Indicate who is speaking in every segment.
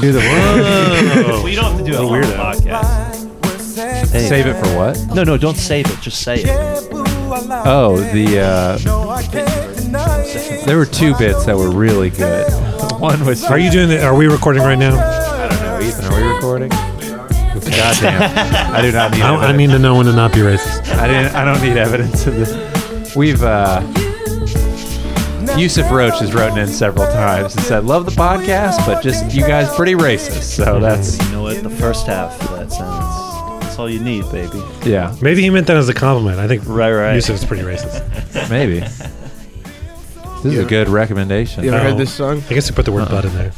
Speaker 1: Do the
Speaker 2: Well, you don't have to do it on the podcast.
Speaker 1: Save it for what?
Speaker 2: No, no, don't save it. Just say it.
Speaker 1: Oh, the uh, there were two bits that were really good. One was
Speaker 3: Are you doing it? Are we recording right now?
Speaker 1: Ethan, are we recording? Goddamn, I do not need.
Speaker 3: I, I
Speaker 1: evidence.
Speaker 3: need to know when to not be racist.
Speaker 1: I didn't. I don't need evidence of this. We've uh, Yusuf Roach has written in several times and said, "Love the podcast, but just you guys pretty racist." So that's
Speaker 2: You know what? The first half of that sentence. That's all you need, baby.
Speaker 1: yeah,
Speaker 3: Maybe he meant that as a compliment. I think
Speaker 2: Right, right.
Speaker 3: Yusuf's pretty racist.
Speaker 1: maybe. This is a good recommendation.
Speaker 4: You
Speaker 3: Oh.
Speaker 4: ever heard this song?
Speaker 3: I guess he put the word butt in there.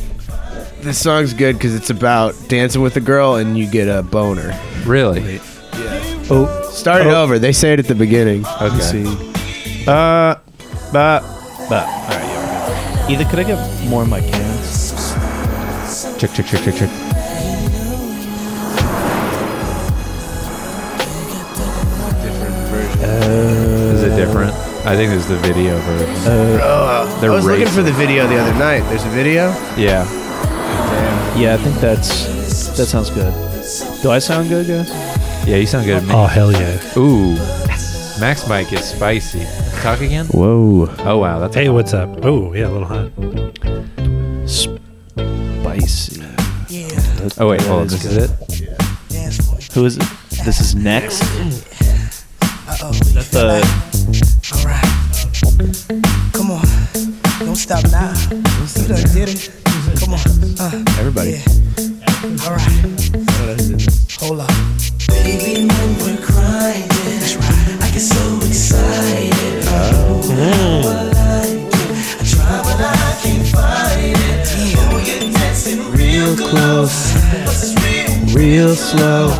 Speaker 4: This song's good because it's about dancing with a girl and you get a boner.
Speaker 1: Really?
Speaker 3: Oh,
Speaker 4: Start it
Speaker 3: Oh.
Speaker 4: over. They say it at the beginning.
Speaker 1: Okay.
Speaker 4: See.
Speaker 1: Uh, but
Speaker 2: But, all right, you're good. Either could I get more of my cans?
Speaker 1: check, check, check, check, check. Is it different? I think there's the video version. They're
Speaker 4: Uh, I was looking
Speaker 1: racist.
Speaker 4: for the video the other night. There's a video.
Speaker 1: yeah.
Speaker 2: Yeah, I think that's that sounds good. Do I sound good, guys?
Speaker 1: Yeah, you sound good to me.
Speaker 3: oh hell yeah.
Speaker 1: Ooh. Max Mike is spicy. Talk again?
Speaker 2: Whoa,
Speaker 1: Oh, wow. That's
Speaker 3: Hey, what's up? Oh yeah, a little hot.
Speaker 2: spicy.
Speaker 1: Oh, wait. Hold on. This is it?
Speaker 2: Who is it? This is next. That's the
Speaker 5: Alright. Come on. Don't stop now. You done did it. Come on. Uh,
Speaker 4: Everybody.
Speaker 5: yeah. Alright. Hold up. Baby, when we're grinding, That's right. I get so excited. I try, but I can't find it. Oh, you're dancing real close. What's real?
Speaker 4: Real slow.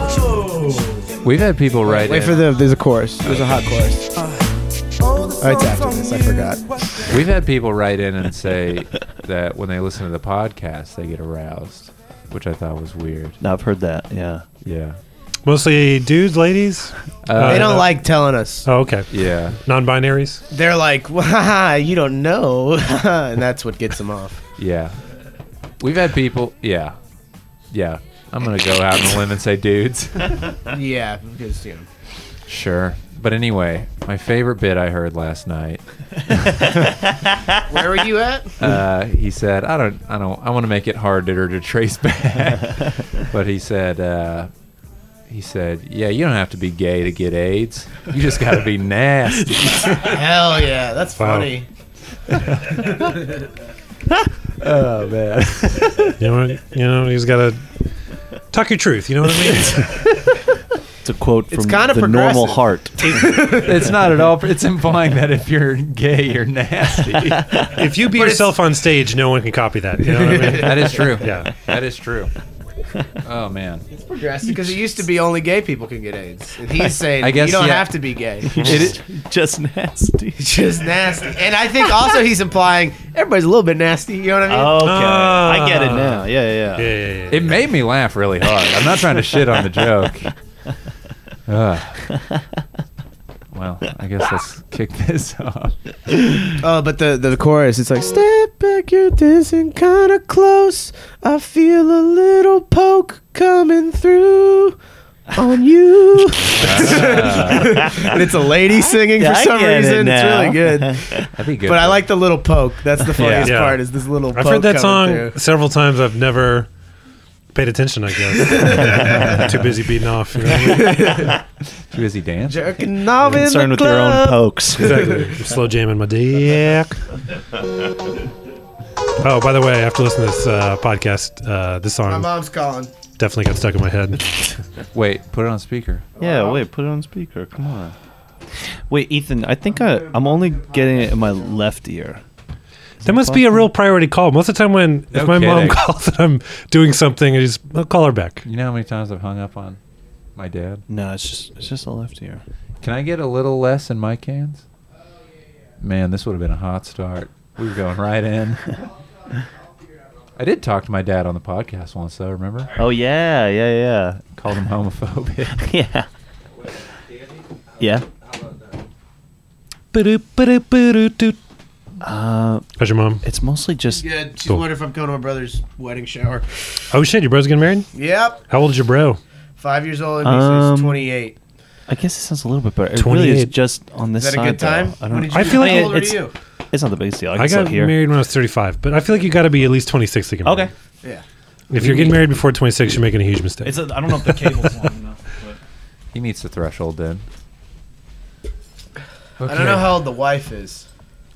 Speaker 1: We've had people write in.
Speaker 4: Wait for the. There's a chorus. There's a hot chorus. Oh, it's after this. I forgot.
Speaker 1: We've had people write in and say that when they listen to the podcast, they get aroused, which I thought was weird.
Speaker 2: no, I've heard that. Yeah,
Speaker 1: Yeah.
Speaker 3: Mostly dudes, ladies.
Speaker 1: Uh,
Speaker 4: They don't like telling us.
Speaker 3: Oh okay.
Speaker 1: Yeah.
Speaker 3: Non-binaries.
Speaker 4: They're like, "Wahaha, you don't know," and that's what gets them off.
Speaker 1: Yeah. We've had people. Yeah. Yeah. I'm going to go out on a limb and say dudes.
Speaker 4: Yeah, because you know.
Speaker 1: sure. But anyway, my favorite bit I heard last night.
Speaker 4: Where were you at?
Speaker 1: Uh, he said, "I don't, I don't, I want to make it harder to trace back." but he said, uh, "He said, yeah, you don't have to be gay to get AIDS. You just got to be nasty."
Speaker 4: Hell yeah, that's
Speaker 3: Wow.
Speaker 4: funny.
Speaker 1: oh man.
Speaker 3: You know, what- you know, he's got to talk your truth. You know what I mean?
Speaker 2: it's a quote from
Speaker 4: It's kinda
Speaker 2: the normal
Speaker 4: progressive.
Speaker 2: heart.
Speaker 1: it's not at all. It's implying that if you're gay, you're nasty.
Speaker 3: if you be yourself on stage, no one can copy that. You know what I mean?
Speaker 1: that is true.
Speaker 3: Yeah.
Speaker 1: That is true. Oh man.
Speaker 4: Progressive, because it used to be only gay people can get AIDS, and he's saying
Speaker 1: I guess,
Speaker 4: you don't
Speaker 1: yeah.
Speaker 4: have to be gay.
Speaker 1: It is,
Speaker 2: Just nasty.
Speaker 4: It's just nasty, and I think also he's implying everybody's a little bit nasty. You know what I
Speaker 1: Oh.
Speaker 4: mean?
Speaker 2: Okay, I get it
Speaker 3: Ah.
Speaker 2: now. Yeah, yeah,
Speaker 3: Yeah,
Speaker 2: yeah.
Speaker 3: yeah, yeah.
Speaker 1: it made me laugh really hard. I'm not trying to shit on the joke. Ugh. Well, I guess let's kick this off.
Speaker 4: Oh, but the, the chorus, it's like step back, you're dancing kind of close. I feel a little poke coming through on you. and it's a lady singing
Speaker 2: Yeah,
Speaker 4: for
Speaker 2: I
Speaker 4: some
Speaker 2: get it
Speaker 4: reason. It's
Speaker 2: now.
Speaker 4: really good.
Speaker 1: That'd be good.
Speaker 4: But I like the little poke. That's the funniest
Speaker 3: Yeah.
Speaker 4: part. Is this little?
Speaker 3: I've
Speaker 4: poke
Speaker 3: heard that song
Speaker 4: coming through.
Speaker 3: several times. I've never paid attention. I guess too busy beating off. You know what I mean?
Speaker 1: Too busy dance.
Speaker 4: Jerking off in
Speaker 2: Concerned
Speaker 4: the
Speaker 2: with your own
Speaker 4: club.
Speaker 2: pokes.
Speaker 3: Exactly. I'm slow jamming my dick. Oh, by the way, after listening to this uh, podcast, uh, this
Speaker 4: My
Speaker 3: song
Speaker 4: mom's calling.
Speaker 3: definitely got stuck in my head.
Speaker 1: Wait, put it on speaker.
Speaker 2: Yeah, wait, put it on speaker. Come on. Wait, Ethan, I think I, I'm only getting it in my left ear.
Speaker 3: That must be a real priority call. Most of the time, when
Speaker 1: No
Speaker 3: if my mom
Speaker 1: kidding.
Speaker 3: calls and I'm doing something, I just I'll call her back.
Speaker 1: You know how many times I've hung up on my dad?
Speaker 2: No, it's just it's just the left ear.
Speaker 1: Can I get a little less in my cans? Man, this would have been a hot start. We were going right in. I did talk to my dad on the podcast once, though. Remember?
Speaker 2: Oh yeah, yeah,
Speaker 1: Called him homophobic.
Speaker 2: yeah, yeah. Yeah.
Speaker 3: Ba-do, ba-do, ba-do, do.
Speaker 2: Uh,
Speaker 3: How's your mom?
Speaker 2: it's mostly just
Speaker 4: Yeah, she's
Speaker 3: Cool.
Speaker 4: wondering if I'm going to my brother's wedding shower.
Speaker 3: Oh shit, your bro's getting married?
Speaker 4: Yep,
Speaker 3: How old is your bro?
Speaker 4: five years old and um,
Speaker 2: Um,
Speaker 4: 28.
Speaker 2: I guess it sounds a little bit better. It really is
Speaker 3: 28.
Speaker 2: just on this
Speaker 4: Is that a
Speaker 2: side.
Speaker 4: good time?
Speaker 2: though. I don't.
Speaker 4: When did
Speaker 3: I
Speaker 4: you-
Speaker 3: feel
Speaker 4: how
Speaker 3: like
Speaker 4: old
Speaker 2: it's-
Speaker 4: are you?
Speaker 2: It's not the biggest deal. I,
Speaker 3: I
Speaker 2: can
Speaker 3: got
Speaker 2: still hear.
Speaker 3: married when I was 35, but I feel like you got to be at least 26 to get married.
Speaker 2: Okay.
Speaker 4: Yeah.
Speaker 3: If you're getting married before 26, you're making a huge mistake.
Speaker 2: It's. A, I don't know if the cable's long enough. But.
Speaker 1: He meets the threshold then.
Speaker 4: I don't know how old the wife is.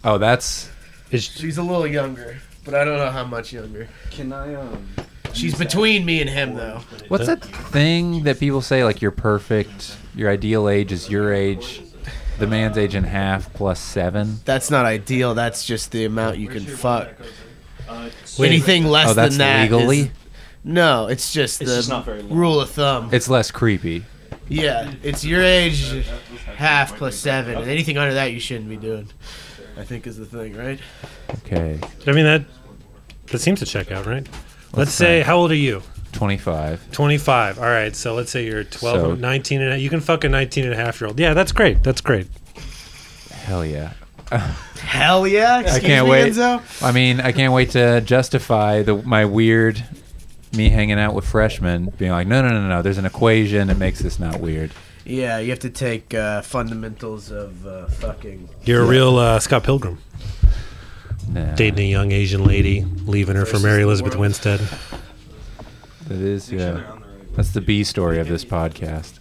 Speaker 1: Oh, that's
Speaker 3: It's-
Speaker 4: She's a little younger, but I don't know how much younger.
Speaker 2: Can I? Um,
Speaker 4: She's between me and him, though.
Speaker 1: what's that thing that people say like you're perfect, your ideal age is your age, the man's age and half plus seven.
Speaker 4: That's not ideal. That's just the amount you can fuck.
Speaker 2: Uh,
Speaker 3: Wait.
Speaker 4: Anything less
Speaker 1: oh, that's
Speaker 4: than that is-
Speaker 1: legally.
Speaker 4: no, it's just the
Speaker 2: just not very long.
Speaker 4: rule of thumb.
Speaker 1: It's less creepy.
Speaker 4: yeah, it's your age, half plus seven, and anything under that you shouldn't be doing. I think is the thing, right?
Speaker 1: Okay,
Speaker 3: I mean, that that seems to check out, right? Let's, say, how old are you?
Speaker 1: 25.
Speaker 3: 25. All right, so let's say you're 12,
Speaker 1: So-
Speaker 3: 19 and a, you can fuck a 19 and a half year old. Yeah, that's great. That's great.
Speaker 1: Hell yeah.
Speaker 4: Hell yeah! Excuse
Speaker 1: can't
Speaker 4: me,
Speaker 1: wait.
Speaker 4: Enzo.
Speaker 1: I mean, I can't wait to justify the my weird me hanging out with freshmen being like, no, no, no, no. There's an equation that makes this not weird.
Speaker 4: Yeah, you have to take uh, fundamentals of uh, fucking.
Speaker 3: You're a real uh, Scott Pilgrim.
Speaker 1: Nah, that
Speaker 3: Dating a young Asian lady, leaving her for Mary Elizabeth Winstead.
Speaker 1: is yeah. That's the B story of this podcast.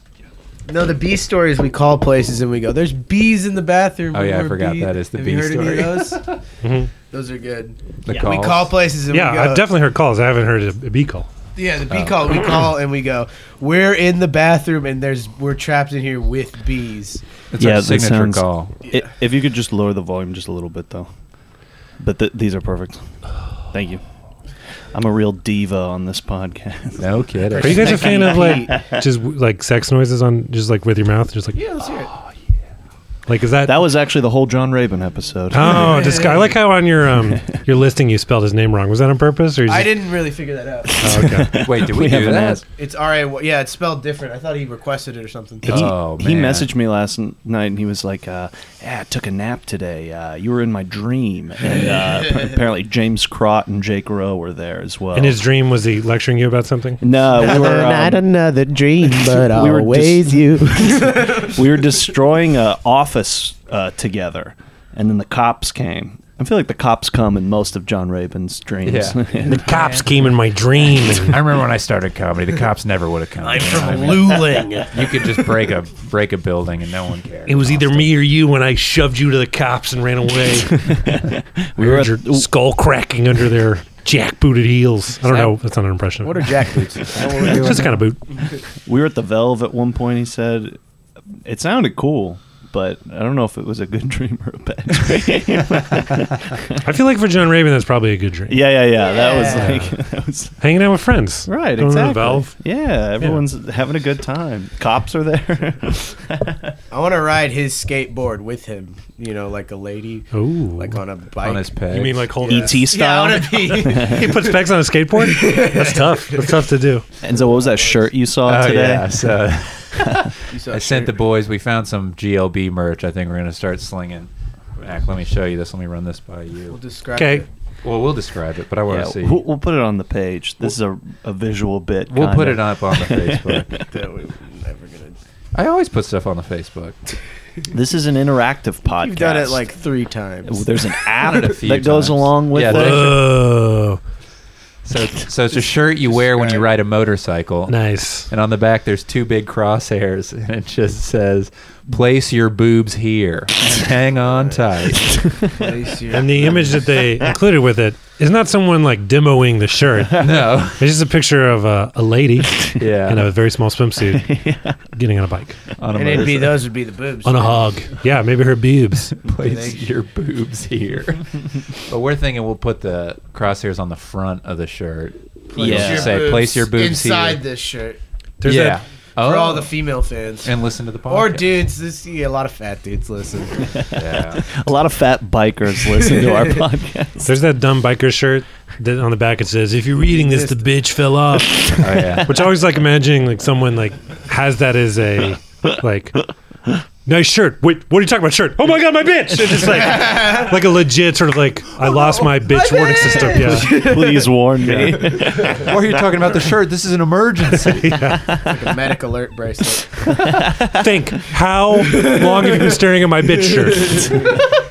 Speaker 4: No, the bee story is we call places and we go. There's bees in the bathroom.
Speaker 1: Oh, yeah,
Speaker 4: We're
Speaker 1: I forgot
Speaker 4: bee-
Speaker 1: that is the
Speaker 4: Have
Speaker 1: bee
Speaker 4: you heard Any
Speaker 1: story. Mm-hmm.
Speaker 4: of those? those are good.
Speaker 1: The
Speaker 4: We
Speaker 1: calls.
Speaker 4: call places and
Speaker 3: Yeah,
Speaker 4: we go.
Speaker 3: I've definitely heard calls. I haven't heard a, a B call.
Speaker 4: yeah, the bee call. We call and we go. We're in the bathroom and there's we're trapped in here with bees.
Speaker 1: It's
Speaker 2: Yeah,
Speaker 1: our
Speaker 2: that
Speaker 1: signature
Speaker 2: sounds-
Speaker 1: call.
Speaker 4: Yeah.
Speaker 2: if you could just lower the volume just a little bit, though. But th- these are perfect. Thank you. I'm a real diva on this podcast.
Speaker 1: No kidding.
Speaker 3: Are you guys a fan of like just w- like sex noises on just like with your mouth? Just like
Speaker 4: Yeah, let's hear it.
Speaker 3: like is that?
Speaker 2: That was actually the whole John Rabin episode.
Speaker 3: oh, just I like how on your um your listing you spelled his name wrong. Was that on purpose or? you
Speaker 4: I
Speaker 3: just-
Speaker 4: didn't really figure that out.
Speaker 3: Oh, okay.
Speaker 1: Wait, did we,
Speaker 2: We
Speaker 1: do
Speaker 2: haven't
Speaker 1: that?
Speaker 2: asked.
Speaker 4: It's R A. Y- Yeah, it's spelled different. I thought he requested it or something.
Speaker 2: He,
Speaker 1: Oh,
Speaker 2: he
Speaker 1: man.
Speaker 2: messaged me last n- night and he was like, uh, yeah, I took a nap today. Uh, you were in my dream. And uh, ap- apparently James Crott and Jake Rowe were there as well.
Speaker 3: In his dream, was he lecturing you about something?
Speaker 2: no, we were, um,
Speaker 4: another dream, but
Speaker 2: We were always dis-
Speaker 4: you.
Speaker 2: we were destroying a office uh, together, and then the cops came. I feel like the cops come in most of John Rabin's dreams.
Speaker 1: Yeah.
Speaker 3: The cops came in my dream.
Speaker 1: I remember when I started comedy, the cops never would have come.
Speaker 4: I'm
Speaker 1: You know
Speaker 4: from
Speaker 1: what I mean?
Speaker 4: Luling.
Speaker 1: You could just break a break a building and no one cared.
Speaker 3: It was either me or you when I shoved you to the cops and ran away.
Speaker 2: we were at,
Speaker 3: your skull cracking under their jackbooted heels. I don't know. That's not an impression.
Speaker 4: What are jack boots? Is that what we're
Speaker 3: it's
Speaker 4: doing?
Speaker 3: just kind of boot.
Speaker 2: we were at the Velve at one point. He said it sounded cool, but I don't know if it was a good dream or a bad dream.
Speaker 3: I feel like for John Raven, that's probably a good dream.
Speaker 2: yeah, yeah, yeah. That was
Speaker 4: Yeah.
Speaker 2: like that was
Speaker 3: Hanging out with friends.
Speaker 2: right.
Speaker 3: Going to the
Speaker 2: exactly.
Speaker 3: Valve.
Speaker 2: Yeah, everyone's having a good time. Cops are there.
Speaker 4: I want to ride his skateboard with him. You know, like a lady,
Speaker 3: Ooh.
Speaker 4: like on a bike.
Speaker 1: on his peg.
Speaker 2: E
Speaker 3: you mean like holding
Speaker 2: ET style.
Speaker 4: Yeah, I want to be.
Speaker 3: He puts pegs on a skateboard? That's tough. That's tough to do.
Speaker 2: and so, what was that shirt you saw
Speaker 1: Oh,
Speaker 2: today?
Speaker 1: yeah. So
Speaker 4: You saw
Speaker 1: I
Speaker 4: a
Speaker 1: sent the
Speaker 4: shirt.
Speaker 1: boys. We found some GLB merch. I think we're gonna start slinging. Mac, let me show you this. Let me run this by
Speaker 4: We'll
Speaker 1: you.
Speaker 4: describe
Speaker 3: Okay.
Speaker 4: it.
Speaker 1: Well, we'll describe it, but I want
Speaker 2: Yeah,
Speaker 1: to see.
Speaker 2: we'll, we'll put it on the page. This is a, a visual bit.
Speaker 1: We'll put
Speaker 2: kinda.
Speaker 1: it up on the Facebook.
Speaker 4: that we we're never gonna.
Speaker 1: I always put stuff on the Facebook.
Speaker 2: This is an interactive podcast.
Speaker 4: You've done it like three times.
Speaker 2: there's an app
Speaker 1: Done it a few
Speaker 2: that goes
Speaker 1: times.
Speaker 2: along with
Speaker 1: Yeah,
Speaker 2: it.
Speaker 1: there's-
Speaker 3: Whoa.
Speaker 1: So, so it's a shirt you wear when you ride a motorcycle.
Speaker 3: Nice.
Speaker 1: And on the back, there's two big crosshairs, and it just says, "Place your boobs here and hang on tight."
Speaker 4: Place your-
Speaker 3: And the image that they included with it is not someone like demoing the shirt.
Speaker 1: No,
Speaker 3: It's just a picture of a, a lady in a
Speaker 1: yeah,
Speaker 3: very small swimsuit getting on a bike.
Speaker 1: on a
Speaker 4: and it'd be
Speaker 1: motorcycle.
Speaker 4: those would be the boobs.
Speaker 3: On a hog. Yeah, maybe her boobs.
Speaker 1: Place your boobs here. but we're thinking we'll put the crosshairs on the front of the shirt.
Speaker 4: Place
Speaker 2: Yeah.
Speaker 4: your
Speaker 1: Say,
Speaker 4: boobs
Speaker 1: place your boobs
Speaker 4: inside
Speaker 1: here.
Speaker 4: this shirt
Speaker 3: There's
Speaker 1: yeah. Oh.
Speaker 3: that
Speaker 4: for all the female fans
Speaker 1: and listen to the podcast.
Speaker 4: or dudes. This yeah, a lot of fat dudes listen.
Speaker 1: Yeah.
Speaker 2: a lot of fat bikers listen to our podcast.
Speaker 3: there's that dumb biker shirt that on the back it says, "If you're reading this, the bitch fell off."
Speaker 1: Oh yeah.
Speaker 3: Which I always like imagining like someone like has that as a like nice shirt. Wait, what are you talking about? Shirt? Oh my god, my bitch! It's just like like a legit sort of like I lost my bitch warning system. Yeah.
Speaker 2: Please warn me.
Speaker 1: Or you're talking about the shirt. This is an emergency.
Speaker 4: A medic alert bracelet.
Speaker 3: Think how long have you been staring at my bitch shirt?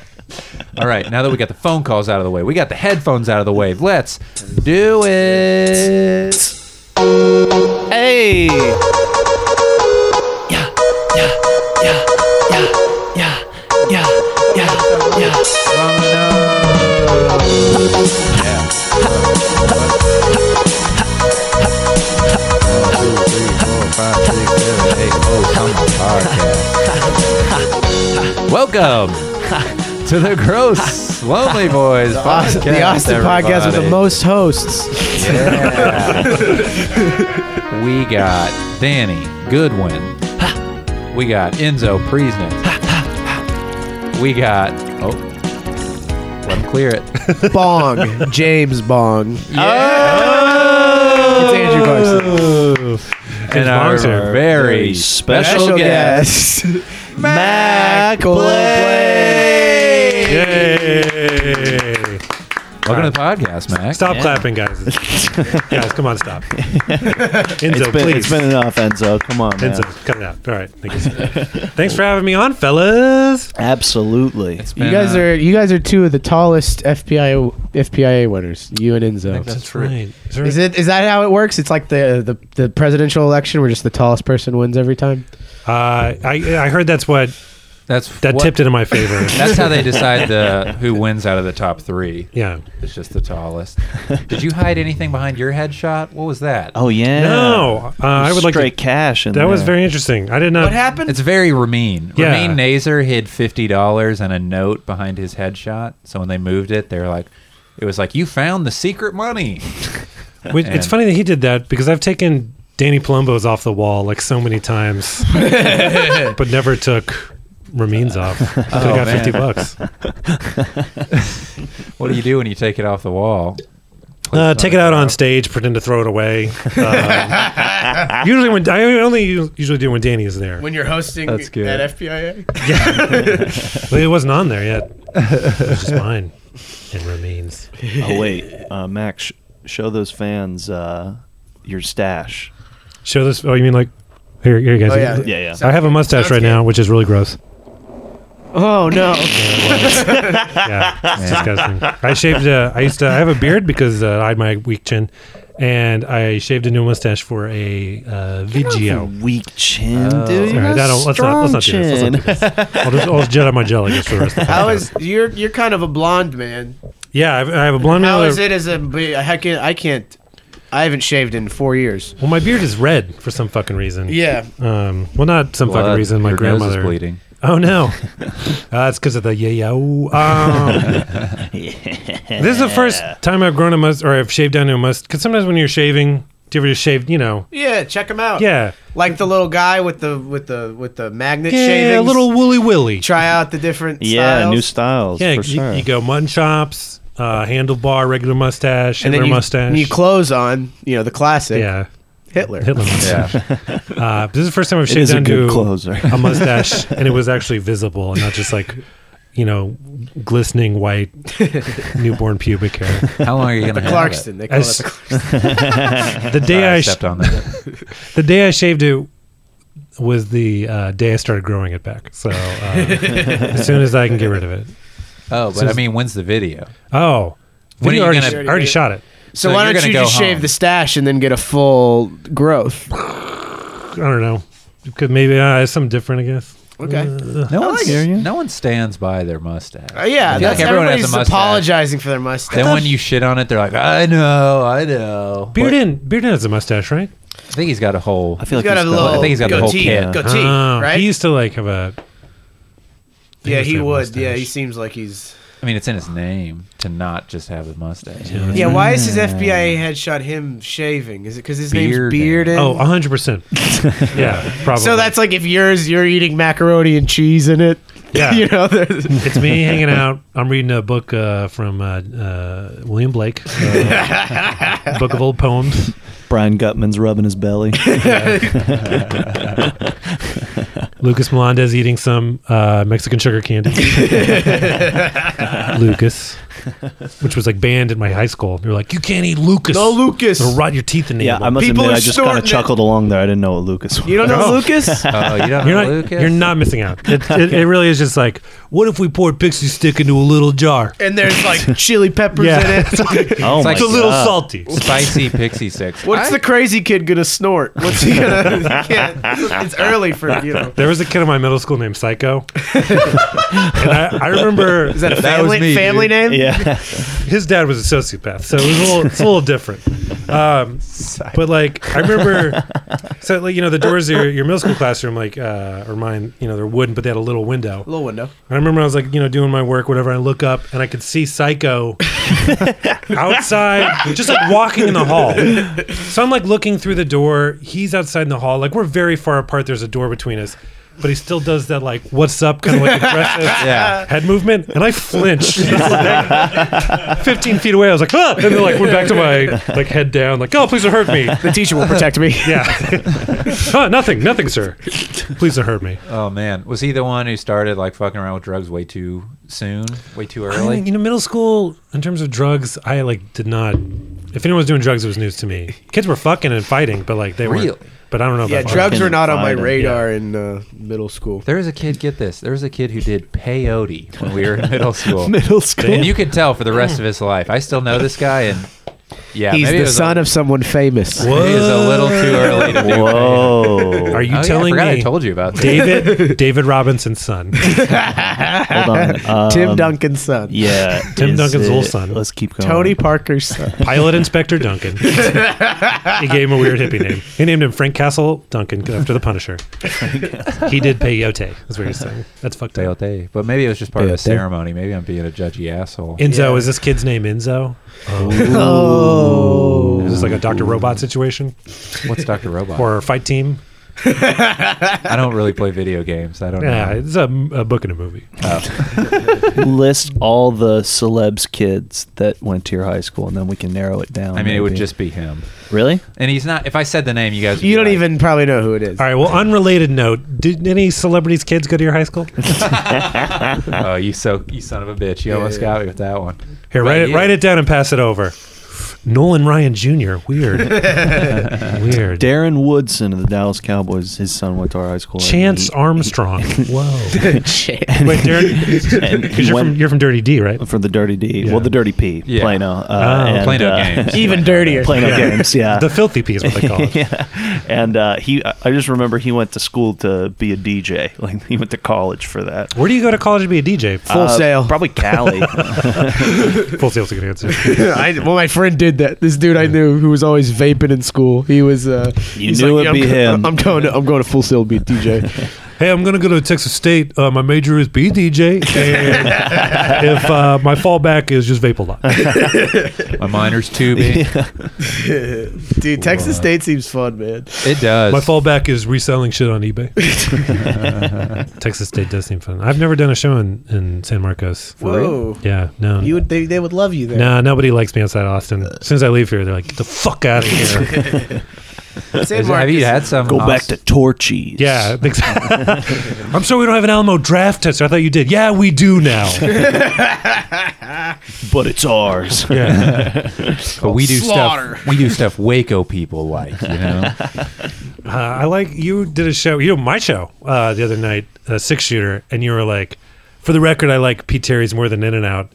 Speaker 1: All right, now that we got the phone calls out of the way, we got the headphones out of the way. Let's do it.
Speaker 2: Hey.
Speaker 1: Welcome to the Gross Lonely Boys podcast.
Speaker 4: the Austin podcast with
Speaker 1: everybody.
Speaker 4: the most hosts.
Speaker 1: We got Danny Goodwin. We got Enzo Priesnitz. We got oh, let him clear it.
Speaker 4: Bong. James Bong. It's Andrew
Speaker 1: Oh.
Speaker 4: Carson.
Speaker 1: and our
Speaker 3: Bong's here.
Speaker 1: very
Speaker 2: Very special
Speaker 1: special guest,
Speaker 4: Mac
Speaker 1: Blake.
Speaker 3: Yay!
Speaker 1: Welcome to the podcast, Mac.
Speaker 3: Stop clapping, guys. guys, come on, stop. Enzo,
Speaker 2: It's been,
Speaker 3: please.
Speaker 2: it's been enough, Enzo. Come on, man.
Speaker 3: Enzo, cut it out. All right. Thank you. Thanks for having me on, fellas.
Speaker 2: Absolutely.
Speaker 1: It's
Speaker 4: You
Speaker 1: been,
Speaker 4: guys
Speaker 1: uh,
Speaker 4: are you guys are two of the tallest FPI FPIA winners. You and Enzo.
Speaker 1: that's right.
Speaker 3: Is there-
Speaker 4: Is it is that how it works? It's like the the, the presidential election where just the tallest person wins every time.
Speaker 3: Uh, I I heard that's what
Speaker 1: That's
Speaker 3: that
Speaker 1: what-
Speaker 3: tipped it in my favor.
Speaker 1: That's how they decide the who wins out of the top three.
Speaker 3: yeah.
Speaker 1: It's just the tallest. Did you hide anything behind your headshot? What was that?
Speaker 2: oh yeah.
Speaker 3: No, uh, I would like
Speaker 2: straight
Speaker 3: to.
Speaker 2: cash. In
Speaker 3: That
Speaker 2: there.
Speaker 3: was very interesting. I did not.
Speaker 4: happened?
Speaker 1: It's very Ramin.
Speaker 3: Yeah.
Speaker 1: Ramin Nazer hid fifty dollars and a note behind his headshot. So when they moved it, they were like, "It was like you found the secret money."
Speaker 3: Which, it's
Speaker 1: And-
Speaker 3: funny that he did that because I've taken Danny Palumbo's off the wall like so many times, but never took Ramin's off. I could have got
Speaker 1: Oh, man.
Speaker 3: fifty bucks. Uh,
Speaker 1: What do you do when you take it off the wall?
Speaker 3: Uh,
Speaker 1: Please
Speaker 3: take
Speaker 1: don't
Speaker 3: it out
Speaker 1: throw
Speaker 3: on stage, pretend to throw it away. Um, usually, when I only u- usually do it when Danny is there.
Speaker 4: you're hosting
Speaker 1: That's good. at
Speaker 4: FPIA?
Speaker 3: But it wasn't on there yet. It was just mine and Ramin's.
Speaker 2: Oh wait, uh, Max, sh- show those fans uh, your stash.
Speaker 3: Show this. Oh, you mean like here? Here, you guys.
Speaker 4: Oh, yeah.
Speaker 2: Yeah, yeah.
Speaker 3: I have a mustache right now, which is really gross.
Speaker 4: Oh no!
Speaker 3: yeah, it's disgusting. I shaved. Uh, I used to. I have a beard because uh, I had my weak chin, and I shaved a new mustache for a uh, VGO.
Speaker 2: Weak chin,
Speaker 4: Oh.
Speaker 1: dude.
Speaker 2: dude.
Speaker 3: You're All right, a I don't- let's not- let's not do this, let's not I'll just, I'll just jet out my jelly just for the rest of the
Speaker 4: How
Speaker 3: podcast.
Speaker 4: is you're you're kind of a blonde man?
Speaker 3: Yeah, I have, I have a blonde
Speaker 4: How
Speaker 3: male-
Speaker 4: is it as a be- I can't I can't I haven't shaved in four years.
Speaker 3: Well, my beard is red for some fucking reason.
Speaker 4: Yeah,
Speaker 3: Um. Well, not some
Speaker 1: Blood.
Speaker 3: fucking reason. My
Speaker 1: Your nose is
Speaker 3: grandmother.
Speaker 1: bleeding.
Speaker 3: Oh no. uh, it's because of the yeah yeah. ooh, Um, this is the first time I've grown a must or I've shaved down to a must. Because sometimes when you're shaving, do you ever just shave? You know.
Speaker 4: yeah. Check him out.
Speaker 3: Yeah.
Speaker 4: like the little guy with the with the with the magnet
Speaker 3: Yeah, a
Speaker 4: shavings.
Speaker 3: little woolly willy.
Speaker 4: try out the different.
Speaker 2: Yeah,
Speaker 4: styles.
Speaker 2: new styles
Speaker 3: Yeah,
Speaker 2: for
Speaker 3: you,
Speaker 2: sure.
Speaker 3: you go mutton chops, uh, handlebar, regular mustache,
Speaker 4: and
Speaker 3: Hitler
Speaker 4: then you,
Speaker 3: mustache.
Speaker 4: and you close on you know the classic
Speaker 3: yeah,
Speaker 4: Hitler.
Speaker 3: Hitler mustache.
Speaker 1: Yeah.
Speaker 3: Uh, this is the first time I've
Speaker 2: it
Speaker 3: shaved
Speaker 2: is a
Speaker 3: down
Speaker 2: good
Speaker 3: to
Speaker 2: closer.
Speaker 3: a mustache, and it was actually visible, and not just like you know glistening white newborn pubic hair.
Speaker 1: How long are you gonna have
Speaker 4: Clarkston. They call
Speaker 3: As-
Speaker 4: it the Clarkston.
Speaker 3: The
Speaker 1: It?
Speaker 3: day
Speaker 1: Sorry,
Speaker 3: I
Speaker 1: I
Speaker 3: sh-
Speaker 1: stepped on that.
Speaker 3: the day I shaved it was the uh, day I started growing it back. So uh, as soon as I can get rid of it.
Speaker 1: Oh, but I mean, when's the video?
Speaker 3: Oh,
Speaker 1: When are
Speaker 3: video
Speaker 1: you
Speaker 3: already,
Speaker 1: gonna-
Speaker 3: already shot it.
Speaker 4: So,
Speaker 1: So
Speaker 4: why
Speaker 1: you're
Speaker 4: don't
Speaker 1: gonna
Speaker 4: you
Speaker 1: go
Speaker 4: just shave
Speaker 1: home.
Speaker 4: the stash and then get a full growth?
Speaker 3: I don't know. Could maybe uh, some different, I guess.
Speaker 4: Okay.
Speaker 1: No one,
Speaker 2: like it.
Speaker 1: no one stands by their mustache.
Speaker 4: Uh, yeah,
Speaker 1: I feel
Speaker 4: that's,
Speaker 1: like everyone
Speaker 4: everybody's
Speaker 1: has a mustache.
Speaker 4: apologizing for their mustache.
Speaker 1: Then when you shit on it, they're like, "I know, I know."
Speaker 3: Bearden, Bearden has a mustache, right?
Speaker 1: I think he's got a whole.
Speaker 2: I feel
Speaker 4: He's
Speaker 2: like
Speaker 4: got a
Speaker 2: he's
Speaker 4: little.
Speaker 1: I think he's got the whole
Speaker 4: goatee,
Speaker 1: kit.
Speaker 4: Goatee,
Speaker 3: Oh,
Speaker 4: right?
Speaker 3: He used to like have a.
Speaker 4: yeah, he
Speaker 3: that
Speaker 4: would.
Speaker 3: mustache.
Speaker 4: Yeah, he seems like he's.
Speaker 1: I mean, it's in his name to not just have the mustache.
Speaker 4: Yeah, why is his FBI headshot him shaving? Is it because his name's
Speaker 1: Bearded.
Speaker 4: Bearded?
Speaker 3: Oh, 100 percent. Yeah, probably.
Speaker 4: so that's like if yours, you're eating macaroni and cheese in it.
Speaker 3: Yeah.
Speaker 4: you know, there's-
Speaker 3: it's me hanging out. I'm reading a book uh, from uh, uh, William Blake, uh, book of old poems.
Speaker 2: Brian Gutman's rubbing his belly.
Speaker 3: Lucas Melendez eating some uh, Mexican sugar candy. Lucas, which was like banned at my high school. They were like, "You can't eat Lucas.
Speaker 4: No Lucas."
Speaker 3: It'll rot your teeth in the
Speaker 2: Yeah, I must
Speaker 4: People
Speaker 2: admit,
Speaker 4: are
Speaker 2: I just kind
Speaker 4: snorting
Speaker 2: of
Speaker 4: it.
Speaker 2: chuckled along there. I didn't know what Lucas was.
Speaker 4: You don't know
Speaker 3: No.
Speaker 4: Lucas?
Speaker 1: Oh, you don't
Speaker 3: You're
Speaker 1: know
Speaker 3: not.
Speaker 1: Lucas?
Speaker 3: You're not missing out. It, it, it really is just like, what if we poured pixie stick into a little jar?
Speaker 4: and there's like chili peppers
Speaker 3: Yeah.
Speaker 4: in it.
Speaker 2: oh
Speaker 1: It's
Speaker 2: my
Speaker 1: like
Speaker 3: It's a little
Speaker 2: God.
Speaker 3: salty.
Speaker 1: spicy pixie six.
Speaker 4: What's
Speaker 1: I-
Speaker 4: the crazy kid gonna snort? What's he gonna? he can't- it's early for you know.
Speaker 3: There was a kid in my middle school named Psycho, and I, I remember
Speaker 4: Is that a
Speaker 1: That was
Speaker 4: family
Speaker 1: me,
Speaker 4: family name?
Speaker 2: Yeah.
Speaker 3: his dad was a sociopath, so it was a little, it's a little different. Um, but like, I remember, so like you know, the doors of your, your middle school classroom, like uh, or mine, you know, they're wooden, but they had a little window.
Speaker 4: Little window.
Speaker 3: And I remember I was like, you know, doing my work, whatever. I look up and I could see Psycho outside, just like walking in the hall. So I'm like looking through the door. He's outside in the hall. Like we're very far apart. There's a door between us, but he still does that like "What's up?" kind of like aggressive
Speaker 1: Yeah.
Speaker 3: head movement, and I flinched. Fifteen feet away, I was like, ah! and then like went back to my like head down, like, oh, please don't hurt me.
Speaker 4: The teacher will protect me.
Speaker 3: Yeah, Huh, nothing, nothing, sir. Please don't hurt me.
Speaker 1: Oh man, was he the one who started like fucking around with drugs way too soon, way too
Speaker 3: I think,
Speaker 1: early?
Speaker 3: you know, middle school in terms of drugs, I like did not. If anyone was doing drugs, it was news to me. Kids were fucking and fighting, but like they
Speaker 1: Really?
Speaker 3: were. But I don't know.
Speaker 4: Yeah,
Speaker 3: about
Speaker 4: drugs were not on my
Speaker 2: Find it,
Speaker 4: radar in uh, middle school.
Speaker 1: There was a kid. Get this. There was a kid who did peyote when we were in middle school.
Speaker 2: Middle school.
Speaker 1: And you could tell for the rest of his life. I still know this guy, and yeah,
Speaker 4: He's
Speaker 1: maybe it
Speaker 4: the
Speaker 1: was
Speaker 4: son
Speaker 1: a,
Speaker 4: of someone famous.
Speaker 3: What?
Speaker 1: Maybe it was a little too early to do. peyote.
Speaker 2: Whoa.
Speaker 3: Are you
Speaker 1: Oh, yeah,
Speaker 3: telling
Speaker 1: I forgot
Speaker 3: me?
Speaker 1: I told you about that.
Speaker 3: David David Robinson's son.
Speaker 2: Hold on.
Speaker 4: Tim
Speaker 2: Um,
Speaker 4: Duncan's son.
Speaker 2: Yeah.
Speaker 3: Tim
Speaker 2: is
Speaker 3: Duncan's
Speaker 2: it-
Speaker 3: old son.
Speaker 2: Let's keep going.
Speaker 4: Tony Parker's son.
Speaker 3: Pilot Inspector Duncan. he gave him a weird hippie name. He named him Frank Castle Duncan after the Punisher. he did peyote. That's what you're saying. That's fucked up.
Speaker 1: Peyote. But maybe it was just part of the
Speaker 4: Peyote.
Speaker 1: ceremony. Maybe I'm being a judgy asshole.
Speaker 3: Enzo is this kid's name? Enzo.
Speaker 4: Oh.
Speaker 3: Is this like a Doctor Robot situation
Speaker 1: What's Doctor Robot?
Speaker 3: or a fight team?
Speaker 1: I don't really play video games. I don't
Speaker 3: Yeah,
Speaker 1: know.
Speaker 3: it's a, a book and a movie.
Speaker 2: List all the celebs kids that went to your high school, and then we can narrow it down.
Speaker 1: I mean, it would
Speaker 2: maybe.
Speaker 1: just be him.
Speaker 2: really.
Speaker 1: And he's not. If I said the name, you guys. Would
Speaker 4: You
Speaker 1: be
Speaker 4: don't
Speaker 1: like,
Speaker 4: even probably know who it is.
Speaker 3: All right. Well, unrelated note: Did any celebrities' kids go to your high school?
Speaker 1: Oh, you so you son of a bitch! You almost got me with that one.
Speaker 3: Here, write it,
Speaker 1: you.
Speaker 3: write it down and pass it over. Nolan Ryan Jr. Weird. Weird.
Speaker 2: Darren Woodson of the Dallas Cowboys. His son went to our high school. and
Speaker 3: Chance
Speaker 2: he-
Speaker 3: Armstrong. Whoa.
Speaker 2: Chance.
Speaker 3: Wait, Darren,
Speaker 2: And
Speaker 3: because
Speaker 2: he
Speaker 3: you're from
Speaker 2: went
Speaker 3: you're from Dirty D, right?
Speaker 2: for the Dirty D.
Speaker 3: Yeah.
Speaker 2: Well, the Dirty P.
Speaker 1: Yeah.
Speaker 2: Plano. Uh,
Speaker 3: Oh.
Speaker 2: and,
Speaker 1: Plano
Speaker 2: uh,
Speaker 1: games.
Speaker 4: Even dirtier.
Speaker 2: Plano games. Yeah.
Speaker 3: The filthy P is what they call it.
Speaker 2: yeah. And uh, he, I I just remember he went to school to be a DJ. Like he went to college for that.
Speaker 3: Where do you go to college to be a DJ?
Speaker 4: Full
Speaker 2: Uh,
Speaker 4: sale.
Speaker 2: Probably Cali.
Speaker 3: Full sales a good answer.
Speaker 4: I, well, my friend did that. This dude I knew who was always vaping in school. He was. Uh,
Speaker 2: You
Speaker 4: he's
Speaker 2: knew
Speaker 4: like,
Speaker 2: it'd
Speaker 4: "Yeah,
Speaker 2: be
Speaker 4: I'm,
Speaker 2: him."
Speaker 4: I'm going. To, I'm going to full sale. Be a DJ.
Speaker 3: Hey, I'm gonna go to Texas State. Uh, my major is be DJ, and if uh, my fallback is just vape a lot.
Speaker 1: My minor's tubing.
Speaker 4: Dude, Texas State seems fun, man.
Speaker 1: It does.
Speaker 3: My fallback is reselling shit on eBay. Texas State does seem fun. I've never done a show in, in San Marcos.
Speaker 4: Whoa.
Speaker 3: Yeah, no.
Speaker 4: You would. Uh. They, they would love you there.
Speaker 3: no, nobody likes me outside Austin. As soon as I leave here, they're like, get the fuck out of here.
Speaker 4: San
Speaker 1: Is- have you
Speaker 4: Marcos-
Speaker 1: had some?
Speaker 2: Go back to
Speaker 1: Austin-
Speaker 2: Torchies.
Speaker 3: yeah. exactly. I'm sure we don't have an Alamo draft tester. I thought you did. Yeah, we do now.
Speaker 2: but it's ours.
Speaker 3: Yeah.
Speaker 1: But we do
Speaker 4: Slaughter.
Speaker 1: stuff. We do stuff Waco people like. You know.
Speaker 3: Uh, I like, you did a show, you know, my show uh, the other night, uh, Six Shooter, and you were like, for the record, I like Pete Terry's more than In and Out.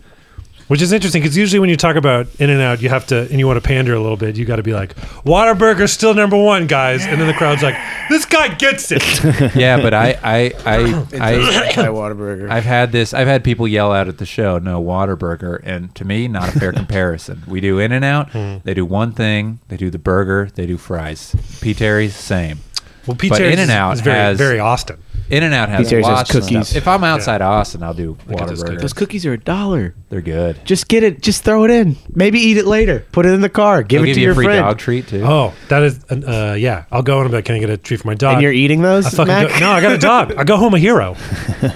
Speaker 3: Which is interesting because usually when you talk about In and Out, you have to and you want to pander a little bit. You got to be like, Waterburger's still number one, guys, and then the crowd's like, this guy gets it.
Speaker 1: yeah, but I, I, I, I.
Speaker 4: By Whataburger.
Speaker 1: I've had this. I've had people yell out at the show, "No Waterburger," and to me, not a fair comparison. We do In and Out.
Speaker 4: Hmm.
Speaker 1: They do one thing. They do the burger. They do fries. P. Terry's same.
Speaker 3: Well, Pete
Speaker 1: But
Speaker 3: Terry's
Speaker 1: In-N-Out
Speaker 3: is, is very
Speaker 1: has-
Speaker 3: very Austin.
Speaker 1: In and Out has
Speaker 4: P. Terry's has
Speaker 1: lots of
Speaker 4: cookies.
Speaker 1: stuff. If I'm outside of Austin, I'll do
Speaker 3: at those
Speaker 1: Waterburger.
Speaker 3: cookies.
Speaker 4: Those cookies are a dollar.
Speaker 1: They're good.
Speaker 4: Just get it. Just throw it in. Maybe eat it later. Put it in the car. Give
Speaker 1: They'll
Speaker 4: it
Speaker 1: give
Speaker 4: to
Speaker 1: you
Speaker 4: your
Speaker 1: a free
Speaker 4: friend.
Speaker 1: dog treat too.
Speaker 3: Oh, that is uh, yeah. I'll go and I'm like, can I get a treat for my dog?
Speaker 4: And you're eating those?
Speaker 3: I fucking
Speaker 4: Mac?
Speaker 3: go, no, I got a dog. I go home a hero.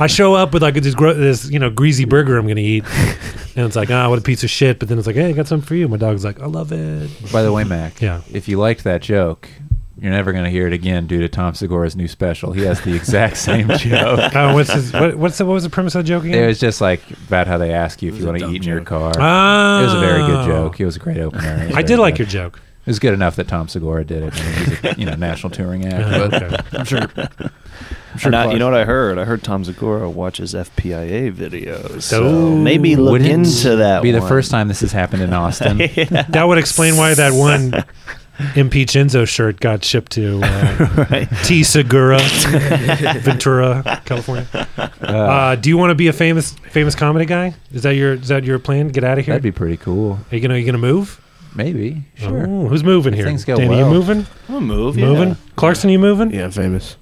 Speaker 3: I show up with like this, gro- this you know greasy burger I'm gonna eat, and it's like ah what a piece of shit. But then it's like hey I got something for you. My dog's like I love it.
Speaker 1: By the way, Mac.
Speaker 3: Yeah.
Speaker 1: If you liked that joke, You're never going to hear it again due to Tom Segura's new special. He has the exact same joke.
Speaker 3: Oh, what's his, what, what's the, what was the premise of the joke
Speaker 1: It
Speaker 3: again?
Speaker 1: was just like about how they ask you if you want to eat in your car.
Speaker 3: Ah.
Speaker 1: It was a very good joke. It was a great opener. It was
Speaker 3: I
Speaker 1: very
Speaker 3: did like
Speaker 1: good.
Speaker 3: your joke.
Speaker 1: It was good enough that Tom Segura did it. I mean, he's a, you know, national touring
Speaker 3: Uh,
Speaker 1: actor. But
Speaker 3: okay.
Speaker 1: I'm sure. I'm sure
Speaker 2: And I- Uh, you
Speaker 1: Clark-
Speaker 2: know what I heard? I heard Tom Zagora watches FPIA videos. So
Speaker 3: Ooh.
Speaker 2: maybe look
Speaker 1: Wouldn't
Speaker 2: into that.
Speaker 1: Be the
Speaker 2: one.
Speaker 1: first time this has happened in Austin.
Speaker 3: That would explain why that one MP Chinzo shirt got shipped to uh, T. Segura, Ventura, California. Uh, do you want to be a famous famous comedy guy? Is that your is that your plan? Get out of here.
Speaker 1: That'd be pretty cool.
Speaker 3: are you gonna are you gonna move?
Speaker 1: Maybe. Sure.
Speaker 3: Oh, who's moving here?
Speaker 1: Things go
Speaker 3: Danny, you
Speaker 1: well.
Speaker 3: moving?
Speaker 2: We'll move.
Speaker 3: Moving?
Speaker 2: yeah.
Speaker 3: Clarkson, you moving?
Speaker 4: Yeah, famous.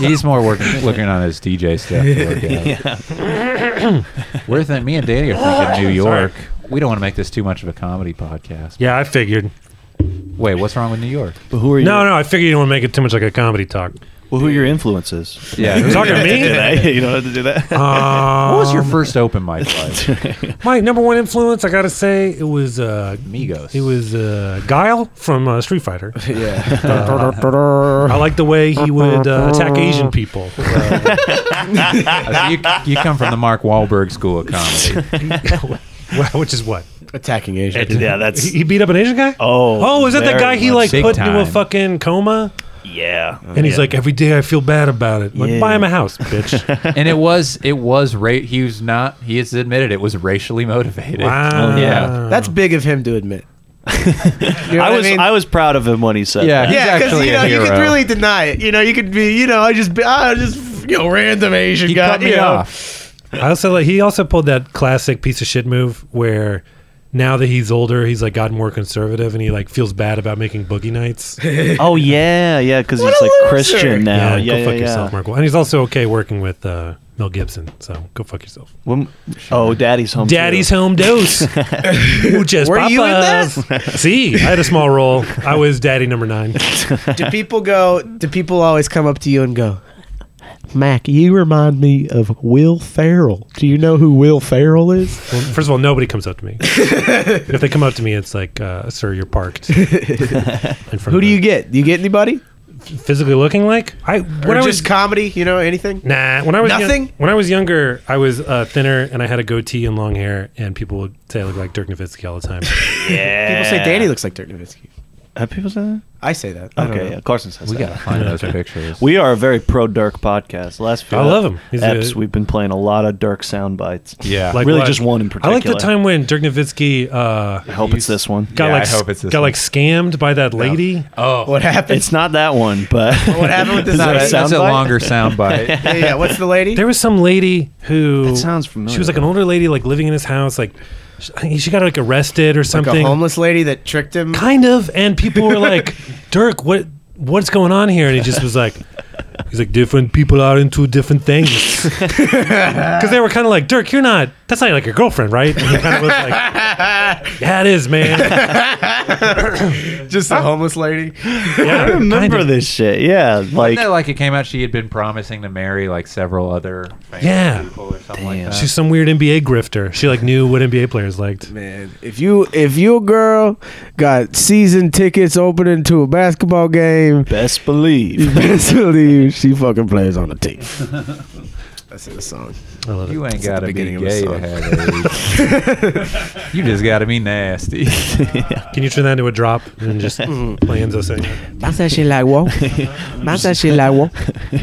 Speaker 1: He's more working, working on his DJ stuff. to work out. We're thinking, me and Danny are thinking New York. We don't want to make this too much of a comedy podcast.
Speaker 3: Yeah, I figured.
Speaker 1: Wait, what's wrong with New York?
Speaker 2: But who are your,
Speaker 3: No, no, I figured you don't want to make it too much like a comedy talk.
Speaker 2: Well, who are your influences?
Speaker 1: Yeah.
Speaker 3: Talking to me?
Speaker 2: you don't have to do that.
Speaker 3: Um,
Speaker 1: what was your first open mic like?
Speaker 3: my number one influence? I gotta say it was uh,
Speaker 1: Migos.
Speaker 3: It was uh, Guile from uh, Street Fighter.
Speaker 1: Yeah.
Speaker 3: I like the way he would uh, attack Asian people.
Speaker 1: you, you come from the Mark Wahlberg school of comedy.
Speaker 3: Well, Which is what?
Speaker 4: Attacking Asian. people.
Speaker 2: yeah, that's
Speaker 3: He he beat up an Asian guy?
Speaker 2: Oh,
Speaker 3: Oh, is that the
Speaker 2: very
Speaker 3: guy he
Speaker 2: much
Speaker 3: like
Speaker 1: so.
Speaker 3: put
Speaker 1: Big
Speaker 3: into a
Speaker 1: time.
Speaker 3: fucking coma?
Speaker 2: yeah.
Speaker 3: And he's like, every day I feel bad about it. Like,
Speaker 2: Yeah.
Speaker 3: buy him a house, bitch.
Speaker 1: And it was, it was, ra- he was not, he has admitted it was racially motivated. Oh,
Speaker 3: wow.
Speaker 1: yeah.
Speaker 4: That's big of him to admit. You know
Speaker 2: I
Speaker 4: what
Speaker 2: was I,
Speaker 4: mean?
Speaker 2: was proud of him when he said
Speaker 1: Yeah.
Speaker 2: that.
Speaker 4: yeah, because
Speaker 1: actually
Speaker 4: you
Speaker 1: a
Speaker 4: know you could
Speaker 1: hero.
Speaker 4: really deny it. You know you could be you know I just I just you know random Asian
Speaker 1: He
Speaker 4: guy.
Speaker 1: cut me
Speaker 4: you know.
Speaker 1: off.
Speaker 3: I also like he also pulled that classic piece of shit move where now that he's older, he's like gotten more conservative and he like feels bad about making boogie nights.
Speaker 2: Oh yeah, yeah, because he's
Speaker 4: a
Speaker 2: like
Speaker 4: loser.
Speaker 2: Christian now. Yeah,
Speaker 3: go
Speaker 2: yeah,
Speaker 3: fuck
Speaker 2: yeah.
Speaker 3: yourself, Merkel. And he's also okay working with uh, Mel Gibson, so go fuck yourself.
Speaker 2: When- oh, Daddy's home. too.
Speaker 3: Daddy's home dose. Muchas
Speaker 4: Were you in
Speaker 3: papas. See, I had a small role. I was daddy number nine.
Speaker 4: Do people go? Do people always come up to you and go, Mac? You remind me of Will Ferrell. Do you know who Will Ferrell is?
Speaker 3: Well, first of all, nobody comes up to me. if they come up to me, it's like, uh, "Sir, you're parked." In front
Speaker 4: Who
Speaker 3: of
Speaker 4: do you
Speaker 3: them.
Speaker 4: get? Do you get anybody?
Speaker 3: physically looking like? I
Speaker 4: Or
Speaker 3: when I was
Speaker 4: just comedy? You know anything?
Speaker 3: nah when I was young-
Speaker 4: Nothing?
Speaker 3: when I was younger, I was uh, thinner and I had a goatee and long hair, and people would say I look like Dirk Nowitzki all the time.
Speaker 2: Yeah.
Speaker 4: People say Danny looks like Dirk Nowitzki.
Speaker 2: Have people said that?
Speaker 4: I say that. I don't
Speaker 2: Okay,
Speaker 4: know.
Speaker 2: yeah, Carson says
Speaker 1: We
Speaker 2: that.
Speaker 1: got to find those pictures.
Speaker 2: We are a very pro Dirk podcast. Last few
Speaker 3: I love him. He's a-
Speaker 2: eps, we've been playing a lot of Dirk sound bites.
Speaker 1: yeah.
Speaker 3: Like
Speaker 2: really,
Speaker 3: what?
Speaker 2: just one in
Speaker 3: I
Speaker 2: particular.
Speaker 3: like the time when Dirk Nowitzky uh,
Speaker 2: I hope it's this one.
Speaker 3: got
Speaker 1: Yeah,
Speaker 3: like
Speaker 1: I hope it's this
Speaker 3: got
Speaker 1: one.
Speaker 3: like scammed by that lady.
Speaker 1: oh,
Speaker 4: What happened?
Speaker 2: It's not that one, but
Speaker 4: what happened with this?
Speaker 2: Is that
Speaker 4: lady?
Speaker 2: a sound
Speaker 1: that's a
Speaker 2: bite?
Speaker 1: longer sound bite.
Speaker 4: yeah, yeah. What's the lady?
Speaker 3: There was some lady who
Speaker 2: That sounds familiar,
Speaker 3: She was like an
Speaker 2: though.
Speaker 3: older lady, like living in his house. Like she, I think she got like arrested or
Speaker 4: like a
Speaker 3: something.
Speaker 4: homeless lady that tricked him.
Speaker 3: kind of. And people were like, "Dirk, what what's going on here?" And he just was like, "He's like different people are into different things." Because they were kind of like, "Dirk, you're not. That's not like your girlfriend, right?" And he kind of was like, "Yeah, it is, man."
Speaker 4: Just a homeless lady.
Speaker 3: Yeah,
Speaker 2: I remember this shit. Yeah, like
Speaker 1: Isn't that like it came out she had been promising to marry like several other famous
Speaker 3: Yeah.
Speaker 1: people or something
Speaker 2: Damn.
Speaker 1: like that.
Speaker 3: She's some weird NBA grifter. She like knew what NBA players liked.
Speaker 4: Man, if you if your girl got season tickets opening to a basketball game,
Speaker 2: best believe.
Speaker 4: you best believe she fucking plays on the team. That's in the song.
Speaker 3: I love it.
Speaker 1: you ain't
Speaker 4: the
Speaker 1: got to be
Speaker 4: beginning of a
Speaker 1: gay to
Speaker 4: song.
Speaker 1: have AIDS. you just got to be nasty.
Speaker 3: Can you turn that into a drop and just play Enzo saying? it?
Speaker 4: Bounce that shit like whoa. Bounce that shit like whoa.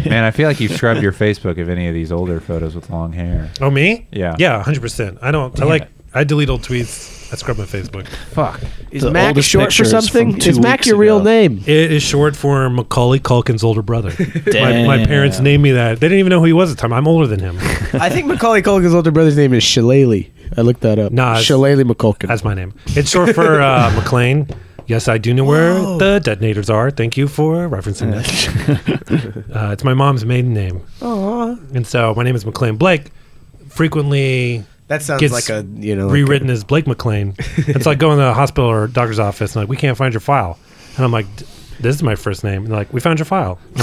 Speaker 1: Man, I feel like you've scrubbed your Facebook of any of these older photos with long hair.
Speaker 3: Oh me?
Speaker 1: Yeah.
Speaker 3: Yeah, hundred percent. I don't. I
Speaker 1: Damn
Speaker 3: like.
Speaker 1: it.
Speaker 3: I delete old tweets. I scrub my Facebook.
Speaker 1: Fuck.
Speaker 4: Is
Speaker 2: The
Speaker 4: Mac
Speaker 2: oldest
Speaker 4: short
Speaker 2: picture
Speaker 4: for
Speaker 2: is
Speaker 4: something?
Speaker 2: from two
Speaker 4: Is Mac
Speaker 2: weeks
Speaker 4: your real
Speaker 2: ago.
Speaker 4: name?
Speaker 3: It is short for Macaulay Culkin's older brother. my,
Speaker 2: Damn.
Speaker 3: my parents named me that. They didn't even know who he was at the time. I'm older than him.
Speaker 4: I think Macaulay Culkin's older brother's name is Shillelagh. I looked that up.
Speaker 3: Nah, it's-
Speaker 4: Shillelagh McCulkin.
Speaker 3: That's my name. It's short for uh, McLean. Yes, I do know where the detonators are. Thank you for referencing that. uh, it's my mom's maiden name,
Speaker 4: Aw.
Speaker 3: and so my name is McLean Blake. Frequently
Speaker 4: That sounds
Speaker 3: Gets
Speaker 4: like a you know like
Speaker 3: rewritten as Blake McLean. It's like going to the hospital or doctor's office and like we can't find your file, and I'm like, "D- this is my first name. And they're like, we found your file.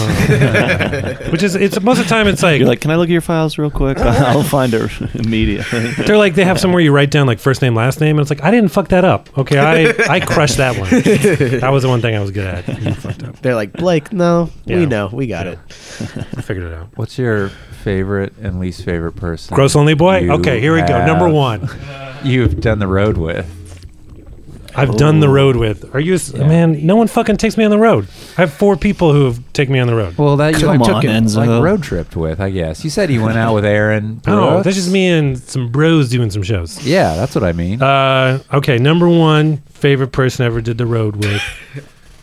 Speaker 3: Which is, it's most of the time, it's like,
Speaker 2: You're like, can I look at your files real quick? I'll find her immediately.
Speaker 3: they're like, they have somewhere you write down like first name, last name. And it's like, I didn't fuck that up. Okay. I, I crushed that one. That was the one thing I was good at. You fucked up.
Speaker 4: They're like Blake. No,
Speaker 3: Yeah.
Speaker 4: we know, we got
Speaker 3: Yeah.
Speaker 4: it.
Speaker 3: I figured it out.
Speaker 1: What's your favorite and least favorite person?
Speaker 3: Gross Lonely Boy.
Speaker 1: you
Speaker 3: okay. Here we go. Number
Speaker 1: have-
Speaker 3: one.
Speaker 1: You've done the road with.
Speaker 3: I've done the road with. Are you, s man? No one fucking takes me on the road. I have four people who have taken me on the road.
Speaker 1: Well, that you
Speaker 2: Come
Speaker 1: like,
Speaker 2: on,
Speaker 1: took it,
Speaker 2: Enzo.
Speaker 1: like road tripped with, I guess. You said you went out with Aaron.
Speaker 3: Oh,
Speaker 1: Brooks?
Speaker 3: that's just me and some bros doing some shows.
Speaker 1: Yeah, that's what I mean.
Speaker 3: Uh, okay, number one favorite person I ever did the road with.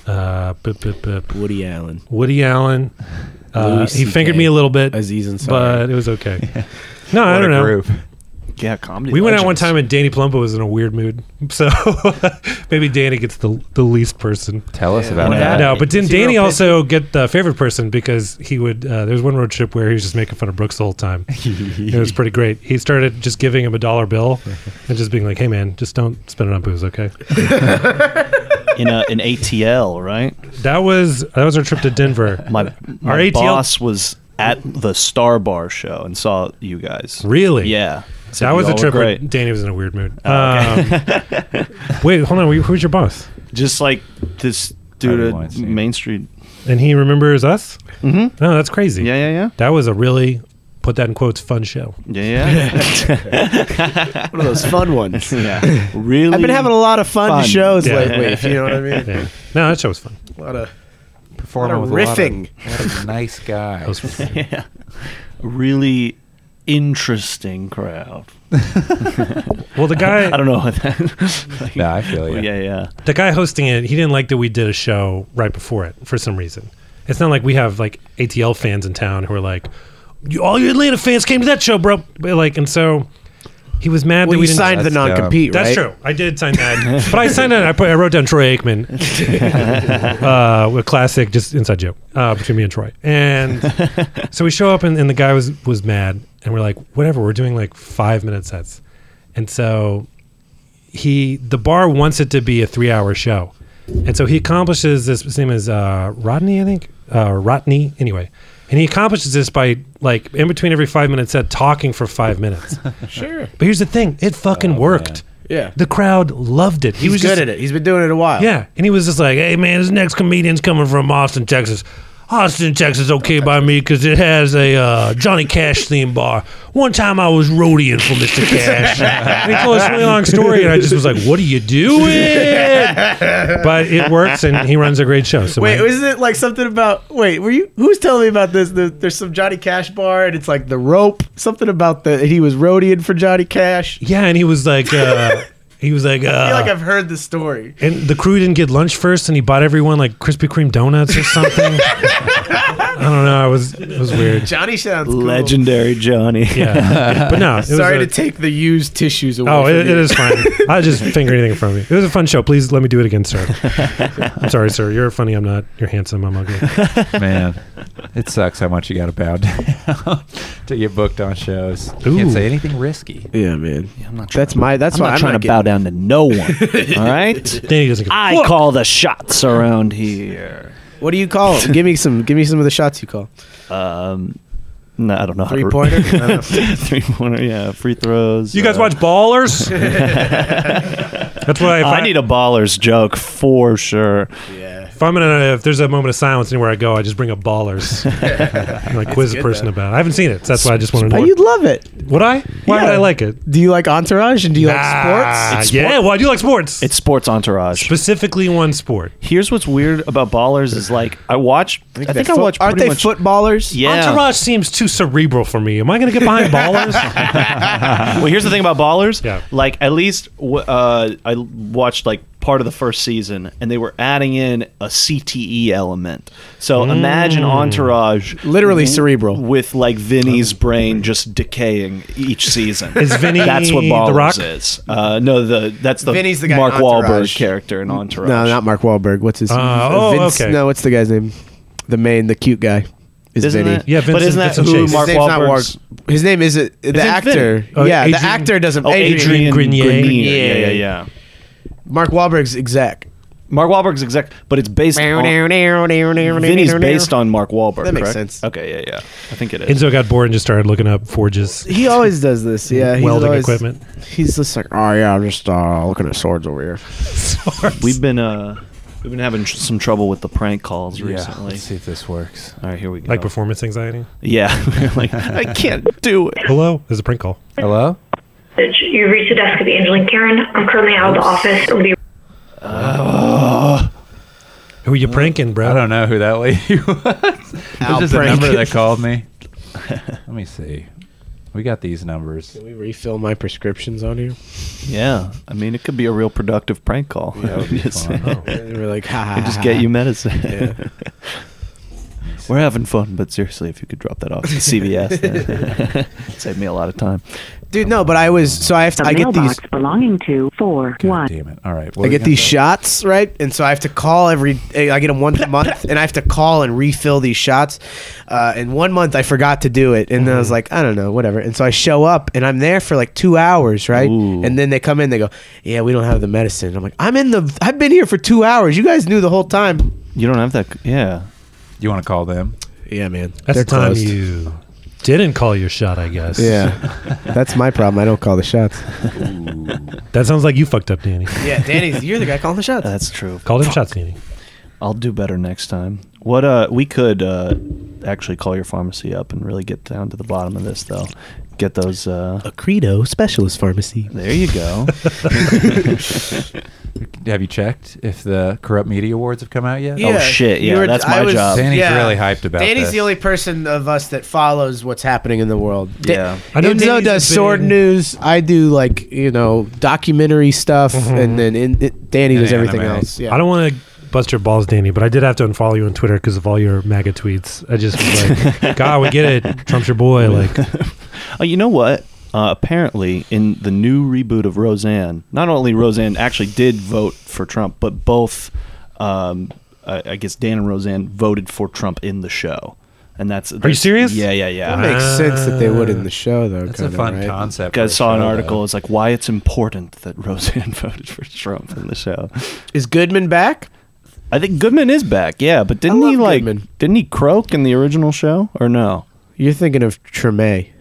Speaker 3: Uh, bup, bup, bup.
Speaker 4: Woody Allen,
Speaker 3: Woody Allen. Uh,
Speaker 4: Louis
Speaker 3: he
Speaker 4: CK.
Speaker 3: fingered me a little bit,
Speaker 4: Aziz Ansari.
Speaker 3: but it was okay. No,
Speaker 1: what
Speaker 3: I don't
Speaker 1: a
Speaker 3: know.
Speaker 1: group.
Speaker 2: yeah, comedy.
Speaker 3: We went out one
Speaker 2: legends.
Speaker 3: time and Danny Plumbo was in a weird mood, so maybe Danny gets the the least person.
Speaker 1: Tell us about
Speaker 2: What
Speaker 1: that.
Speaker 2: happened?
Speaker 3: No, but didn't
Speaker 4: Is he real
Speaker 3: Danny
Speaker 4: pissy?
Speaker 3: also get the favorite person because he would? Uh, there was one road trip where he was just making fun of Brooks the whole time. it was pretty great. He started just giving him a dollar bill and just being like, "Hey man, just don't spend it on booze, okay?"
Speaker 2: in a, an ATL, right?
Speaker 3: That was that was our trip to Denver.
Speaker 2: My,
Speaker 3: Our
Speaker 2: my
Speaker 3: ATL
Speaker 2: boss was at the Star Bar show and saw you guys.
Speaker 3: really?
Speaker 2: Yeah. So
Speaker 3: That was a trip where
Speaker 2: Great. Oh,
Speaker 3: Danny was in a weird mood. um, wait, hold on. Who's your boss?
Speaker 2: Just like this
Speaker 1: Harvey
Speaker 2: dude at
Speaker 1: Weinstein.
Speaker 2: Main Street.
Speaker 3: And he remembers us? Mm-hmm. No, that's crazy.
Speaker 2: Yeah, yeah, yeah.
Speaker 3: That was a really put that in quotes fun show.
Speaker 2: Yeah,
Speaker 4: one of those fun ones.
Speaker 2: yeah. yeah. Really?
Speaker 4: I've been having a lot of fun,
Speaker 2: Fun.
Speaker 4: shows
Speaker 3: Yeah.
Speaker 4: lately. If you know what I mean.
Speaker 3: Yeah. No, that show was fun.
Speaker 4: A lot of
Speaker 1: Performing
Speaker 4: What
Speaker 1: with
Speaker 4: a riffing.
Speaker 1: A lot of, what a nice guy.
Speaker 3: That was fun.
Speaker 2: yeah. really interesting crowd.
Speaker 3: Well, the guy
Speaker 2: I don't know how that. like,
Speaker 1: Yeah, I feel you.
Speaker 2: yeah, yeah.
Speaker 3: the guy hosting it, he didn't like that we did a show right before it for some reason. It's not like we have like ATL fans in town who are like, "You- all your Atlanta fans came to that show, bro. But, Like, and so he was mad
Speaker 4: well,
Speaker 3: that we
Speaker 4: you
Speaker 3: didn't.
Speaker 4: signed the
Speaker 1: That's dumb.
Speaker 4: non-compete,
Speaker 3: That's
Speaker 4: right?
Speaker 3: true. I did sign that, but I signed it. I put. I wrote down Troy Aikman, uh, a classic, just inside joke uh, between me and Troy. And so we show up, and, and the guy was was mad, and we're like, whatever. We're doing like five minute sets, and so he the bar wants it to be a three hour show, and so he accomplishes this. His name is uh, Rodney, I think. Uh, Rodney, anyway. And he accomplishes this by like in between every five minute set talking for five minutes.
Speaker 4: Sure.
Speaker 3: But here's the thing, it fucking worked.
Speaker 4: Yeah.
Speaker 3: The crowd loved it. He
Speaker 4: He's
Speaker 3: was
Speaker 4: good
Speaker 3: just,
Speaker 4: at it. He's been doing it a while.
Speaker 3: Yeah, and he was just like, "Hey man, this next comedian's coming from Austin, Texas. Austin, Texas, okay by me because it has a uh, Johnny Cash theme bar. One time I was roadieing for Mr. Cash. and he told us a really long story, and I just was like, "What are you doing?" but it works, and he runs a great show. So
Speaker 4: Wait,
Speaker 3: my-
Speaker 4: isn't it like something about? Wait, were you? Who's telling me about this? The, there's some Johnny Cash bar, and it's like the rope. Something about the he was roadieing for Johnny Cash.
Speaker 3: yeah, and he was like, uh, he was like, uh,
Speaker 4: I feel like I've heard the story.
Speaker 3: And the crew didn't get lunch first, and he bought everyone like Krispy Kreme donuts or something. I don't know. I was it was weird.
Speaker 4: Johnny sounds cool.
Speaker 2: Legendary Johnny.
Speaker 3: Yeah, but no. It
Speaker 4: Sorry
Speaker 3: was a-
Speaker 4: to take the used tissues away.
Speaker 3: Oh,
Speaker 4: from
Speaker 3: it,
Speaker 4: you.
Speaker 3: it is fine. I just finger anything in front of you. It was a fun show. Please let me do it again, sir. I'm sorry, sir. You're funny. I'm not. You're handsome. I'm ugly.
Speaker 1: Man, it sucks how much you got to bow down to get booked on shows. You
Speaker 3: Ooh.
Speaker 1: Can't say anything risky.
Speaker 4: Yeah, man.
Speaker 2: I'm not trying,
Speaker 4: That's my. That's
Speaker 2: I'm
Speaker 4: why
Speaker 2: not
Speaker 4: I'm
Speaker 2: trying
Speaker 4: not
Speaker 2: to
Speaker 4: getting-
Speaker 2: bow down to no one. All right.
Speaker 3: Danny doesn't. Give a
Speaker 2: I
Speaker 3: fuck.
Speaker 2: call the shots around here.
Speaker 4: What do you call them? give me some. Give me some of the shots you call.
Speaker 2: Um, no, I don't know. how to-
Speaker 4: Three pointer. I don't know.
Speaker 2: three pointer. Yeah, free throws.
Speaker 3: You guys
Speaker 2: uh,
Speaker 3: watch Ballers? That's what I. If I,
Speaker 2: I need a baller's joke for sure.
Speaker 4: yeah.
Speaker 3: If I'm in a, if there's a moment of silence anywhere I go, I just bring up Ballers. and like quiz a
Speaker 4: good,
Speaker 3: person
Speaker 4: though.
Speaker 3: about. it. I haven't seen it. So that's why I just want to
Speaker 4: Oh,
Speaker 3: know.
Speaker 4: you'd love it.
Speaker 3: would I? Why would
Speaker 4: Yeah.
Speaker 3: I like it?
Speaker 4: Do you like Entourage and do you
Speaker 3: Ah,
Speaker 4: like sports?
Speaker 3: Yeah. Well, I do like sports.
Speaker 2: It's sports entourage.
Speaker 3: specifically one sport.
Speaker 2: Here's what's weird about ballers is like I watch. I think I,
Speaker 4: Fo-
Speaker 2: watch.
Speaker 4: Aren't
Speaker 2: pretty
Speaker 4: they
Speaker 2: much,
Speaker 4: footballers?
Speaker 2: Yeah.
Speaker 3: Entourage seems too cerebral for me. Am I going to get behind ballers?
Speaker 2: well, here's the thing about ballers.
Speaker 3: Yeah.
Speaker 2: Like at least w- uh, I watched like part of the first season, and they were adding in a CTE element. So imagine entourage,
Speaker 4: Mm. Literally cerebral.
Speaker 2: with like Vinny's brain just decaying each season.
Speaker 3: Is Vinny
Speaker 2: that's what
Speaker 3: The
Speaker 2: ballers
Speaker 3: Rock?
Speaker 2: is? Uh, no, the that's the
Speaker 4: Vinny's the guy in
Speaker 2: Mark
Speaker 4: Entourage.
Speaker 2: Wahlberg character in entourage.
Speaker 4: No, not Mark Wahlberg. What's his?
Speaker 3: Uh, oh, okay.
Speaker 4: No, what's the guy's name? The main, the cute guy. Is
Speaker 2: Isn't
Speaker 4: Vinny.
Speaker 2: that,
Speaker 3: Yeah,
Speaker 2: but
Speaker 3: Vincent-
Speaker 2: isn't that
Speaker 3: Vincent
Speaker 2: who
Speaker 3: Chase.
Speaker 2: Mark
Speaker 4: His name's not
Speaker 2: Wahlberg's?
Speaker 4: Warg- His name is it, the
Speaker 2: Vinny.
Speaker 4: actor.
Speaker 3: Oh,
Speaker 4: yeah,
Speaker 3: Adrian-
Speaker 4: the actor doesn't.
Speaker 2: Oh, Adrian,
Speaker 3: Grenier.
Speaker 2: Grenier. Yeah, yeah, yeah.
Speaker 4: Mark Wahlberg's exec.
Speaker 2: Mark Wahlberg's exact, but it's based on. Vinny's based on Mark Wahlberg.
Speaker 4: That makes
Speaker 2: correct?
Speaker 4: sense.
Speaker 2: Okay, yeah, yeah. I think it is.
Speaker 3: Enzo got bored and just started looking up forges.
Speaker 4: He always does this. Yeah, he's
Speaker 3: Welding
Speaker 4: always-
Speaker 3: equipment.
Speaker 4: He's just like, oh yeah, I'm just uh, looking at swords over here.
Speaker 2: We've been uh, we've been having tr- some trouble with the prank calls
Speaker 1: Yeah,
Speaker 2: recently.
Speaker 1: let's see if this works.
Speaker 2: All right, here we go.
Speaker 3: like performance anxiety.
Speaker 2: Yeah, like I can't do it.
Speaker 3: Hello, there's a prank call.
Speaker 1: Hello?
Speaker 6: You've reached the desk of Angeline Karen. I'm currently out of the office. It'll be
Speaker 3: Who are you pranking, bro?
Speaker 1: I don't know who that lady was. There's just a
Speaker 4: prank.
Speaker 1: number that called me. Let me see. We got these numbers.
Speaker 4: Can we refill my prescriptions on you?
Speaker 2: Yeah, I mean it could be a real productive prank call.
Speaker 1: That would be
Speaker 2: Just-
Speaker 1: fun.
Speaker 3: Oh.
Speaker 4: And we're like, ha ha.
Speaker 2: I
Speaker 4: ha,
Speaker 2: just get
Speaker 4: ha."
Speaker 2: you medicine.
Speaker 4: Yeah.
Speaker 2: We're having fun, but seriously, if you could drop that off at CVS, then save me a lot of time.
Speaker 4: dude. No, but I was so I have to.
Speaker 7: The
Speaker 4: I get
Speaker 7: mailbox
Speaker 4: these.
Speaker 7: belonging to four
Speaker 1: God
Speaker 7: one.
Speaker 1: damn it. All right.
Speaker 4: I get these shots right, and so I have to call every. eh, I get them once a month, and I have to call and refill these shots. Uh, and one month I forgot to do it, and then I
Speaker 2: Mm-hmm.
Speaker 4: was like, I don't know, whatever. And so I show up, and I'm there for like two hours, right?
Speaker 2: Ooh.
Speaker 4: And then they come in, they go, Yeah, we don't have the medicine. I'm like, I'm in the. I've been here for two hours. You guys knew the whole time.
Speaker 2: You don't have that. c- Yeah.
Speaker 1: You want to call them?
Speaker 4: Yeah, man.
Speaker 3: That's the
Speaker 4: They're
Speaker 3: time
Speaker 4: closed.
Speaker 3: you didn't call your shot, I guess.
Speaker 4: Yeah, that's my problem. I don't call the shots.
Speaker 3: That sounds like you fucked up, Danny.
Speaker 4: Yeah, Danny's. You're the guy calling the shots.
Speaker 2: That's true.
Speaker 3: Call them shots, Danny.
Speaker 2: I'll do better next time. What uh we could uh actually call your pharmacy up and really get down to the bottom of this though. Get those uh
Speaker 4: A Credo Specialist Pharmacy.
Speaker 2: there you go.
Speaker 1: Have you checked if the Corrupt Media Awards have come out yet? Oh,
Speaker 2: Yeah. Oh, shit, yeah, that's my job.
Speaker 1: Danny's really hyped about
Speaker 4: Danny's
Speaker 1: this.
Speaker 4: the only person of us that follows what's happening in the world. Da-
Speaker 2: Yeah.
Speaker 3: I know
Speaker 4: Enzo
Speaker 3: Danny's
Speaker 4: does
Speaker 3: a
Speaker 4: sword
Speaker 3: big-
Speaker 4: news. I do like you know documentary stuff, and then in, it, Danny
Speaker 1: And
Speaker 4: does everything
Speaker 1: anime.
Speaker 4: else. Yeah.
Speaker 3: Mm-hmm. I don't want to bust your balls, Danny, but I did have to unfollow you on Twitter because of all your MAGA tweets. I just was like, God, we get it. Trump's your boy. Like,
Speaker 2: Oh, you know what? Uh, apparently, in the new reboot of Roseanne, not only Roseanne actually did vote for Trump, but both, um, I, I guess Dan and Roseanne voted for Trump in the show, and that's. Are
Speaker 3: serious?
Speaker 2: Yeah, yeah, yeah.
Speaker 4: It makes
Speaker 3: Uh,
Speaker 4: sense that they would in the show though.
Speaker 1: That's
Speaker 4: kind
Speaker 1: a fun
Speaker 4: of, right?
Speaker 1: concept.
Speaker 2: I
Speaker 1: for a
Speaker 2: saw an
Speaker 1: show,
Speaker 2: article.
Speaker 1: though.
Speaker 2: It's like why it's important that Roseanne voted for Trump in the show.
Speaker 4: Is Goodman back?
Speaker 2: I think Goodman is back. Yeah, but didn't he
Speaker 4: love
Speaker 2: like?
Speaker 4: Goodman.
Speaker 2: Didn't he croak in the original show or no?
Speaker 4: You're thinking of Treme.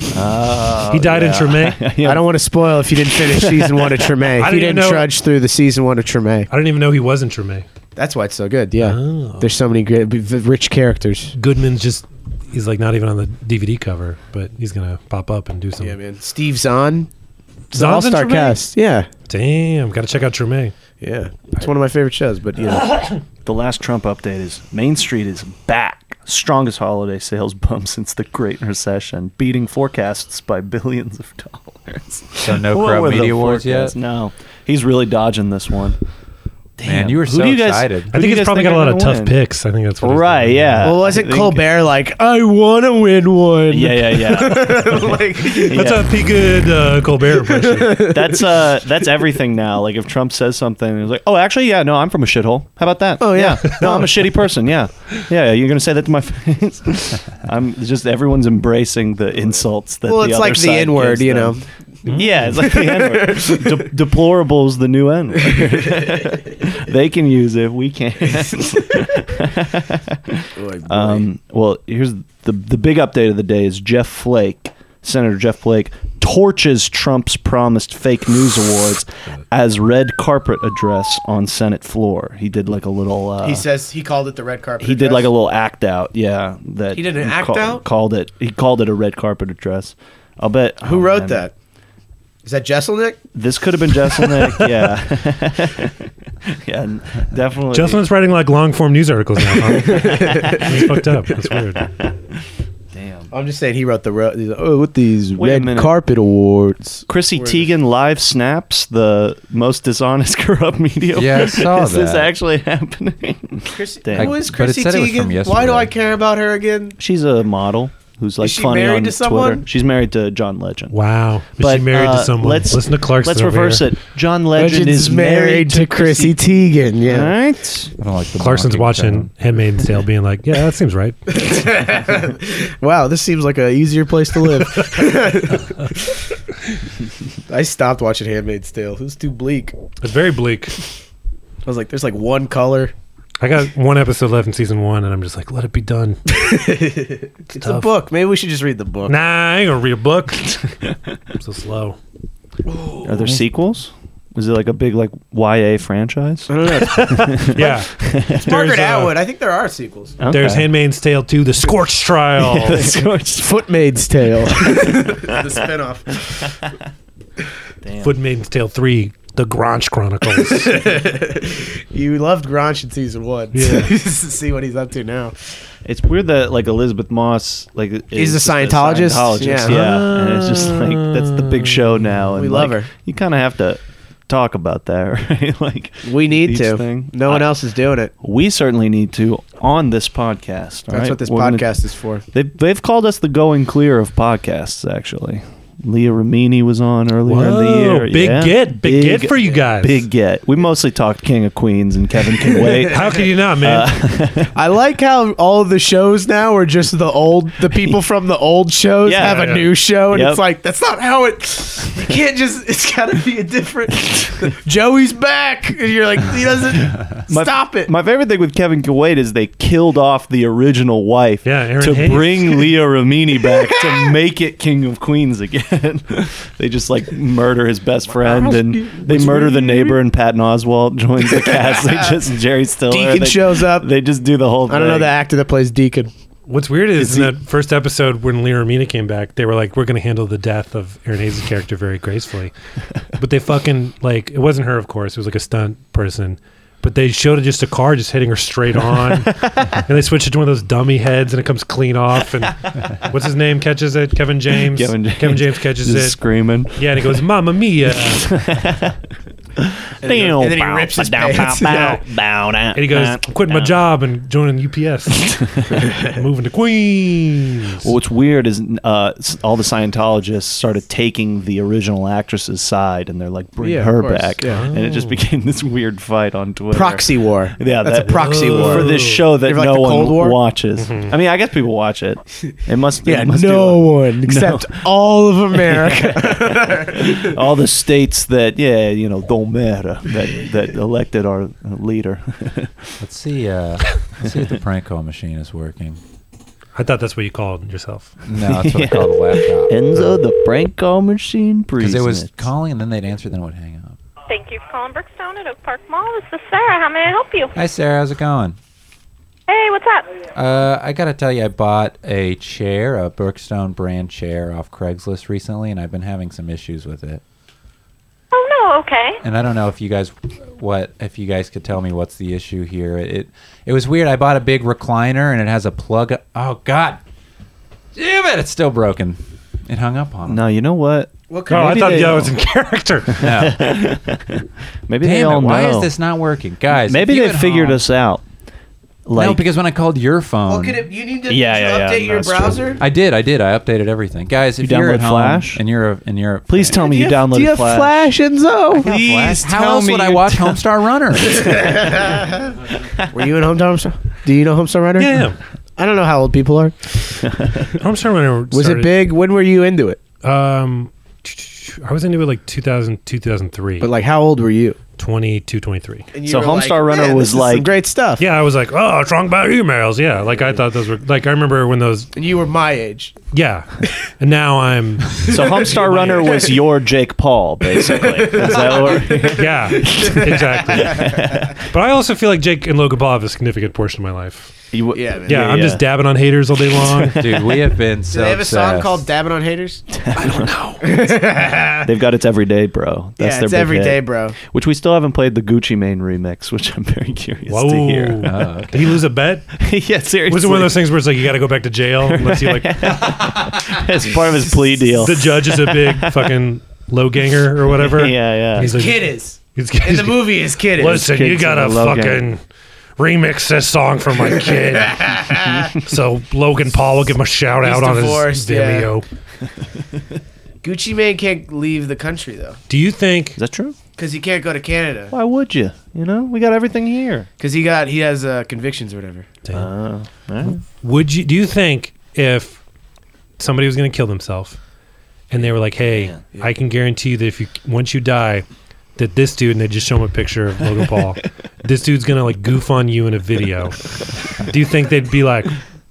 Speaker 3: he died in Treme.
Speaker 2: Oh, Yeah.
Speaker 4: I don't want to spoil if you didn't finish season one of Treme.
Speaker 3: I
Speaker 4: If you
Speaker 3: didn't
Speaker 4: didn't
Speaker 3: know-
Speaker 4: trudge through the season one of Treme,
Speaker 3: I didn't even know he was in Treme.
Speaker 4: that's why it's so good. Yeah.
Speaker 3: Oh.
Speaker 4: There's so many great, b- v- rich characters.
Speaker 3: Goodman's just, he's like not even on the DVD cover, but he's going to pop up and do something.
Speaker 4: man. Steve Zahn. It's an
Speaker 3: Zahn's in
Speaker 4: all-star
Speaker 3: Treme?
Speaker 4: cast. Yeah.
Speaker 3: Damn, got to check out Treme.
Speaker 4: Yeah. It's one of my favorite shows, but you
Speaker 2: Uh,
Speaker 4: know.
Speaker 2: The last Trump update is Main Street is back. Strongest holiday sales bump since the Great Recession, beating forecasts by billions of dollars.
Speaker 1: So no
Speaker 2: What were
Speaker 1: Corrupt
Speaker 2: the
Speaker 1: Media Awards
Speaker 2: forecasts?
Speaker 1: yet?
Speaker 2: No. He's really dodging this one. Damn,
Speaker 1: you were
Speaker 2: who
Speaker 1: so
Speaker 2: do you guys,
Speaker 1: excited.
Speaker 2: who
Speaker 1: I
Speaker 2: do
Speaker 3: I think
Speaker 2: you
Speaker 3: he's
Speaker 2: guys
Speaker 3: probably
Speaker 2: think
Speaker 3: got a
Speaker 2: are
Speaker 3: lot of
Speaker 2: gonna
Speaker 3: tough
Speaker 2: win?
Speaker 3: picks. I think that's what he's
Speaker 2: Right,
Speaker 3: doing.
Speaker 2: yeah.
Speaker 4: well,
Speaker 2: I
Speaker 4: wasn't
Speaker 2: think-
Speaker 4: Colbert like, I want to win one?
Speaker 2: Yeah, yeah, yeah.
Speaker 4: like,
Speaker 3: That's
Speaker 2: Yeah.
Speaker 3: a pretty good uh, Colbert impression.
Speaker 2: that's uh, that's everything now. Like if Trump says something, he's like, "Oh, actually, yeah, no, I'm from a shithole. How about that?
Speaker 4: Oh, yeah.
Speaker 2: no, I'm a shitty person. Yeah, yeah, you're gonna say that to my face. I'm just everyone's embracing the insults that.
Speaker 4: well,
Speaker 2: the
Speaker 4: it's
Speaker 2: other
Speaker 4: like the
Speaker 2: side
Speaker 4: N word,
Speaker 2: gives
Speaker 4: you know.
Speaker 2: them. Yeah, it's like the N word. De- deplorable's the new N word. they can use it, we can't. um, well, here's the the big update of the day is Jeff Flake, Senator Jeff Flake, torches Trump's promised fake news awards as red carpet address on Senate floor. He did like a little. Uh,
Speaker 4: He says he called it the red carpet.
Speaker 2: he did like a
Speaker 4: address.
Speaker 2: little act out, yeah. That
Speaker 4: He did an
Speaker 2: he
Speaker 4: act out?
Speaker 2: Called it. He called it a red carpet address. I'll bet.
Speaker 4: Who
Speaker 2: oh,
Speaker 4: wrote
Speaker 2: man.
Speaker 4: that? Is that Jesselnick?
Speaker 2: This could have been Jesselnick, yeah. yeah, n- definitely.
Speaker 3: Justin's writing like long form news articles now. Huh? That's fucked up. That's weird.
Speaker 2: Damn.
Speaker 4: I'm just saying he wrote the ro- he's like, oh, with these
Speaker 2: Wait a minute.
Speaker 4: red carpet awards.
Speaker 2: Chrissy Teigen live snaps the most dishonest corrupt media.
Speaker 1: Yeah, I
Speaker 2: award.
Speaker 1: saw
Speaker 2: Is this
Speaker 1: that.
Speaker 2: actually happening?
Speaker 4: Chrissy,
Speaker 2: Damn.
Speaker 4: who is
Speaker 1: But it
Speaker 4: Chrissy
Speaker 1: said it was from
Speaker 4: Teigen? Why
Speaker 1: yesterday.
Speaker 4: do I care about her again?
Speaker 2: She's a model who's like
Speaker 4: she
Speaker 2: funny
Speaker 4: married
Speaker 2: on
Speaker 4: to someone?
Speaker 2: Twitter. She's married to John Legend.
Speaker 3: Wow. Is she married
Speaker 2: uh,
Speaker 3: to someone?
Speaker 2: Let's
Speaker 3: Listen to Clarkson.
Speaker 2: Let's
Speaker 3: over
Speaker 2: reverse
Speaker 3: here.
Speaker 2: it. John Legend is married to Chrissy.
Speaker 4: Chrissy Teigen.
Speaker 2: All
Speaker 4: Yeah.
Speaker 2: right.
Speaker 1: don't like the
Speaker 3: Clarkson's
Speaker 1: mocking
Speaker 3: watching
Speaker 1: tone.
Speaker 3: Handmaid's Tale, being like, "Yeah, that seems right."
Speaker 4: Wow, this seems like an easier place to live. I stopped watching Handmaid's Tale. It was too bleak.
Speaker 3: It's very bleak.
Speaker 4: I was like, there's like one color.
Speaker 3: I got one episode left in season one, and I'm just like, let it be done.
Speaker 4: It's, a book. Maybe we should just read the book.
Speaker 3: Nah, I ain't gonna read a book. I'm so slow.
Speaker 2: Are there sequels? Is it like a big like YA franchise?
Speaker 4: I don't know. It's
Speaker 3: Yeah, there's,
Speaker 4: Margaret
Speaker 3: uh,
Speaker 4: Atwood. I think there are sequels.
Speaker 3: There's
Speaker 2: Okay.
Speaker 3: Handmaid's Tale 2, The Scorch Trial.
Speaker 4: Footmaid's Tale. the spinoff.
Speaker 3: Footmaid's Tale 3, The Grange Chronicles.
Speaker 4: You loved Granch in season one.
Speaker 3: Yeah.
Speaker 4: See what he's up to now.
Speaker 2: It's weird that like Elizabeth Moss like is
Speaker 4: a Scientologist?
Speaker 2: Scientologist,
Speaker 4: Yeah. Ah.
Speaker 2: Yeah, and it's just like that's the big show now. And
Speaker 4: We love
Speaker 2: like,
Speaker 4: her.
Speaker 2: You kind of have to talk about that, right? like
Speaker 4: We need
Speaker 2: each
Speaker 4: to.
Speaker 2: thing.
Speaker 4: No one
Speaker 2: I-
Speaker 4: else is doing it.
Speaker 2: We certainly need to on this podcast. all
Speaker 4: That's
Speaker 2: right?
Speaker 4: what this
Speaker 2: We're gonna-
Speaker 4: podcast is for.
Speaker 2: they've they've called us the going clear of podcasts. Actually, Leah Ramini was on earlier in the
Speaker 3: Whoa,
Speaker 2: year.
Speaker 3: big
Speaker 2: yeah.
Speaker 3: get, big get for you guys.
Speaker 2: Big get. We mostly talked King of Queens and Kevin Can Wait.
Speaker 3: How could you not, man?
Speaker 2: Uh,
Speaker 4: I like how all the shows now are just the old, the people from the old shows
Speaker 2: Yeah,
Speaker 4: have a
Speaker 3: yeah.
Speaker 4: new show, and
Speaker 2: Yep.
Speaker 4: it's like that's not how it. You can't just. It's got to be a different. Joey's back, and you're like he doesn't
Speaker 2: My-
Speaker 4: stop it.
Speaker 2: My favorite thing with Kevin Kuwait is they killed off the original wife
Speaker 3: Yeah, Aaron
Speaker 2: to
Speaker 3: Hayes.
Speaker 2: bring Leah Ramini back to make it King of Queens again. they just like murder his best friend and they murder the neighbor and Patton Oswalt joins the cast. they just Jerry Stiller.
Speaker 4: Deacon
Speaker 2: they,
Speaker 4: shows up.
Speaker 2: They just do the whole thing.
Speaker 4: I don't know the actor that plays Deacon.
Speaker 3: What's weird is, in that first episode when Lear Mina came back, they were like, "We're going to handle the death of Aaron Hayes' character very gracefully," but they fucking like it wasn't her, of course. It was like a stunt person, but they showed just a car just hitting her straight on, and they switched it to one of those dummy heads, and it comes clean off. And what's his name catches it? Kevin James.
Speaker 2: Kevin James,
Speaker 3: catches
Speaker 2: just
Speaker 3: it.
Speaker 2: screaming.
Speaker 3: yeah, and he goes, "Mamma mia!" and
Speaker 4: And, he goes- and then he rips his pants.
Speaker 3: he goes, "Quit my job and joining UPS, moving to Queens."
Speaker 2: Well, what's weird is uh, s- all the Scientologists started taking the original actress's side, and they're like, "Bring
Speaker 4: Yeah, of
Speaker 2: her
Speaker 4: course,
Speaker 2: back,"
Speaker 4: yeah.
Speaker 2: and it just became this weird fight on Twitter.
Speaker 4: Proxy war.
Speaker 2: Yeah,
Speaker 4: that's
Speaker 2: that-
Speaker 4: a proxy
Speaker 3: Whoa.
Speaker 4: war.
Speaker 2: for this show that
Speaker 4: You're like
Speaker 2: no
Speaker 4: the
Speaker 2: one
Speaker 4: Cold War?
Speaker 2: watches. I mean, I guess people watch it. It must.
Speaker 4: yeah,
Speaker 2: it must
Speaker 4: no
Speaker 2: do-
Speaker 4: one except all of America.
Speaker 2: all the states that yeah, you know, don't matter that that elected our uh, leader.
Speaker 1: Let's see. Uh, let's see if the prank call machine is working.
Speaker 3: I thought that's what you called yourself.
Speaker 1: No, that's what I call the laptop.
Speaker 2: Enzo, the prank call machine,
Speaker 1: Because it was
Speaker 2: presents.
Speaker 1: calling, and then they'd answer, then it would hang up.
Speaker 7: Thank you for calling Brookstone at Oak Park Mall. This is Sarah. How may I help you?
Speaker 1: Hi, Sarah. How's it going?
Speaker 7: Hey, what's up?
Speaker 1: Uh, I gotta tell you, I bought a chair, a Brookstone brand chair, off Craigslist recently, and I've been having some issues with it.
Speaker 7: Oh no, okay.
Speaker 1: And I don't know if you guys, what if you guys could tell me what's the issue here? It it was weird. I bought a big recliner, and it has a plug. Oh God, damn it! It's still broken. It hung up on me.
Speaker 2: No, you know what?
Speaker 4: what
Speaker 3: Oh, I
Speaker 2: Maybe
Speaker 3: thought
Speaker 2: they-
Speaker 3: that was in character.
Speaker 1: No.
Speaker 2: Maybe they
Speaker 1: Damn
Speaker 2: all
Speaker 1: it, why
Speaker 2: know.
Speaker 1: is this not working? Guys,
Speaker 2: Maybe
Speaker 1: if you
Speaker 2: they
Speaker 1: at
Speaker 2: figured
Speaker 1: home-
Speaker 2: us out. Like,
Speaker 1: no, because when I called your phone,
Speaker 4: you need to
Speaker 2: Yeah, yeah, yeah, no, it's true.
Speaker 1: I did, I did, I updated everything. Guys, if
Speaker 2: You
Speaker 1: are
Speaker 2: download
Speaker 1: at home
Speaker 2: Flash?
Speaker 1: and you're a, and you're a,
Speaker 2: please tell me you, downloaded
Speaker 4: Do you have Flash, Enzo?
Speaker 2: Please
Speaker 1: How
Speaker 2: tell
Speaker 1: else
Speaker 2: me
Speaker 1: would I
Speaker 2: you
Speaker 1: watch Homestar Runner?
Speaker 4: Were you in Hometown Star? Do you know Homestar Runner?
Speaker 3: Yeah,
Speaker 4: I don't know how old people are.
Speaker 3: yeah. Homestar Runner
Speaker 4: Was
Speaker 3: started-
Speaker 4: it big? When were you into it?
Speaker 3: Um, I was into it like 2000, 2003,
Speaker 4: But like, how old were you?
Speaker 3: 22, 23.
Speaker 2: So Homestar Runner
Speaker 4: "Man,
Speaker 2: was
Speaker 4: this is
Speaker 2: like-
Speaker 4: some great stuff.
Speaker 3: Yeah, I was like, oh, it's wrong about emails. Yeah, like I thought those were like I remember when those.
Speaker 4: And you were my age.
Speaker 3: Yeah, and now I'm.
Speaker 2: So Homestar Runner was your Jake Paul, basically. Is that what-
Speaker 3: Yeah, exactly. But I also feel like Jake and Logan Paul have a significant portion of my life.
Speaker 2: you,
Speaker 4: Yeah, man.
Speaker 3: Yeah, I'm just dabbing on haters all day long.
Speaker 1: Dude, we have been so
Speaker 4: Do they have a song
Speaker 1: obsessed.
Speaker 4: called "Dabbing on Haters"?
Speaker 2: They've got it's every day, bro. That's
Speaker 4: yeah,
Speaker 2: their
Speaker 4: it's
Speaker 2: big
Speaker 4: every
Speaker 2: hit.
Speaker 4: day, bro.
Speaker 2: Which we still haven't played the Gucci Mane remix, which I'm very curious
Speaker 3: Whoa!
Speaker 2: to hear.
Speaker 1: Oh,
Speaker 3: Did he lose a bet?
Speaker 2: yeah, seriously.
Speaker 3: Was it one of those things where it's like you got to go back to jail unless you like
Speaker 2: It's part of his plea deal.
Speaker 3: the judge is a big fucking low ganger or whatever.
Speaker 2: yeah, yeah.
Speaker 3: He's like,
Speaker 4: Kid is
Speaker 3: he's-
Speaker 4: in the movie is kid is.
Speaker 3: Listen,
Speaker 2: kids
Speaker 3: you gotta
Speaker 2: in the low
Speaker 3: fucking
Speaker 2: gang.
Speaker 3: remix this song for my kid. so Logan Paul will give him a shout
Speaker 4: He's
Speaker 3: out on his
Speaker 4: divorced, yeah.
Speaker 3: Vimeo.
Speaker 4: Gucci Mane can't leave the country though,
Speaker 3: Do you think
Speaker 2: Is that true?
Speaker 4: because he can't go to Canada,
Speaker 2: Why would you? You know, we got everything here.
Speaker 4: because he got he has uh, convictions or whatever.
Speaker 2: Uh, alright.
Speaker 3: would you do you think if somebody was gonna kill themselves and they were like, Hey, I can guarantee you that if you once you die that this dude and they just show him a picture of Logan Paul this dude's gonna like goof on you in a video. do you think they'd be like,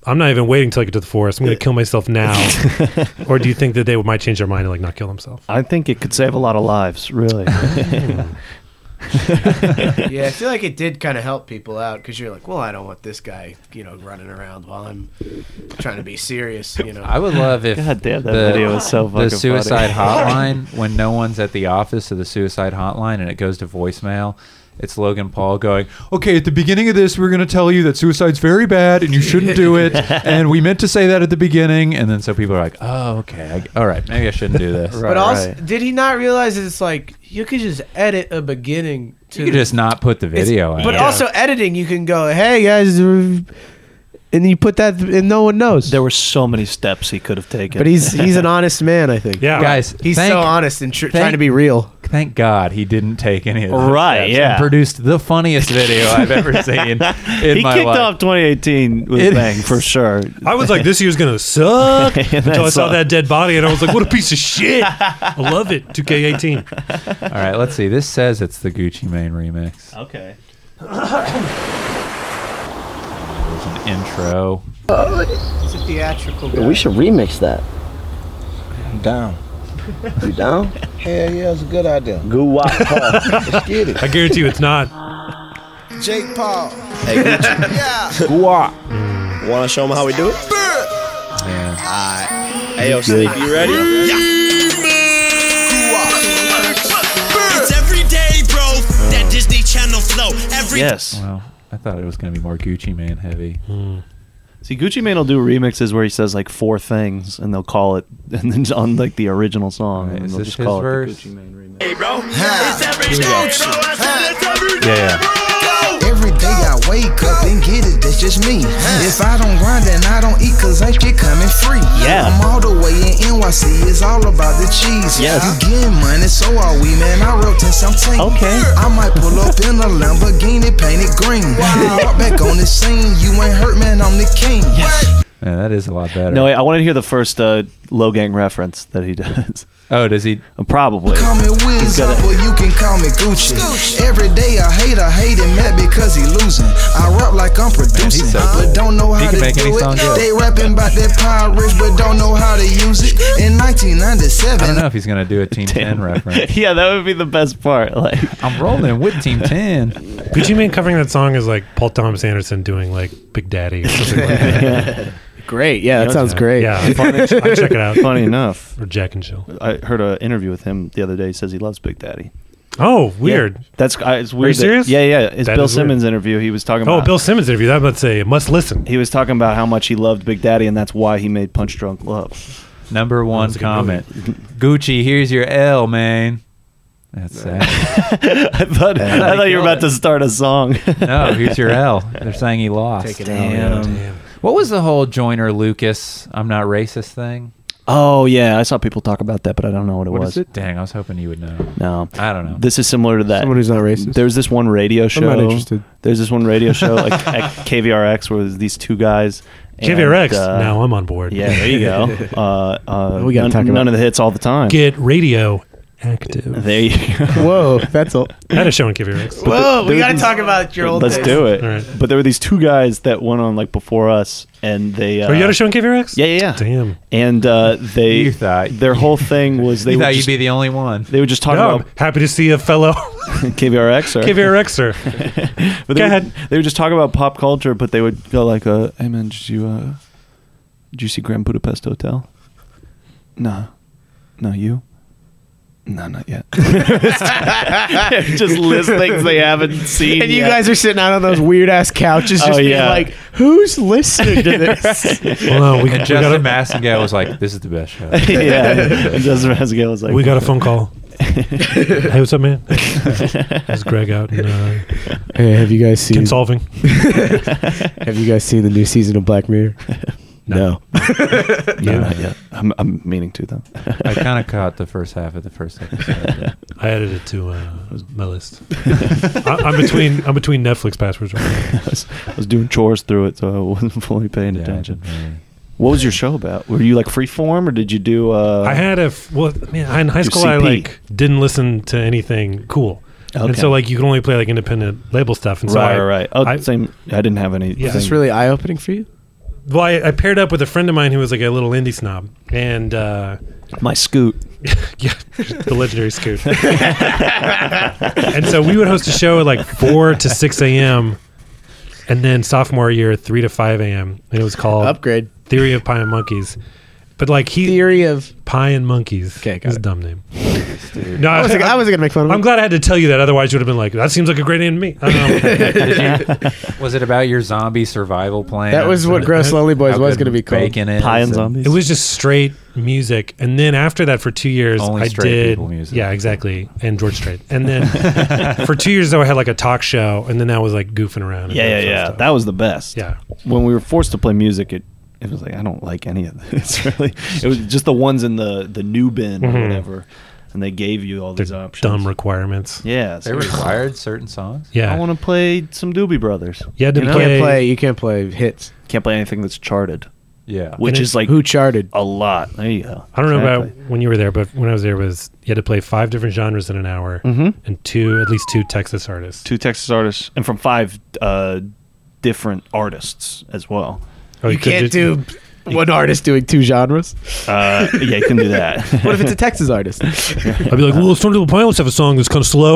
Speaker 3: I'm not even waiting till I get to the forest. I'm gonna kill myself now, or do you think that they might change their mind and like not kill themselves?
Speaker 2: I think it could save a lot of lives, really.
Speaker 4: yeah, I feel like it did kind of help people out because you're like, well, I don't want this guy, you know, running around while I'm trying to be serious, you know.
Speaker 1: I would love if
Speaker 2: God damn, that video is so fucking
Speaker 1: the suicide
Speaker 2: funny.
Speaker 1: hotline when no one's at the office of the suicide hotline and it goes to voicemail. It's Logan Paul going, okay, at the beginning of this, we're going to tell you that suicide's very bad and you shouldn't do it. and we meant to say that at the beginning. And then so people are like, oh, okay. I, all right. Maybe I shouldn't do this.
Speaker 2: Right.
Speaker 4: but also, did he not realize that it's like you could just edit a beginning to
Speaker 1: You could
Speaker 4: the-
Speaker 1: just not put the
Speaker 4: It's-
Speaker 1: video out.
Speaker 4: But also editing, you can go, hey guys, and you put that, th- and no one knows.
Speaker 2: There were so many steps he could have taken.
Speaker 4: but he's he's an honest man, I think.
Speaker 3: Yeah,
Speaker 1: Guys,
Speaker 4: he's
Speaker 1: thank,
Speaker 4: so honest and tr-
Speaker 1: thank-
Speaker 4: trying to be real.
Speaker 1: thank God he didn't take any of those
Speaker 2: Right,
Speaker 1: steps
Speaker 2: yeah.
Speaker 1: And produced the funniest video I've ever seen in
Speaker 2: he
Speaker 1: my
Speaker 2: kicked
Speaker 1: life.
Speaker 2: off 2018 with
Speaker 1: It
Speaker 2: bang
Speaker 1: is-
Speaker 2: for sure.
Speaker 3: I was like, this year's gonna suck
Speaker 2: And
Speaker 3: until I
Speaker 2: that's
Speaker 3: saw
Speaker 2: all.
Speaker 3: that dead body, and I was like, what a piece of shit. I love it. 2K18.
Speaker 1: All right, let's see. This says it's the Gucci Mane remix.
Speaker 2: Okay.
Speaker 1: There's an intro.
Speaker 4: It's a theatrical.
Speaker 8: We should remix that. I'm down. You down? Hell yeah, it's a good idea. Goo wop paw. Let's get it.
Speaker 3: I guarantee you, it's not.
Speaker 9: Jake Paul.
Speaker 8: Hey, Gucci.
Speaker 9: Yeah.
Speaker 8: Goo wop.
Speaker 9: Wanna show them how we do it?
Speaker 1: Yeah.
Speaker 8: Hey, yo, Steve, you ready?
Speaker 9: It's every day, bro. That Disney Channel flow. Every
Speaker 2: Yes.
Speaker 1: Well, I thought it was going to be more Gucci Mane heavy.
Speaker 2: See, Gucci Mane will do remixes where he says like four things, and they'll call it, and then on like the original song,
Speaker 1: Right,
Speaker 2: and
Speaker 1: is
Speaker 2: they'll
Speaker 1: this
Speaker 2: just
Speaker 1: his
Speaker 2: call
Speaker 1: verse?
Speaker 2: it the Gucci Mane remix.
Speaker 9: It's every day, bro. I said it's every day.
Speaker 1: Yeah, yeah.
Speaker 9: Every
Speaker 10: Every day I wake up and get it, that's just me. If I don't grind, then I don't eat, cause that shit coming free.
Speaker 2: Yeah.
Speaker 10: I'm all the way in NYC, it's all about the cheese.
Speaker 8: Yes.
Speaker 10: You getting money, so are we, man. I wrote in something.
Speaker 2: Okay.
Speaker 10: I might pull up in a Lamborghini painted green. Walk back on the scene, you ain't hurt, man, I'm the king.
Speaker 1: Yeah, that is a lot better.
Speaker 2: No, wait, I want to hear the first uh, low gang reference that he does. Uh,
Speaker 1: oh, does he?
Speaker 2: Probably.
Speaker 10: Call me Wiz,
Speaker 2: gotta-
Speaker 10: but you can call me Gucci. Every day I hate, I hate him, mad because he losing. I rap like I'm producing,
Speaker 1: so
Speaker 10: but
Speaker 1: good.
Speaker 10: don't know
Speaker 1: He
Speaker 10: how
Speaker 1: can
Speaker 10: to
Speaker 1: make any
Speaker 10: do
Speaker 1: song
Speaker 10: it.
Speaker 1: good.
Speaker 10: They rapping about that Pirates, but don't know how to use it. In
Speaker 1: I don't
Speaker 10: 1997,
Speaker 1: know if he's going to do a Team 10 reference.
Speaker 2: yeah, that would be the best part. Like,
Speaker 1: I'm rolling with Team 10.
Speaker 3: Gucci Mane covering that song is like Paul Thomas Anderson doing like Big Daddy or something like that.
Speaker 4: Great. Yeah, that sounds great.
Speaker 3: Yeah, I'll check it out.
Speaker 2: funny enough,
Speaker 3: Or Jack and Jill.
Speaker 2: I heard an interview with him the other day. He says he loves Big Daddy.
Speaker 3: Oh, weird.
Speaker 2: Yeah, that's I- it's weird.
Speaker 3: you
Speaker 2: that-
Speaker 3: serious?
Speaker 2: yeah, yeah. It's
Speaker 3: That
Speaker 2: Bill
Speaker 3: is weird.
Speaker 2: Simmons' interview. He was talking
Speaker 3: Oh,
Speaker 2: about
Speaker 3: Bill Simmons interview. That must say, must listen.
Speaker 2: He was talking about how much he loved Big Daddy, and that's why he made Punch Drunk Love.
Speaker 1: Number one
Speaker 3: That's a good
Speaker 1: comment. Gucci, here's your L, man. That's sad.
Speaker 2: I thought I thought you were about to start a song.
Speaker 1: No, here's your L. They're saying he lost.
Speaker 4: Take it out,
Speaker 1: Damn. What was the whole Joiner Lucas, I'm not racist thing?
Speaker 2: oh yeah, I saw people talk about that, but I don't know what it
Speaker 1: What
Speaker 2: was.
Speaker 1: is it? Dang, I was hoping you would know.
Speaker 2: No,
Speaker 1: I don't know.
Speaker 2: this is similar to that.
Speaker 4: Someone who's not racist.
Speaker 2: There's this one radio show.
Speaker 4: not interested.
Speaker 2: There's this one radio show like at KVRX where there's these two guys. and,
Speaker 3: JVRX.
Speaker 2: uh,
Speaker 3: now I'm on board.
Speaker 2: Yeah, there you go. Uh, uh,
Speaker 4: We gotta
Speaker 2: none,
Speaker 4: talk about-
Speaker 2: none of the hits all the time.
Speaker 3: Get radio active.
Speaker 2: there you go.
Speaker 4: Whoa, that's all.
Speaker 3: I had a show on KVRX.
Speaker 4: Whoa,
Speaker 2: there
Speaker 4: we gotta
Speaker 2: was-
Speaker 4: talk about your old.
Speaker 2: Let's
Speaker 4: days.
Speaker 2: do it.
Speaker 3: All right.
Speaker 2: But there were these two guys that went on like before us, and they. Uh,
Speaker 3: Are Oh, you had a show on KVRX?
Speaker 2: Yeah, yeah, yeah.
Speaker 3: Damn.
Speaker 2: And uh, they,
Speaker 1: You thought-
Speaker 2: their whole thing was they
Speaker 1: you
Speaker 2: would
Speaker 1: thought
Speaker 2: just-
Speaker 1: you'd be the only one.
Speaker 2: they would just talk
Speaker 3: No, I'm
Speaker 2: about
Speaker 3: happy to see a fellow
Speaker 2: KVRX or
Speaker 3: KVRXer.
Speaker 2: but they,
Speaker 3: Go
Speaker 2: would,
Speaker 3: ahead.
Speaker 2: they would just talk about pop culture, but they would go like, uh, "Hey man, did you uh, did you see Grand Budapest Hotel? Nah, no, you." No, not yet. just list things they haven't seen.
Speaker 4: And you guys are sitting out on those weird ass couches, just
Speaker 2: Oh,
Speaker 4: being
Speaker 2: yeah.
Speaker 4: like, "Who's listening to this?"
Speaker 3: well, uh, no, we, we,
Speaker 1: And Justin
Speaker 3: got
Speaker 1: Massengill was like, "This is the best show."
Speaker 2: yeah, and Justin Vasquez was like,
Speaker 3: a, we got a phone call. hey, what's up, man? It's Greg out and uh,
Speaker 4: hey, have you guys seen?
Speaker 3: Ken Solving.
Speaker 4: Have you guys seen the new season of Black Mirror? no.
Speaker 2: no, not yet. I'm, I'm meaning to though.
Speaker 1: I kind of caught the first half of the first episode.
Speaker 3: I added it to uh, my list. I, I'm between I'm between Netflix passwords. Right now.
Speaker 2: I was, I was doing chores through it, so I wasn't fully paying
Speaker 1: Yeah, I
Speaker 2: attention.
Speaker 1: didn't really-
Speaker 2: What was your show about? Were you like freeform, or did you do? Uh,
Speaker 3: I had a f- well, man. I- In high
Speaker 2: Your
Speaker 3: school, I
Speaker 2: CP.
Speaker 3: like didn't listen to anything cool. And so like you can only play like independent label stuff. And so
Speaker 2: right,
Speaker 3: I,
Speaker 2: right. Oh,
Speaker 3: I-
Speaker 2: same. I didn't have any.
Speaker 3: Yeah. Is this
Speaker 4: really eye opening for you?
Speaker 3: well, I, I paired up with a friend of mine who was like a little indie snob, and uh,
Speaker 2: My scoot.
Speaker 3: yeah, the legendary Scoot. and so we would host a show at like four to six a.m. And then sophomore year, three to five a.m. and it was called
Speaker 4: Upgrade.
Speaker 3: Theory of Pie and Monkeys. But like he
Speaker 4: Theory of
Speaker 3: Pie and Monkeys. Okay, got a dumb name. no,
Speaker 4: I wasn't, I wasn't gonna make fun of
Speaker 3: I'm
Speaker 4: him.
Speaker 3: glad I had to tell you that. Otherwise, you would have been like, "That seems like a great name to me." I don't know.
Speaker 1: Was it about your zombie survival plan?
Speaker 4: That was what Gross Lonely Boys
Speaker 1: How
Speaker 4: was
Speaker 1: good
Speaker 4: gonna be called.
Speaker 1: Bacon is
Speaker 2: Pie and zombies.
Speaker 3: it was just straight music, and then after that, for two years,
Speaker 1: Only
Speaker 3: I
Speaker 1: straight
Speaker 3: did.
Speaker 1: people music.
Speaker 3: Yeah, exactly. And George Strait, and then for two years though, I had like a talk show, and then that was like goofing around. and
Speaker 2: yeah,
Speaker 3: that
Speaker 2: yeah,
Speaker 3: sort of
Speaker 2: yeah.
Speaker 3: stuff.
Speaker 2: That was the best.
Speaker 3: yeah.
Speaker 2: When we were forced to play music, it it was like I don't like any of this. Really, it was just the ones in the the new bin or whatever, and they gave you all
Speaker 3: Mm-hmm. They're
Speaker 2: these options.
Speaker 3: dumb requirements.
Speaker 2: Yeah.
Speaker 1: They
Speaker 2: so-
Speaker 1: required certain songs.
Speaker 3: Yeah,
Speaker 2: I want to play some Doobie Brothers.
Speaker 3: you had to
Speaker 4: You
Speaker 3: play,
Speaker 4: can't play. You can't play hits.
Speaker 2: Can't play anything that's charted,
Speaker 1: Yeah.
Speaker 2: which
Speaker 3: it-
Speaker 2: is like
Speaker 4: Who charted?
Speaker 2: a lot. There you go.
Speaker 3: I don't know
Speaker 2: Exactly.
Speaker 3: about when you were there, but when I was there, was you had to play five different genres in an hour, and two at least two Texas artists.
Speaker 2: Mm. two Texas artists Mm-hmm. and from five uh, different artists as well.
Speaker 3: Oh,
Speaker 4: You
Speaker 3: couldn't
Speaker 4: can't do one artist doing two genres.
Speaker 2: Uh, yeah, you can do that.
Speaker 4: What if it's a Texas artist?
Speaker 3: I'd be like, well, Stormzy Pilots have a song that's kind of slow.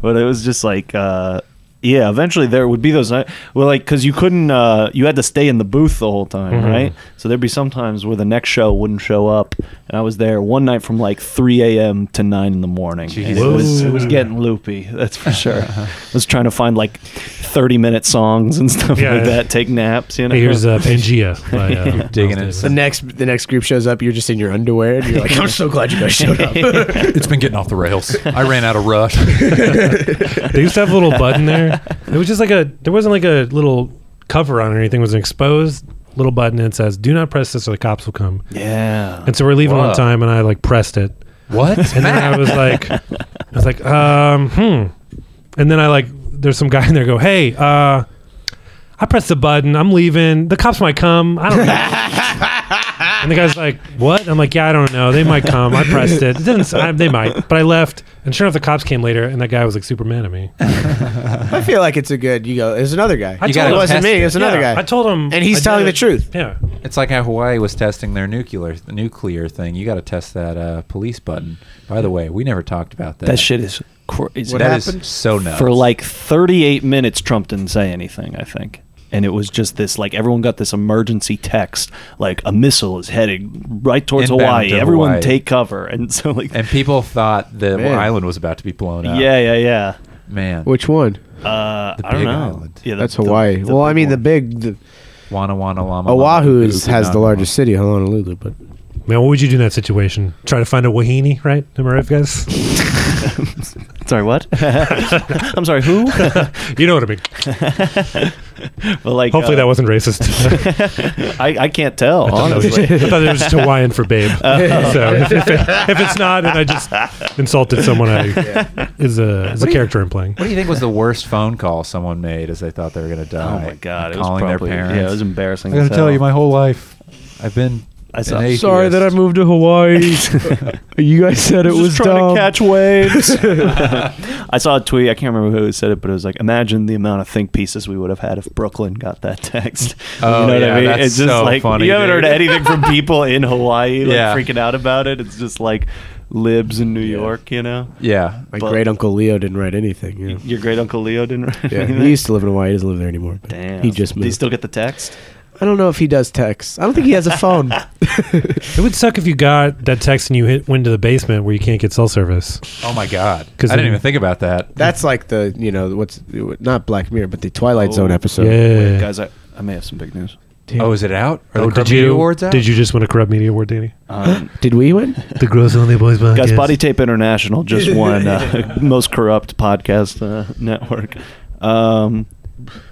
Speaker 2: but it was just like uh yeah eventually there would be those night well like because you couldn't uh you had to stay in the booth the whole time
Speaker 3: Mm-hmm.
Speaker 2: right so there'd be some times where the next show wouldn't show up and i was there one night from like 3 a.m to 9 in the morning and it
Speaker 1: Whoa.
Speaker 2: was it was getting loopy that's for sure i was trying to find like 30 minute songs and stuff
Speaker 3: Yeah.
Speaker 2: like that take naps you know
Speaker 3: hey, here's uh, Pangea. By, uh, Miles
Speaker 1: digging it.
Speaker 3: Davis.
Speaker 4: the next, the next group shows up. You're just in your underwear, and you're like, "I'm so glad you guys showed up."
Speaker 1: It's been getting off the rails. I ran out of rush.
Speaker 3: They used to have a little button there. It was just like a. There wasn't like a little cover on it or anything. It was an exposed little button that says "Do not press this or the cops will come."
Speaker 2: yeah
Speaker 3: And so we're leaving
Speaker 1: Whoa.
Speaker 3: one time, and I like pressed it,
Speaker 1: what?
Speaker 3: and then I was like, I was like, um, hmm. And then I like, there's some guy in there go, hey, uh, I pressed the button. I'm leaving. The cops might come. I don't know. and the guy's like, what? I'm like, yeah, I don't know. They might come. I pressed it. it didn't, I, they might. But I left. And sure enough, the cops came later, and that guy was like super mad at me.
Speaker 4: I feel like it's a good. You go. There's another guy.
Speaker 3: I told
Speaker 4: You gotta-
Speaker 3: him-
Speaker 4: it wasn't me. It was another
Speaker 3: Yeah,
Speaker 4: guy.
Speaker 3: I told him.
Speaker 4: And he's
Speaker 3: I did
Speaker 4: telling the
Speaker 3: it.
Speaker 4: truth.
Speaker 3: Yeah.
Speaker 1: It's like how Hawaii was testing their nuclear nuclear thing. You got to test that uh, police button. By the way, we never talked about that.
Speaker 2: that shit is crazy
Speaker 4: What
Speaker 1: That is
Speaker 4: happened?
Speaker 1: so nuts.
Speaker 2: for like 38 minutes trump didn't say anything i think and it was just this like everyone got this emergency text like a missile is headed right towards
Speaker 1: Inbound
Speaker 2: hawaii
Speaker 1: to
Speaker 2: everyone
Speaker 1: Hawaii.
Speaker 2: take cover and so like
Speaker 1: and people thought the
Speaker 4: Man.
Speaker 1: island was about to be blown up.
Speaker 2: yeah yeah yeah
Speaker 1: man.
Speaker 4: Which one?
Speaker 2: uh,
Speaker 1: The
Speaker 2: i don't
Speaker 1: big
Speaker 2: know
Speaker 1: island.
Speaker 2: yeah the-
Speaker 4: That's
Speaker 2: the-
Speaker 4: Hawaii.
Speaker 2: the
Speaker 4: well, I
Speaker 2: big
Speaker 4: mean, the
Speaker 2: one.
Speaker 4: big the,
Speaker 1: Wana Wana Lama.
Speaker 4: Oahu
Speaker 1: Lama,
Speaker 4: is,
Speaker 1: Kuku,
Speaker 4: has the
Speaker 1: Nana,
Speaker 4: largest city, Honolulu, but
Speaker 3: Man, what would you do in that situation? Try to find a wahine, right? Am I right, guys?
Speaker 2: sorry what i'm sorry who
Speaker 3: you know what I mean.
Speaker 2: but like
Speaker 3: Hopefully
Speaker 2: uh,
Speaker 3: that wasn't racist.
Speaker 2: I, I can't tell honestly
Speaker 3: I thought it was just Hawaiian for babe. so if, if, it- if it's not, and I just insulted someone, I is a is a character I'm playing.
Speaker 1: What do you think was the worst phone call someone made as they thought they were going to
Speaker 2: oh
Speaker 1: die?
Speaker 2: my god it was
Speaker 1: calling
Speaker 2: probably
Speaker 1: their parents.
Speaker 2: yeah it was embarrassing
Speaker 1: I got
Speaker 2: as
Speaker 1: to tell
Speaker 2: hell.
Speaker 1: you, my whole life, I've been.
Speaker 2: I saw-
Speaker 1: an
Speaker 4: sorry that I
Speaker 1: atheist.
Speaker 4: moved to Hawaii. you guys said it
Speaker 2: Just
Speaker 4: was
Speaker 2: trying
Speaker 4: dumb.
Speaker 2: to catch waves. I saw a tweet. I can't remember who said it, but it was like, imagine the amount of think pieces we would have had if Brooklyn got that text.
Speaker 1: Oh,
Speaker 2: you know what
Speaker 1: yeah,
Speaker 2: I mean?
Speaker 1: that's
Speaker 2: it's just
Speaker 1: so
Speaker 2: like
Speaker 1: funny,
Speaker 2: you haven't
Speaker 1: dude.
Speaker 2: heard anything from people in Hawaii like
Speaker 1: Yeah.
Speaker 2: freaking out about it. It's just like libs in New York. You know,
Speaker 1: Yeah.
Speaker 4: My
Speaker 2: But-
Speaker 4: great uncle Leo didn't write anything. Yeah.
Speaker 2: your great uncle Leo didn't. Write
Speaker 4: Yeah,
Speaker 2: anything.
Speaker 4: he used to live in Hawaii. He doesn't live there anymore. but
Speaker 2: Damn.
Speaker 4: He just
Speaker 2: Did he
Speaker 4: moved.
Speaker 2: still get the text?
Speaker 4: I don't know if he does text. I don't think he has a phone.
Speaker 3: It would suck if you got that text and you hit went to the basement where you can't get cell service.
Speaker 1: Oh my god.
Speaker 3: 'Cause
Speaker 1: I didn't
Speaker 3: then-
Speaker 1: even think about that.
Speaker 4: That's like the you know what's not Black Mirror, but the Twilight
Speaker 2: Oh.
Speaker 4: Zone episode.
Speaker 3: yeah.
Speaker 2: Guys, I, I may have some big news.
Speaker 1: Oh, is it out? Are
Speaker 3: oh,
Speaker 1: the
Speaker 3: did
Speaker 1: Grammy
Speaker 3: you
Speaker 1: awards out?
Speaker 3: did you just win a corrupt media award, Danny?
Speaker 2: Um,
Speaker 4: Did we win?
Speaker 3: The Gross Only Boys podcast.
Speaker 2: Guys, Body Tape International just won uh, most corrupt podcast uh, network, um,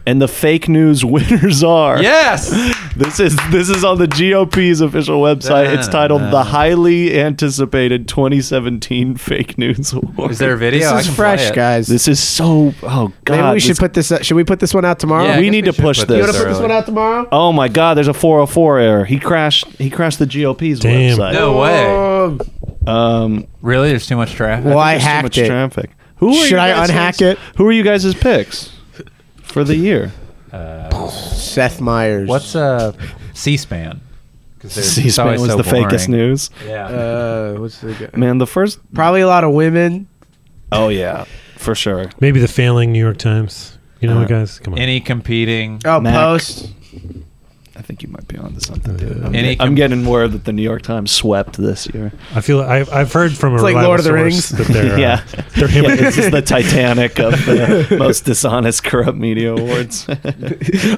Speaker 2: and the fake news winners are
Speaker 1: Yes.
Speaker 2: This is this is on the GOP's official website. It's titled "The Highly Anticipated 2017 Fake News Award."
Speaker 1: Is there a video? I
Speaker 4: This
Speaker 1: can
Speaker 4: is
Speaker 1: play
Speaker 4: fresh,
Speaker 1: it.
Speaker 4: guys.
Speaker 2: This is so. Oh God,
Speaker 4: Maybe we should
Speaker 2: this-
Speaker 4: put this. uh, Should we put this one out tomorrow?
Speaker 1: Yeah, I
Speaker 2: We
Speaker 1: guess
Speaker 2: need to
Speaker 1: should
Speaker 2: push
Speaker 1: put
Speaker 2: this.
Speaker 4: you want to put this
Speaker 1: early.
Speaker 4: one out tomorrow?
Speaker 2: Oh my God! There's a 404 error. He crashed. He crashed the GOP's
Speaker 3: Damn.
Speaker 2: website.
Speaker 1: No way.
Speaker 4: Um,
Speaker 2: Um,
Speaker 1: Really? There's too much traffic.
Speaker 4: well, I
Speaker 2: there's too
Speaker 4: hacked
Speaker 2: much
Speaker 4: it.
Speaker 2: traffic. Who are
Speaker 4: Should
Speaker 2: you
Speaker 4: I
Speaker 2: guys'
Speaker 4: unhack it?
Speaker 2: Who are you guys' picks for the year?
Speaker 4: Seth Meyers.
Speaker 1: What's uh, C-SPAN? 'Cause they're- it's
Speaker 2: C-SPAN
Speaker 1: always
Speaker 2: was
Speaker 1: so
Speaker 2: the
Speaker 1: boring.
Speaker 2: fakest news.
Speaker 1: Yeah.
Speaker 4: Uh, what's the guy?
Speaker 2: Man, the first.
Speaker 4: Probably a lot of women.
Speaker 2: Oh yeah, for sure.
Speaker 3: Maybe the failing New York Times. You know what, guys? Come on.
Speaker 1: Any competing?
Speaker 4: Oh,
Speaker 2: Mac.
Speaker 4: post.
Speaker 2: I think you might be onto something, dude. I'm,
Speaker 1: Any
Speaker 2: get- Uh, I'm getting word that the New York Times swept this year.
Speaker 3: I feel I've, I've heard from a
Speaker 4: It's like
Speaker 3: reliable
Speaker 4: Lord of the
Speaker 3: source
Speaker 4: Rings.
Speaker 3: that they're uh,
Speaker 2: yeah.
Speaker 3: they're him.
Speaker 2: yeah, this is the Titanic of the most dishonest, corrupt media awards.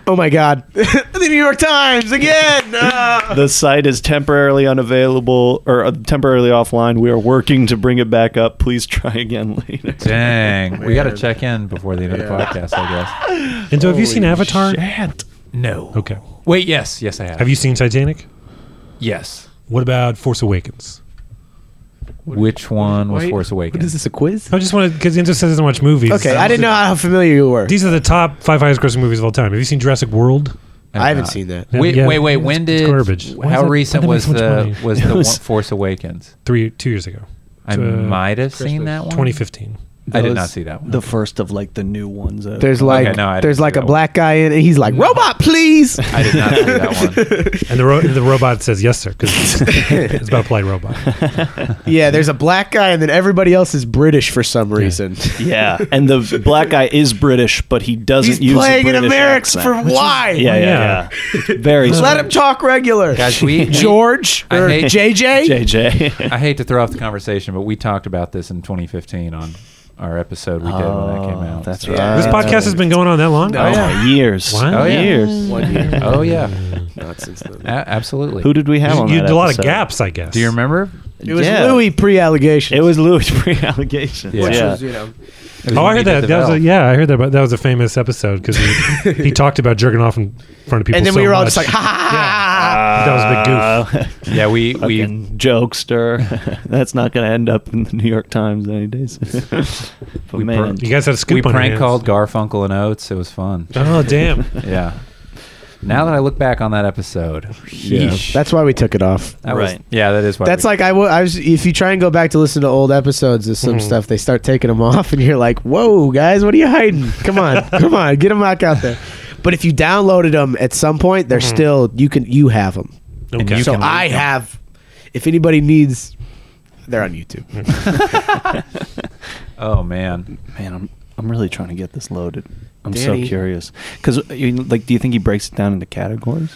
Speaker 4: Oh my God. the New York Times again. Ah.
Speaker 2: the site is temporarily unavailable or uh, temporarily offline. We are working to bring it back up. Please try again later.
Speaker 1: Dang, we got to
Speaker 4: Weird.
Speaker 1: check in before the end of the podcast, I guess.
Speaker 3: and so have you seen Avatar?
Speaker 1: Shit. No.
Speaker 3: Okay.
Speaker 1: Wait, yes, yes, I have.
Speaker 3: Have you seen Titanic?
Speaker 1: Yes.
Speaker 3: What about Force Awakens?
Speaker 1: Which one was
Speaker 4: Wait,
Speaker 1: Force Awakens?
Speaker 4: Is this a quiz?
Speaker 2: Oh,
Speaker 3: I just want to because Enzo says he doesn't watch movies.
Speaker 4: Okay, I didn't know how familiar you were.
Speaker 3: These are the top five highest grossing movies of all time. Have you seen Jurassic World?
Speaker 4: I haven't
Speaker 1: not.
Speaker 4: seen that.
Speaker 3: Yeah,
Speaker 1: Wait,
Speaker 3: yeah,
Speaker 1: wait, wait.
Speaker 3: it's-
Speaker 1: When
Speaker 3: it's
Speaker 1: did?
Speaker 3: garbage? Why
Speaker 1: How
Speaker 3: is that-
Speaker 1: recent
Speaker 3: why
Speaker 1: was
Speaker 3: did it make so
Speaker 1: the
Speaker 3: much money?
Speaker 1: was the one, Force Awakens?
Speaker 3: Three two years ago,
Speaker 1: I
Speaker 3: Uh,
Speaker 1: might have seen that one.
Speaker 3: 2015.
Speaker 1: I did
Speaker 2: Those-
Speaker 1: not see that one.
Speaker 2: The first of like the new ones. that-
Speaker 4: There's like
Speaker 1: no, I didn't
Speaker 4: there's
Speaker 1: see
Speaker 4: like
Speaker 1: that one.
Speaker 4: a black guy in it. He's like, robot, please.
Speaker 1: I did not see that one.
Speaker 3: And the ro- the robot says yes sir because it's about a polite robot.
Speaker 4: Uh, yeah, there's a black guy, and then everybody else is British for some reason.
Speaker 2: yeah, and the black guy is British, but he doesn't
Speaker 4: He's
Speaker 2: use a
Speaker 4: playing an
Speaker 2: British
Speaker 4: American
Speaker 2: accent.
Speaker 4: for why?
Speaker 2: yeah, yeah, yeah. Very
Speaker 4: Let him talk regular.
Speaker 1: Guys, we- we-
Speaker 4: George
Speaker 1: I
Speaker 4: or
Speaker 1: hate-
Speaker 4: JJ.
Speaker 2: JJ.
Speaker 1: I hate to throw off the conversation, but we talked about this in 2015 on our episode we did when that came out.
Speaker 2: That's
Speaker 1: So-
Speaker 2: right.
Speaker 3: This podcast has been going on that long.
Speaker 2: Oh, years.
Speaker 3: What? Oh,
Speaker 1: yeah.
Speaker 2: Years.
Speaker 4: One year.
Speaker 1: Oh yeah,
Speaker 4: Not since then.
Speaker 1: A- absolutely.
Speaker 2: Who did we have on
Speaker 3: you
Speaker 2: that
Speaker 3: did a lot
Speaker 2: episode?
Speaker 3: of gaps, I guess.
Speaker 1: Do you remember?
Speaker 4: It was
Speaker 2: Yeah.
Speaker 4: Louis pre-allegation.
Speaker 2: It was Louis pre-allegations.
Speaker 1: Yeah.
Speaker 2: Yeah.
Speaker 1: Which
Speaker 4: you know.
Speaker 3: Oh, I heard
Speaker 1: Anita
Speaker 3: that. that was a,
Speaker 1: Deville.
Speaker 3: yeah, I heard that. But that was a famous episode because he, he talked about jerking off in front of people.
Speaker 4: And then
Speaker 3: so
Speaker 4: we were all
Speaker 3: much.
Speaker 4: just like, ha ha ha.
Speaker 2: Uh,
Speaker 3: that was a big goof.
Speaker 1: Uh,
Speaker 2: goof.
Speaker 1: Yeah, we we
Speaker 2: Fucking jokester. That's not going to end up in the New York Times any day soon. but
Speaker 1: We
Speaker 2: man,
Speaker 3: You guys had a scoop
Speaker 1: we
Speaker 3: on your
Speaker 1: prank
Speaker 3: hands.
Speaker 1: called Garfunkel and Oates. It was fun.
Speaker 3: Oh damn!
Speaker 1: Yeah. Now that I look back on that episode,
Speaker 3: Oh,
Speaker 1: yeesh.
Speaker 4: That's why we took it off.
Speaker 1: That was-
Speaker 2: Right.
Speaker 1: yeah, that is why.
Speaker 4: That's
Speaker 1: we-
Speaker 4: like I wa- I was. If you try and go back to listen to old episodes of some
Speaker 2: Mm-hmm.
Speaker 4: stuff, they start taking them off, and you're like, "Whoa, guys, what are you hiding? Come on, come on, get them back out there." But if you downloaded them at some point, they're
Speaker 2: Mm-hmm.
Speaker 4: still you can you have them.
Speaker 3: Okay.
Speaker 4: so I have. If anybody needs, they're on YouTube.
Speaker 1: oh man,
Speaker 2: man, I'm I'm really trying to get this loaded. I'm
Speaker 4: Danny.
Speaker 2: so curious because like, do you think he breaks it down into categories?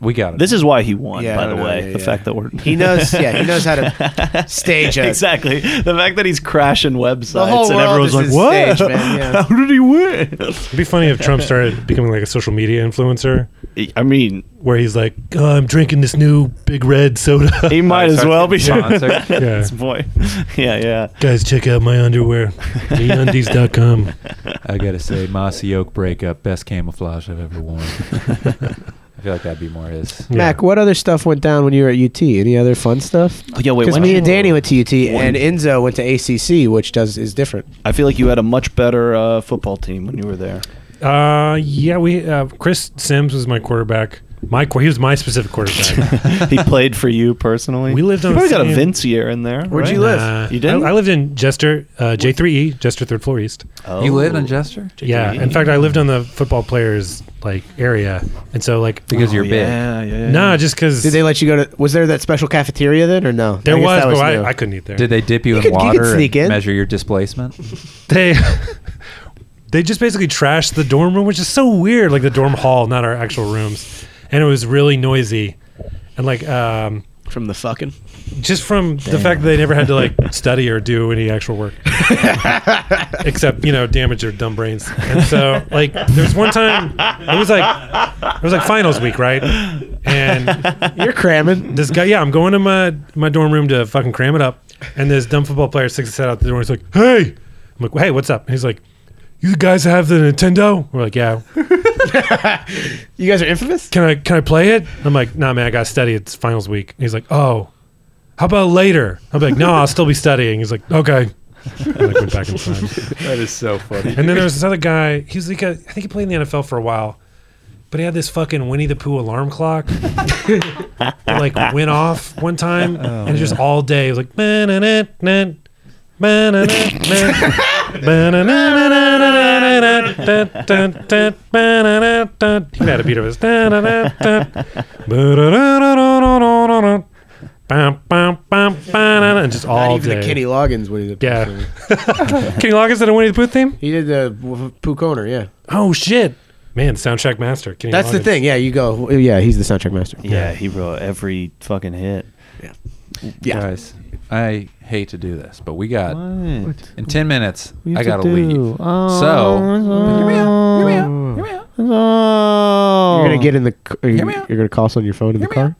Speaker 1: we got it.
Speaker 2: This is why he won,
Speaker 4: Yeah,
Speaker 2: by
Speaker 4: no,
Speaker 2: the
Speaker 4: no,
Speaker 2: way.
Speaker 4: yeah,
Speaker 2: the
Speaker 4: yeah.
Speaker 2: fact that we're
Speaker 4: He knows. yeah, he knows how to stage a
Speaker 2: exactly the fact that he's crashing websites
Speaker 4: whole
Speaker 2: and
Speaker 4: world
Speaker 2: everyone's
Speaker 4: is
Speaker 2: like,
Speaker 4: his
Speaker 2: "What?
Speaker 4: stage, man, yeah.
Speaker 2: How did he win?"
Speaker 3: It'd be funny if Trump started becoming like a social media influencer,
Speaker 2: I mean,
Speaker 3: where he's like, oh, "I'm drinking this new Big Red soda."
Speaker 2: he might as
Speaker 1: sorry,
Speaker 2: well be
Speaker 1: sponsor.
Speaker 2: at this point. Yeah, yeah.
Speaker 3: Guys, check out my underwear, MeUndies.com.
Speaker 1: I gotta say, Mossy Oak breakup, best camouflage I've ever worn. I feel like that'd be more his.
Speaker 3: Yeah.
Speaker 4: Mac, what other stuff went down when you were at UT? Any other fun stuff?
Speaker 2: Oh, yeah, wait,
Speaker 4: Because
Speaker 2: why
Speaker 4: me
Speaker 2: don't-
Speaker 4: and Danny went to UT, and Enzo went to ACC, which does is different.
Speaker 2: I feel like you had a much better uh, football team when you were there.
Speaker 3: Uh, yeah, we uh, Chris Sims was my quarterback. My qu- he was my specific quarterback.
Speaker 2: he played for you personally.
Speaker 3: We lived on
Speaker 2: You
Speaker 3: the
Speaker 2: probably got a
Speaker 3: same-
Speaker 2: Vince year in there.
Speaker 4: Where'd
Speaker 2: right?
Speaker 4: you live?
Speaker 3: Uh,
Speaker 2: You didn't?
Speaker 3: I, I lived in Jester, uh, J3E, Jester Third Floor East.
Speaker 2: Oh.
Speaker 1: You lived in Jester
Speaker 3: Yeah. In fact, I lived on the football players like area, and so like
Speaker 1: because you're
Speaker 2: Yeah, yeah. yeah.
Speaker 3: nah, just because
Speaker 4: Did they let you go to? Was there that special cafeteria then, or no?
Speaker 3: there
Speaker 4: I guess
Speaker 3: was,
Speaker 4: that
Speaker 3: but
Speaker 4: new.
Speaker 3: I, I couldn't eat there.
Speaker 1: big. Did they dip you, in
Speaker 4: could- you could
Speaker 1: water
Speaker 4: sneak
Speaker 1: and
Speaker 4: in.
Speaker 1: measure your displacement?
Speaker 3: they they just basically trashed the dorm room, which is so weird. Like the dorm hall, not our actual rooms, and it was really noisy, and like um,
Speaker 4: from the fucking.
Speaker 3: just from the fact that they never had to like study or do any actual work, except you know damage their dumb brains. And so like there was one time it was like it was like finals week, right? And
Speaker 4: You're cramming.
Speaker 3: this guy, yeah, I'm going to my my dorm room to fucking cram it up. And this dumb football player sticks his head out the door. He's like, "Hey," I'm like, "Hey, what's up?" And he's like, "You guys have the Nintendo?" We're like, "Yeah."
Speaker 4: You guys are infamous.
Speaker 3: Can I can I play it? I'm like, "Nah, man, I got to study. It's finals week." And he's like, "Oh, how about later?" I'm like, "No, I'll still be studying." He's like, "Okay." I like, went back inside.
Speaker 1: that is so funny.
Speaker 3: And then there was this other guy. He was like, a, I think he played in the NFL for a while, but he had this fucking Winnie the Pooh alarm clock that like went off one time, and it just all day it was like, "Man, man, man, man, man, man." He had a beat of his. And just all
Speaker 4: Not even
Speaker 3: day.
Speaker 4: the Kenny Loggins Winnie the Pooh.
Speaker 3: Yeah.
Speaker 4: singing.
Speaker 3: Kenny Loggins did a Winnie the Pooh theme.
Speaker 4: He did the W- Pooh Corner. Yeah.
Speaker 3: Oh shit, man! Soundtrack master. Kenny
Speaker 4: That's the
Speaker 3: Loggins.
Speaker 4: thing. Yeah, you go. Yeah, he's the soundtrack master.
Speaker 2: Yeah, he wrote every fucking hit.
Speaker 4: Yeah.
Speaker 1: Guys, I hate to do this, but we got
Speaker 2: What?
Speaker 1: in ten minutes.
Speaker 2: We have
Speaker 1: I
Speaker 2: to
Speaker 1: gotta
Speaker 2: do.
Speaker 1: leave.
Speaker 2: Oh,
Speaker 1: so hear me out. Hear me out.
Speaker 2: oh.
Speaker 1: Hear me out.
Speaker 4: You're
Speaker 2: Oh.
Speaker 4: gonna get in the. c- Are you,
Speaker 1: Hear me
Speaker 4: you're
Speaker 1: out.
Speaker 4: gonna call us on your phone in the car.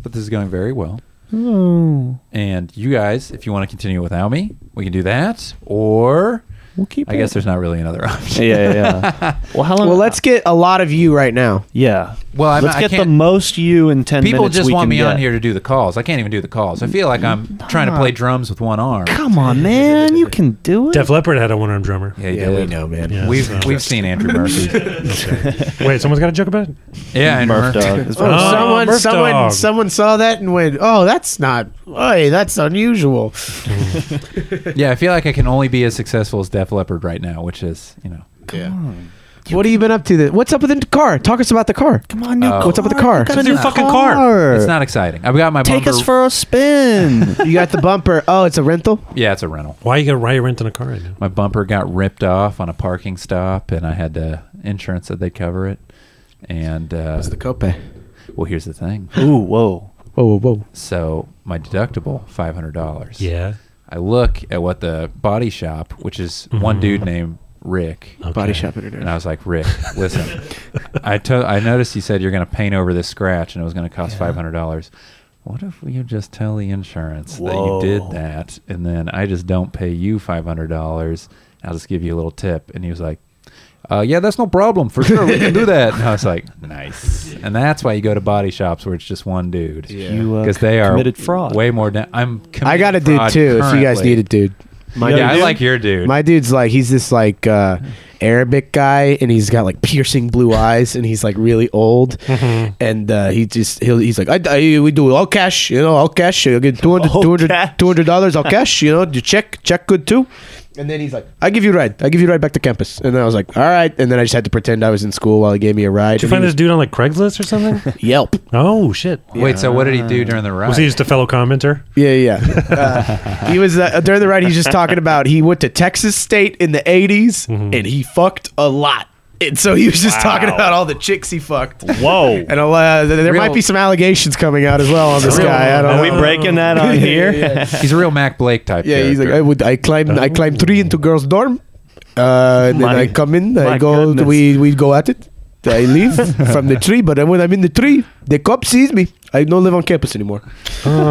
Speaker 1: But this is going very well.
Speaker 2: Oh.
Speaker 1: And you guys, if you want to continue without me, we can do that. Or
Speaker 2: We'll keep
Speaker 1: I
Speaker 2: it.
Speaker 1: guess there's not really another option.
Speaker 2: Yeah, yeah, yeah. well, how long?
Speaker 4: Well, let's get a lot of you right now.
Speaker 2: yeah.
Speaker 1: Well, I'm,
Speaker 2: let's
Speaker 1: I
Speaker 2: get the
Speaker 1: can't-
Speaker 2: most you in ten
Speaker 1: People
Speaker 2: minutes.
Speaker 1: just
Speaker 2: we
Speaker 1: want
Speaker 2: can
Speaker 1: me
Speaker 2: get.
Speaker 1: on here to do the calls. I can't even do the calls. I feel like I'm trying to play drums with one arm.
Speaker 2: Come on, man, you can do it.
Speaker 3: Def Leppard had a one-armed drummer.
Speaker 1: Yeah, you did.
Speaker 4: man.
Speaker 3: Yeah,
Speaker 1: We've
Speaker 3: so-
Speaker 1: we've seen Andrew Murphy.
Speaker 3: Wait, someone's got a joke about it.
Speaker 1: yeah, Andrew
Speaker 2: Murph
Speaker 1: Murphy.
Speaker 2: dog. It's
Speaker 4: Oh,
Speaker 2: probably-
Speaker 3: Oh,
Speaker 4: someone,
Speaker 3: Murph
Speaker 4: someone,
Speaker 3: Dog.
Speaker 4: someone saw that and went, "Oh, that's not. Hey, that's unusual."
Speaker 1: Yeah, I feel like I can only be as successful as Def Leppard right now, which is you know.
Speaker 4: What have you been up to? That what's up with the car? Talk us about the car.
Speaker 2: Come on, new
Speaker 1: Oh.
Speaker 4: What's up with Uh, the car?
Speaker 2: Got
Speaker 4: It's a
Speaker 3: new fucking car.
Speaker 1: It's not exciting. I've got my
Speaker 2: Take
Speaker 1: bumper.
Speaker 2: us for a spin.
Speaker 4: You got the bumper. Oh, it's a rental.
Speaker 1: yeah, it's a rental.
Speaker 3: Why you got why you renting a car right now?
Speaker 1: My bumper got ripped off on a parking stop, and I had to insurance that they'd cover it. And uh,
Speaker 4: It's the copay.
Speaker 1: well, here's the thing.
Speaker 2: Ooh, whoa.
Speaker 4: Whoa, whoa, whoa.
Speaker 1: So my deductible, five hundred dollars.
Speaker 3: Yeah.
Speaker 1: I look at what the body shop, which is one dude named Rick,
Speaker 4: Body
Speaker 3: Okay.
Speaker 4: shop internet.
Speaker 1: and I was like, Rick, listen, I to- I noticed you said you're going to paint over this scratch, and it was going to cost five hundred dollars. What if you just tell the insurance
Speaker 2: Whoa.
Speaker 1: that you did that, and then I just don't pay you five hundred dollars? I'll just give you a little tip. And he was like, uh, "Yeah, that's no problem for sure. We can do that." And I was like, "Nice." And that's why you go to body shops where it's just one dude.
Speaker 2: You, uh,
Speaker 1: Because they are
Speaker 2: committed fraud.
Speaker 1: Way more. Da- I'm.
Speaker 4: I got a
Speaker 1: committing
Speaker 4: dude
Speaker 1: fraud
Speaker 4: too. If you guys
Speaker 1: currently.
Speaker 4: need a dude, my
Speaker 1: yeah,
Speaker 4: dude-
Speaker 1: I like your dude.
Speaker 4: My dude's like he's this like uh, Arabic guy, and he's got like piercing blue eyes, and he's like really old, and uh, he just he'll, he's like I, I- we do all cash, you know, all cash. You'll get 200
Speaker 2: All
Speaker 4: 200
Speaker 2: cash.
Speaker 4: $200 dollars all cash, you know. You check check good too. And then he's like, "I give you a ride. I give you a ride back to campus." And then I was like, "All right." And then I just had to pretend I was in school while he gave me a ride.
Speaker 3: Did you
Speaker 4: And
Speaker 3: find
Speaker 4: he
Speaker 3: this dude on like Craigslist or something?
Speaker 4: was- Yelp.
Speaker 3: oh shit.
Speaker 1: Wait, so what did he do during the ride?
Speaker 3: Was he just a fellow commenter?
Speaker 4: Yeah, yeah. yeah. Uh, he was uh, during the ride. He's just talking about he went to Texas State in the '80s
Speaker 2: Mm-hmm.
Speaker 4: and he fucked a lot. And so he was just talking about all the chicks he fucked.
Speaker 2: Whoa.
Speaker 4: And I'll, uh, th- there
Speaker 1: Real-
Speaker 4: might be some allegations coming out as well on this
Speaker 3: Real-
Speaker 4: guy. I don't
Speaker 2: Are we
Speaker 4: know.
Speaker 2: breaking that on here?
Speaker 1: He's a real Mac Blake type.
Speaker 4: yeah, he's like, I
Speaker 1: character.
Speaker 4: would. I climbed. I climbed three into girls' dorm. Uh, and then
Speaker 2: My-
Speaker 4: I come in. I
Speaker 2: my
Speaker 4: go.
Speaker 2: goodness.
Speaker 4: We we go at it. I leave from the tree, but then when I'm in the tree, the cop sees me. I don't live on campus anymore.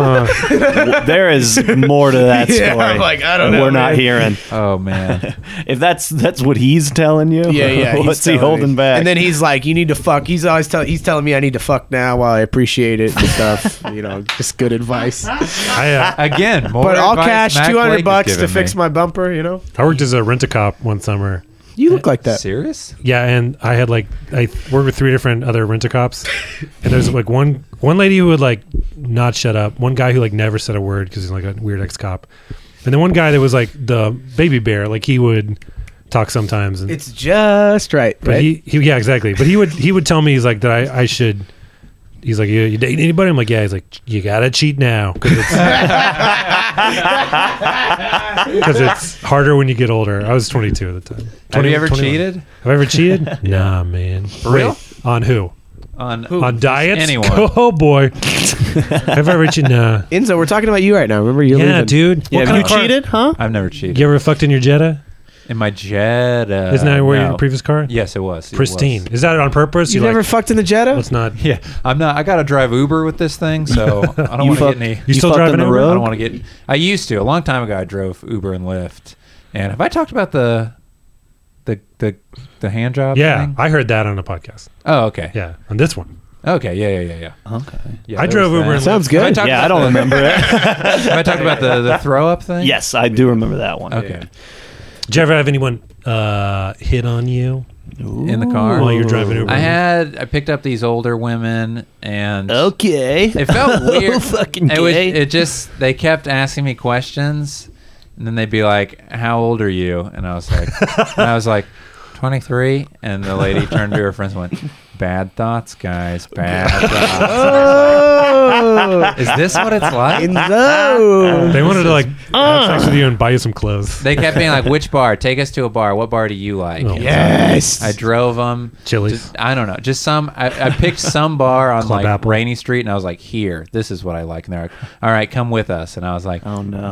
Speaker 2: W- there is more to that story.
Speaker 4: Yeah, I'm like, I don't know,
Speaker 2: We're not
Speaker 4: man.
Speaker 2: hearing.
Speaker 1: oh man,
Speaker 2: If that's that's what he's telling you,
Speaker 4: Yeah, yeah. he's
Speaker 2: what's he
Speaker 4: telling
Speaker 2: holding
Speaker 4: me.
Speaker 2: back?
Speaker 4: And then he's like, "You need to fuck." He's always telling he's telling me I need to fuck now. While I appreciate it and stuff, you know, just good advice.
Speaker 3: I uh,
Speaker 1: again, more
Speaker 4: But I'll
Speaker 1: advice
Speaker 4: cash
Speaker 1: Mac
Speaker 4: two
Speaker 1: Blake
Speaker 4: hundred
Speaker 1: is
Speaker 4: bucks to
Speaker 1: giving
Speaker 4: fix
Speaker 1: me.
Speaker 4: my bumper. You know,
Speaker 3: I worked as a rent a cop one summer.
Speaker 4: you look like that.
Speaker 1: Serious?
Speaker 3: Yeah, and I had like I worked with three different other rent a cops, and there's like one one lady who would like not shut up, one guy who like never said a word because he's like a weird ex cop, and then one guy that was like the baby bear, like he would talk sometimes, and
Speaker 4: It's just right.
Speaker 3: but
Speaker 4: right?
Speaker 3: he, he yeah exactly, but he would he would tell me he's like that I I should. He's like, you, you dating anybody? I'm like, yeah. He's like, you gotta cheat now because it's, 'cause it's harder when you get older. I was 22 at the time.
Speaker 1: Have
Speaker 3: 20
Speaker 1: you ever
Speaker 3: 21.
Speaker 1: cheated
Speaker 3: Have I ever cheated? nah, man. For
Speaker 1: real?
Speaker 3: On who?
Speaker 1: on
Speaker 3: On diets?
Speaker 1: Anyone?
Speaker 3: Oh boy. Have I ever cheated? Nah.
Speaker 4: Enzo, we're talking about you right now. Remember, you're
Speaker 3: yeah,
Speaker 4: leaving.
Speaker 3: dude. What
Speaker 2: yeah,
Speaker 3: kind
Speaker 2: you
Speaker 3: of car-
Speaker 2: cheated, huh?
Speaker 1: I've never cheated.
Speaker 3: You ever fucked in your Jetta?
Speaker 1: In my jet. Uh,
Speaker 3: Isn't that where
Speaker 1: no.
Speaker 3: your previous car?
Speaker 1: Yes, it was. It was.
Speaker 3: Pristine. Is that on purpose?
Speaker 4: You
Speaker 3: You're
Speaker 4: never
Speaker 3: like,
Speaker 4: fucked in the Jetta?
Speaker 3: let's not.
Speaker 1: Yeah, I'm not. I gotta drive Uber with this thing, so I don't want
Speaker 2: You
Speaker 1: to
Speaker 2: fucked-
Speaker 1: get any.
Speaker 3: You still
Speaker 2: fucked on
Speaker 3: driving
Speaker 2: the
Speaker 3: Uber?
Speaker 1: I
Speaker 2: road?
Speaker 1: don't want to get. I used to a long time ago. I drove Uber and Lyft. And have I talked about the, the the the hand job?
Speaker 3: Yeah,
Speaker 1: Thing?
Speaker 3: I heard that on a podcast.
Speaker 1: Oh, okay.
Speaker 3: Yeah, on this one.
Speaker 1: Okay. Yeah. Yeah. Yeah. Yeah.
Speaker 2: Okay.
Speaker 1: yeah
Speaker 3: I
Speaker 1: there
Speaker 3: drove
Speaker 1: was
Speaker 3: Uber
Speaker 1: that.
Speaker 3: and
Speaker 4: Sounds
Speaker 1: Have I
Speaker 4: good.
Speaker 1: talked about
Speaker 2: Yeah, I don't
Speaker 1: the-
Speaker 2: remember it.
Speaker 1: Have I talked about the the throw up thing?
Speaker 2: yes, I do remember that one.
Speaker 1: Okay.
Speaker 3: Did you ever have anyone uh, hit on you?
Speaker 1: In the car.
Speaker 3: While you're driving Uber.
Speaker 1: I had I picked up these older women and
Speaker 2: Okay.
Speaker 1: it felt weird.
Speaker 2: fucking
Speaker 1: it, was,
Speaker 2: gay.
Speaker 1: it just they kept asking me questions And then they'd be like, "How old are you?" And I was like, and I was like, 23. And the lady turned to her friends and went, "Bad thoughts, guys. Bad
Speaker 4: Oh!
Speaker 1: thoughts." Is this what it's like?
Speaker 3: No. They wanted to like have sex with you and buy you some clothes.
Speaker 1: They kept being like, "Which bar? Take us to a bar. What bar do you like?"
Speaker 3: Oh, Yes.
Speaker 1: I drove them.
Speaker 3: Chili's.
Speaker 1: I don't know. Just some. I, I picked some bar on
Speaker 3: Club
Speaker 1: like
Speaker 3: Apple.
Speaker 1: Rainy Street, and I was like, "Here, this is what I like." And they're like, "All right, come with us." And I was like, "Oh no!"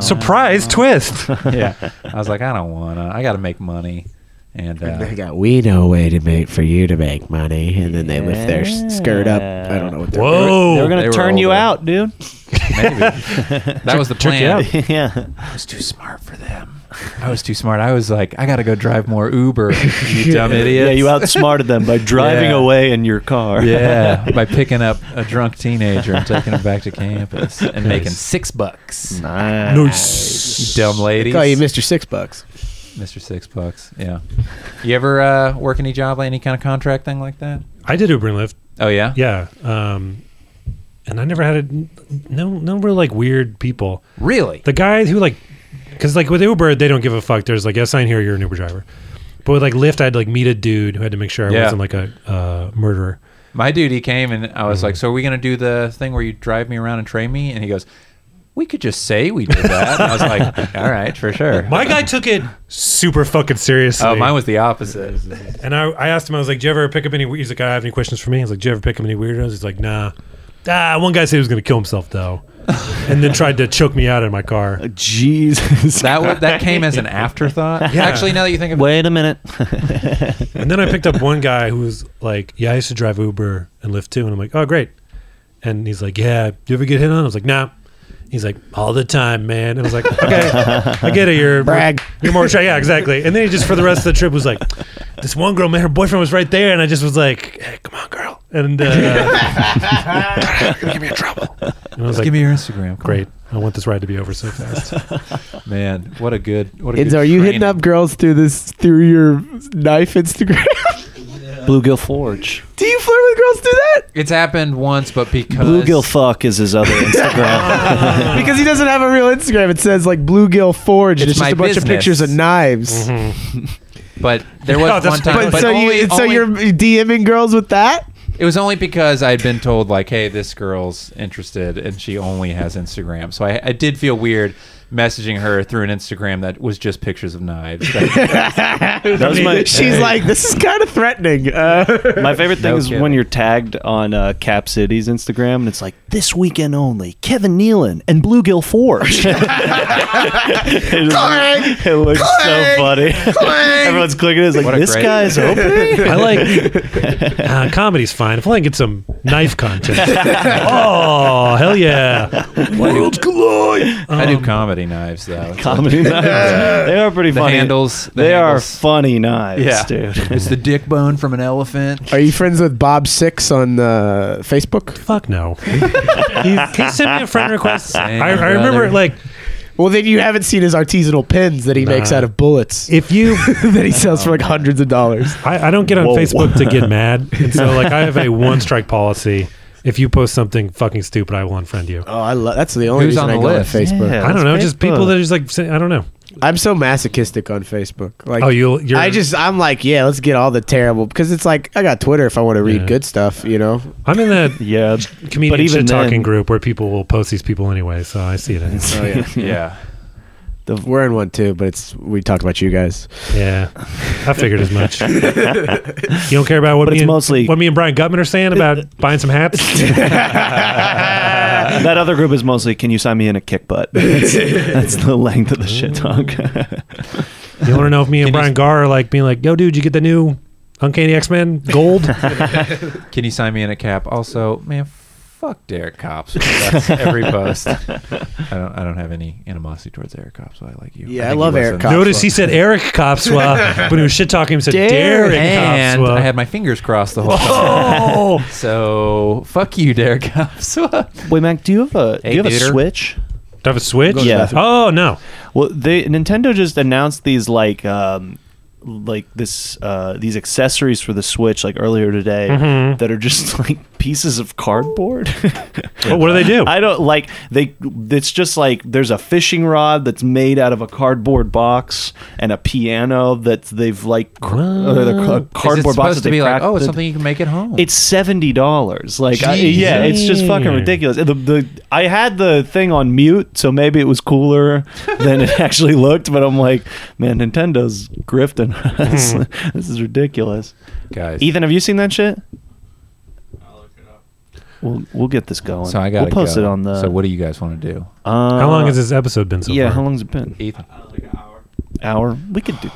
Speaker 3: Surprise twist.
Speaker 1: yeah. I was like, "I don't wanna. I got to make money." And uh,
Speaker 11: They got, we know a way to make for you to make money, and then they lift their s- skirt up. I don't know what they're
Speaker 2: They were gonna turn you out, dude.
Speaker 1: Maybe that was the
Speaker 2: Trick you
Speaker 1: plan.
Speaker 2: out. yeah.
Speaker 1: I was too smart for them. I was too smart. I was like, I got to go drive more Uber. You dumb idiots.
Speaker 2: Yeah, you outsmarted them by driving
Speaker 1: Yeah.
Speaker 2: away in your car.
Speaker 1: Yeah, by picking up a drunk teenager and taking him back to campus and making six bucks.
Speaker 11: Nice.
Speaker 1: nice. Mm. Dumb ladies.
Speaker 11: Call you Mister Six Bucks.
Speaker 1: Mr. Six Bucks. Yeah. You ever uh, work any job, like any kind of contract thing like that?
Speaker 3: I did Uber and Lyft.
Speaker 1: Oh yeah.
Speaker 3: Yeah. Um, and I never had a no no real like weird people.
Speaker 1: Really?
Speaker 3: The guy who like because like with Uber they don't give a fuck. There's like a sign here, you're an Uber driver. But with like Lyft, I'd like meet a dude who had to make sure I
Speaker 1: Yeah.
Speaker 3: wasn't like a uh, murderer.
Speaker 1: My dude, he came and I was like, "So are we gonna do the thing where you drive me around and train me?" And he goes, "We could just say we did that." And I was like, "All right, for sure."
Speaker 3: My guy took it super fucking seriously.
Speaker 1: Oh, mine was the opposite.
Speaker 3: And I, I asked him, I was like, "Do you ever pick up any?" we- He's like, "I have any questions for me?" He's like, "Do you ever pick up any weirdos?" He's like, "Nah." Ah, one guy said he was going to kill himself though, and then tried to choke me out in my car.
Speaker 2: Jesus.
Speaker 1: That wa- that came as an afterthought.
Speaker 3: Yeah.
Speaker 1: Actually, now that you think of it,
Speaker 2: Wait a minute.
Speaker 3: And then I picked up one guy who was like, "Yeah, I used to drive Uber and Lyft too," and I'm like, "Oh, great." And he's like, "Yeah, do you ever get hit on?" I was like, "Nah." He's like, "All the time, man." And I was like, "Okay, I get it. You're
Speaker 11: Brag.
Speaker 3: You're more shy. Yeah, exactly." And then he just for the rest of the trip was like, "This one girl, man, her boyfriend was right there," and I just was like, hey, "Come on, girl," and uh, give me in trouble. And I was like,
Speaker 1: give me your Instagram. Come
Speaker 3: "Great, I want this ride to be over so fast."
Speaker 1: on. man. What a good. What a
Speaker 11: It's,
Speaker 1: good
Speaker 11: are you
Speaker 1: training.
Speaker 11: hitting up girls through this through your knife Instagram?
Speaker 2: Bluegill Forge.
Speaker 11: Do you flirt with girls through that?
Speaker 1: It's happened once, but
Speaker 11: Uh,
Speaker 1: because
Speaker 2: Bluegill Fuck is his other Instagram.
Speaker 11: Because he doesn't have a real Instagram. It says like Bluegill Forge. and
Speaker 1: It's
Speaker 11: It's, just
Speaker 1: my
Speaker 11: a bunch of
Speaker 1: business.
Speaker 11: pictures of knives.
Speaker 1: but there
Speaker 3: No,
Speaker 1: was
Speaker 3: that's
Speaker 1: one time.
Speaker 11: But,
Speaker 1: but
Speaker 11: so
Speaker 1: only-
Speaker 11: you so
Speaker 1: only-
Speaker 11: you're DMing girls with that?
Speaker 1: It was only because I had been told like, "Hey, this girl's interested, and she only has Instagram." So I, I did feel weird messaging her through an Instagram that was just pictures of knives.
Speaker 2: That was my-
Speaker 11: She's like, this is kind of threatening. Uh,
Speaker 2: My favorite thing
Speaker 1: No
Speaker 2: is when
Speaker 1: kidding.
Speaker 2: you're tagged on uh, Cap City's Instagram and it's like this weekend only Kevin Nealon and Bluegill Forge. it, looks- it looks so funny. Everyone's clicking. It's like
Speaker 1: What a
Speaker 2: this
Speaker 1: great-
Speaker 2: guy's opening.
Speaker 3: I like uh, comedy's fine. If I can get some knife content, oh hell yeah! Um, Worlds collide.
Speaker 1: I do comedy knives though. It's like
Speaker 2: Comedy knives. They are pretty
Speaker 1: The
Speaker 2: funny.
Speaker 1: handles. the
Speaker 2: they
Speaker 1: handles.
Speaker 2: are funny knives,
Speaker 1: Yeah.
Speaker 2: dude.
Speaker 1: It's the dick bone from an elephant.
Speaker 11: are you friends with Bob Six on uh, Facebook?
Speaker 3: Fuck no. he, he sent me a friend request.
Speaker 1: Same,
Speaker 3: I, I remember
Speaker 1: brother.
Speaker 3: like
Speaker 11: Well, then you haven't seen his artisanal pins that he makes
Speaker 3: Nah.
Speaker 11: out of bullets
Speaker 3: if you,
Speaker 11: that he sells for like hundreds of dollars.
Speaker 3: I, I don't get on
Speaker 2: Whoa.
Speaker 3: Facebook to get mad, and so like I have a one strike policy. If you post something fucking stupid, I will unfriend you.
Speaker 11: Oh, I love. That's the only
Speaker 1: Who's
Speaker 11: reason
Speaker 1: on
Speaker 11: I
Speaker 1: the
Speaker 11: go
Speaker 1: list?
Speaker 11: on Facebook.
Speaker 2: Yeah.
Speaker 3: I don't know, just people
Speaker 2: Facebook.
Speaker 3: that are just like say- I don't know.
Speaker 11: I'm so masochistic on Facebook. Like,
Speaker 3: Oh, you'll- you're-
Speaker 11: I just, I'm like, yeah, let's get all the terrible because it's like I got Twitter if I want to read
Speaker 3: Yeah.
Speaker 11: good stuff, you know.
Speaker 3: I'm in that
Speaker 2: Yeah, but
Speaker 3: comedian
Speaker 2: even
Speaker 3: shit talking
Speaker 2: then-
Speaker 3: group where people will post these people anyway, so I see it. Anyway.
Speaker 1: Oh, Yeah.
Speaker 11: We're in one too, but it's we talked about you guys.
Speaker 3: Yeah, I figured as much. you don't care about what
Speaker 2: But
Speaker 3: me
Speaker 2: it's
Speaker 3: and,
Speaker 2: mostly-
Speaker 3: what me and Brian Gutman are saying about buying some hats.
Speaker 2: that other group is mostly can you sign me in a kick butt? That's, that's the length of the shit talk.
Speaker 3: you want to know if me
Speaker 1: Can
Speaker 3: and
Speaker 1: you-
Speaker 3: Brian Gar are like being like, "Yo, dude, you get the new Uncanny X Men Gold?"
Speaker 1: Can you sign me in a cap? Also, man, fuck Derek Cops. That's every post. I don't. I don't have any animosity towards Eric Cops. So I like you.
Speaker 11: Yeah, I
Speaker 1: think he
Speaker 11: love
Speaker 1: was
Speaker 11: Eric
Speaker 1: a-
Speaker 11: Copswa.
Speaker 3: Notice he said Eric Copswa, but he was shit talking him. Said
Speaker 11: Derek.
Speaker 3: Derek,
Speaker 1: And
Speaker 3: Copswa.
Speaker 1: I had my fingers crossed the whole time.
Speaker 3: oh,
Speaker 1: so fuck you, Derek Cops.
Speaker 2: Wait, Mac, do you have a
Speaker 1: Hey,
Speaker 2: do you have
Speaker 1: duder.
Speaker 2: a Switch?
Speaker 3: do I have a switch?
Speaker 2: Go to the bathroom.
Speaker 3: Oh no.
Speaker 2: Well, they Nintendo just announced these like um
Speaker 3: Mm-hmm.
Speaker 2: like this uh these accessories for the Switch like earlier today that are just like pieces of cardboard.
Speaker 3: Well, what do they do?
Speaker 2: I don't like they. It's just like there's a fishing rod that's made out of a cardboard box and a piano that they've like cr- uh, the ca-
Speaker 1: Is it
Speaker 2: cardboard
Speaker 1: supposed
Speaker 2: box
Speaker 1: to
Speaker 2: that they
Speaker 1: be like,
Speaker 2: cracked
Speaker 1: oh, it's
Speaker 2: the-
Speaker 1: something you can make at home.
Speaker 2: It's seventy dollars. Like, I, yeah, it's just fucking
Speaker 1: Jeez.
Speaker 2: ridiculous. The, the I had the thing on mute, so maybe it was cooler than it actually looked. But I'm like, man, Nintendo's grifting us. this is ridiculous,
Speaker 1: guys.
Speaker 2: Hmm. Ethan, have you seen that shit? We'll we'll get this going.
Speaker 1: So I got
Speaker 2: we'll post it on the.
Speaker 1: So what do you guys want to do?
Speaker 2: Uh,
Speaker 3: How long has this episode been so
Speaker 2: yeah,
Speaker 3: far?
Speaker 2: how long's it been?
Speaker 1: Ethan,
Speaker 2: Hour. We could do.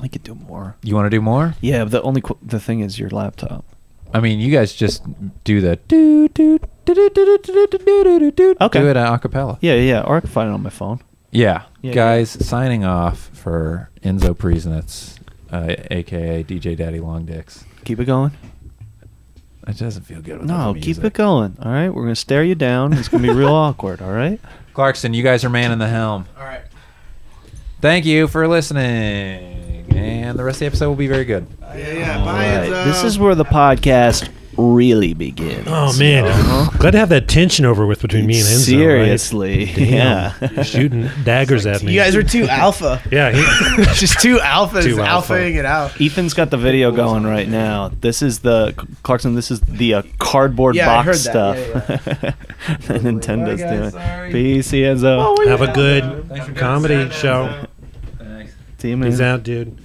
Speaker 2: We could do more.
Speaker 1: you want to do more?
Speaker 2: Yeah, but the only qu- the thing is your laptop.
Speaker 1: I mean, you guys just do the do do do do do do do do do do.
Speaker 2: Okay.
Speaker 1: Do it a acapella.
Speaker 2: Yeah, yeah, or I can find it on my phone.
Speaker 1: Yeah.
Speaker 2: Yeah,
Speaker 1: Guys, signing off for Enzo Priesnitz, uh, aka DJ Daddy Long Dicks.
Speaker 2: Keep it going.
Speaker 1: It doesn't feel good with
Speaker 2: No,
Speaker 1: the
Speaker 2: keep
Speaker 1: music.
Speaker 2: it going. All right, we're gonna stare you down. It's gonna be real awkward. All right.
Speaker 1: Clarkson, you guys are man in the helm. All right. Thank you for listening. And the rest of the episode will be very good.
Speaker 2: All right. This is where the podcast really begins.
Speaker 3: Oh man, glad to have that tension over with between me and Enzo.
Speaker 2: Uh-huh. Seriously,
Speaker 3: right?
Speaker 2: yeah.
Speaker 3: Damn. shooting daggers at me.
Speaker 4: You guys are too alpha.
Speaker 3: yeah, he-
Speaker 4: Just two alphas
Speaker 3: Two alpha.
Speaker 4: alphaing it out.
Speaker 2: Ethan's got the video going right now. This is the Clarkson. This is the uh, cardboard
Speaker 4: Yeah, I
Speaker 2: box
Speaker 4: heard
Speaker 2: stuff.
Speaker 4: that.
Speaker 2: that Nintendo's
Speaker 3: Bye, guys.
Speaker 2: doing.
Speaker 3: Sorry.
Speaker 2: Peace, Enzo.
Speaker 4: Oh,
Speaker 3: have a good comedy show.
Speaker 2: See you,
Speaker 3: He's
Speaker 2: man.
Speaker 3: out, dude.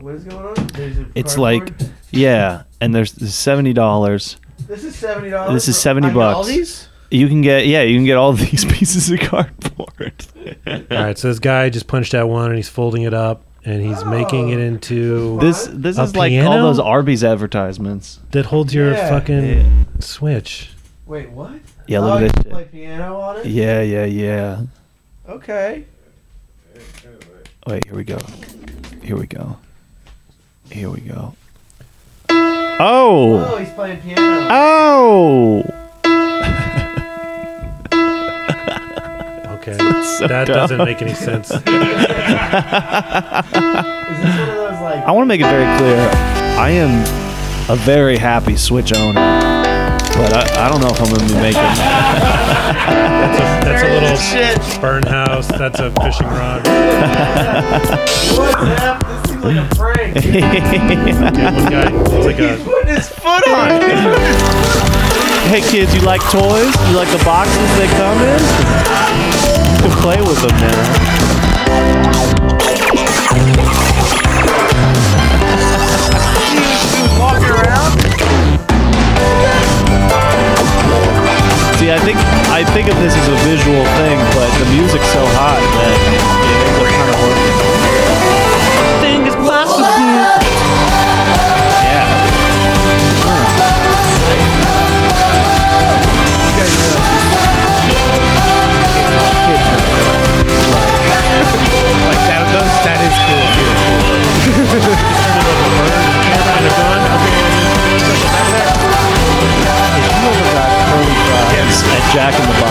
Speaker 4: What is going on? There's a
Speaker 2: It's
Speaker 4: cardboard-
Speaker 2: like, yeah, and there's there's seventy dollars.
Speaker 4: This is seventy dollars.
Speaker 2: This is seventy bucks.
Speaker 4: All these?
Speaker 2: You can get yeah, you can get all these pieces of cardboard.
Speaker 3: All right, so this guy just punched out one and he's folding it up and he's making it into
Speaker 2: This this
Speaker 3: a
Speaker 2: is like all
Speaker 3: piano
Speaker 2: those Arby's advertisements.
Speaker 3: that holds your
Speaker 4: Yeah.
Speaker 3: fucking switch.
Speaker 4: Wait, what?
Speaker 2: Yeah, look
Speaker 4: oh,
Speaker 2: at
Speaker 4: you
Speaker 2: this
Speaker 4: can
Speaker 2: shit.
Speaker 4: Play piano on it.
Speaker 2: Yeah, yeah, yeah.
Speaker 4: Okay.
Speaker 2: Wait, here we go. Here we go. Here we go. Oh.
Speaker 4: Oh, he's playing piano.
Speaker 2: Oh.
Speaker 3: Okay,
Speaker 2: so
Speaker 3: that
Speaker 2: dumb.
Speaker 3: doesn't make any sense.
Speaker 4: Is this one of those like?
Speaker 2: I want to make it very clear. I am a very happy Switch owner, but I, I don't know if I'm going to be making that.
Speaker 3: That's a little burn house. That's a fishing rod.
Speaker 4: What's happening? This seems like a prank.
Speaker 3: Yeah, one guy, it's like a
Speaker 4: Putting his foot on. it.
Speaker 2: hey, kids, you like toys? You like the boxes they come in? You can play with them now.
Speaker 4: He's walking around.
Speaker 2: See, I think I think of this as a visual thing, but the music's so hot that it ends up kind of working. Yeah.
Speaker 4: Like that. Those, that is cool.
Speaker 3: kind of gun.
Speaker 2: Yes. At Jack in the Box. And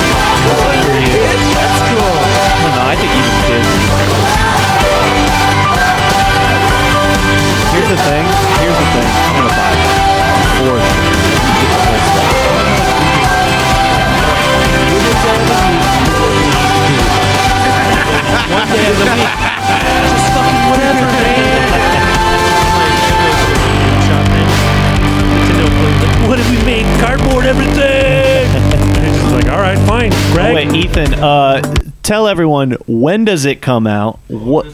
Speaker 2: you wanted to play with it.
Speaker 4: That's cool.
Speaker 2: I don't know, I think even kids. Here's the thing. Here's the thing. I'm gonna buy it. Four. One day of the week. Just fucking whatever,
Speaker 3: What if we made cardboard everything? And he's just like, all right, fine,
Speaker 2: Oh,
Speaker 3: Greg.
Speaker 2: wait, Ethan. Uh, tell everyone when does it come out? What?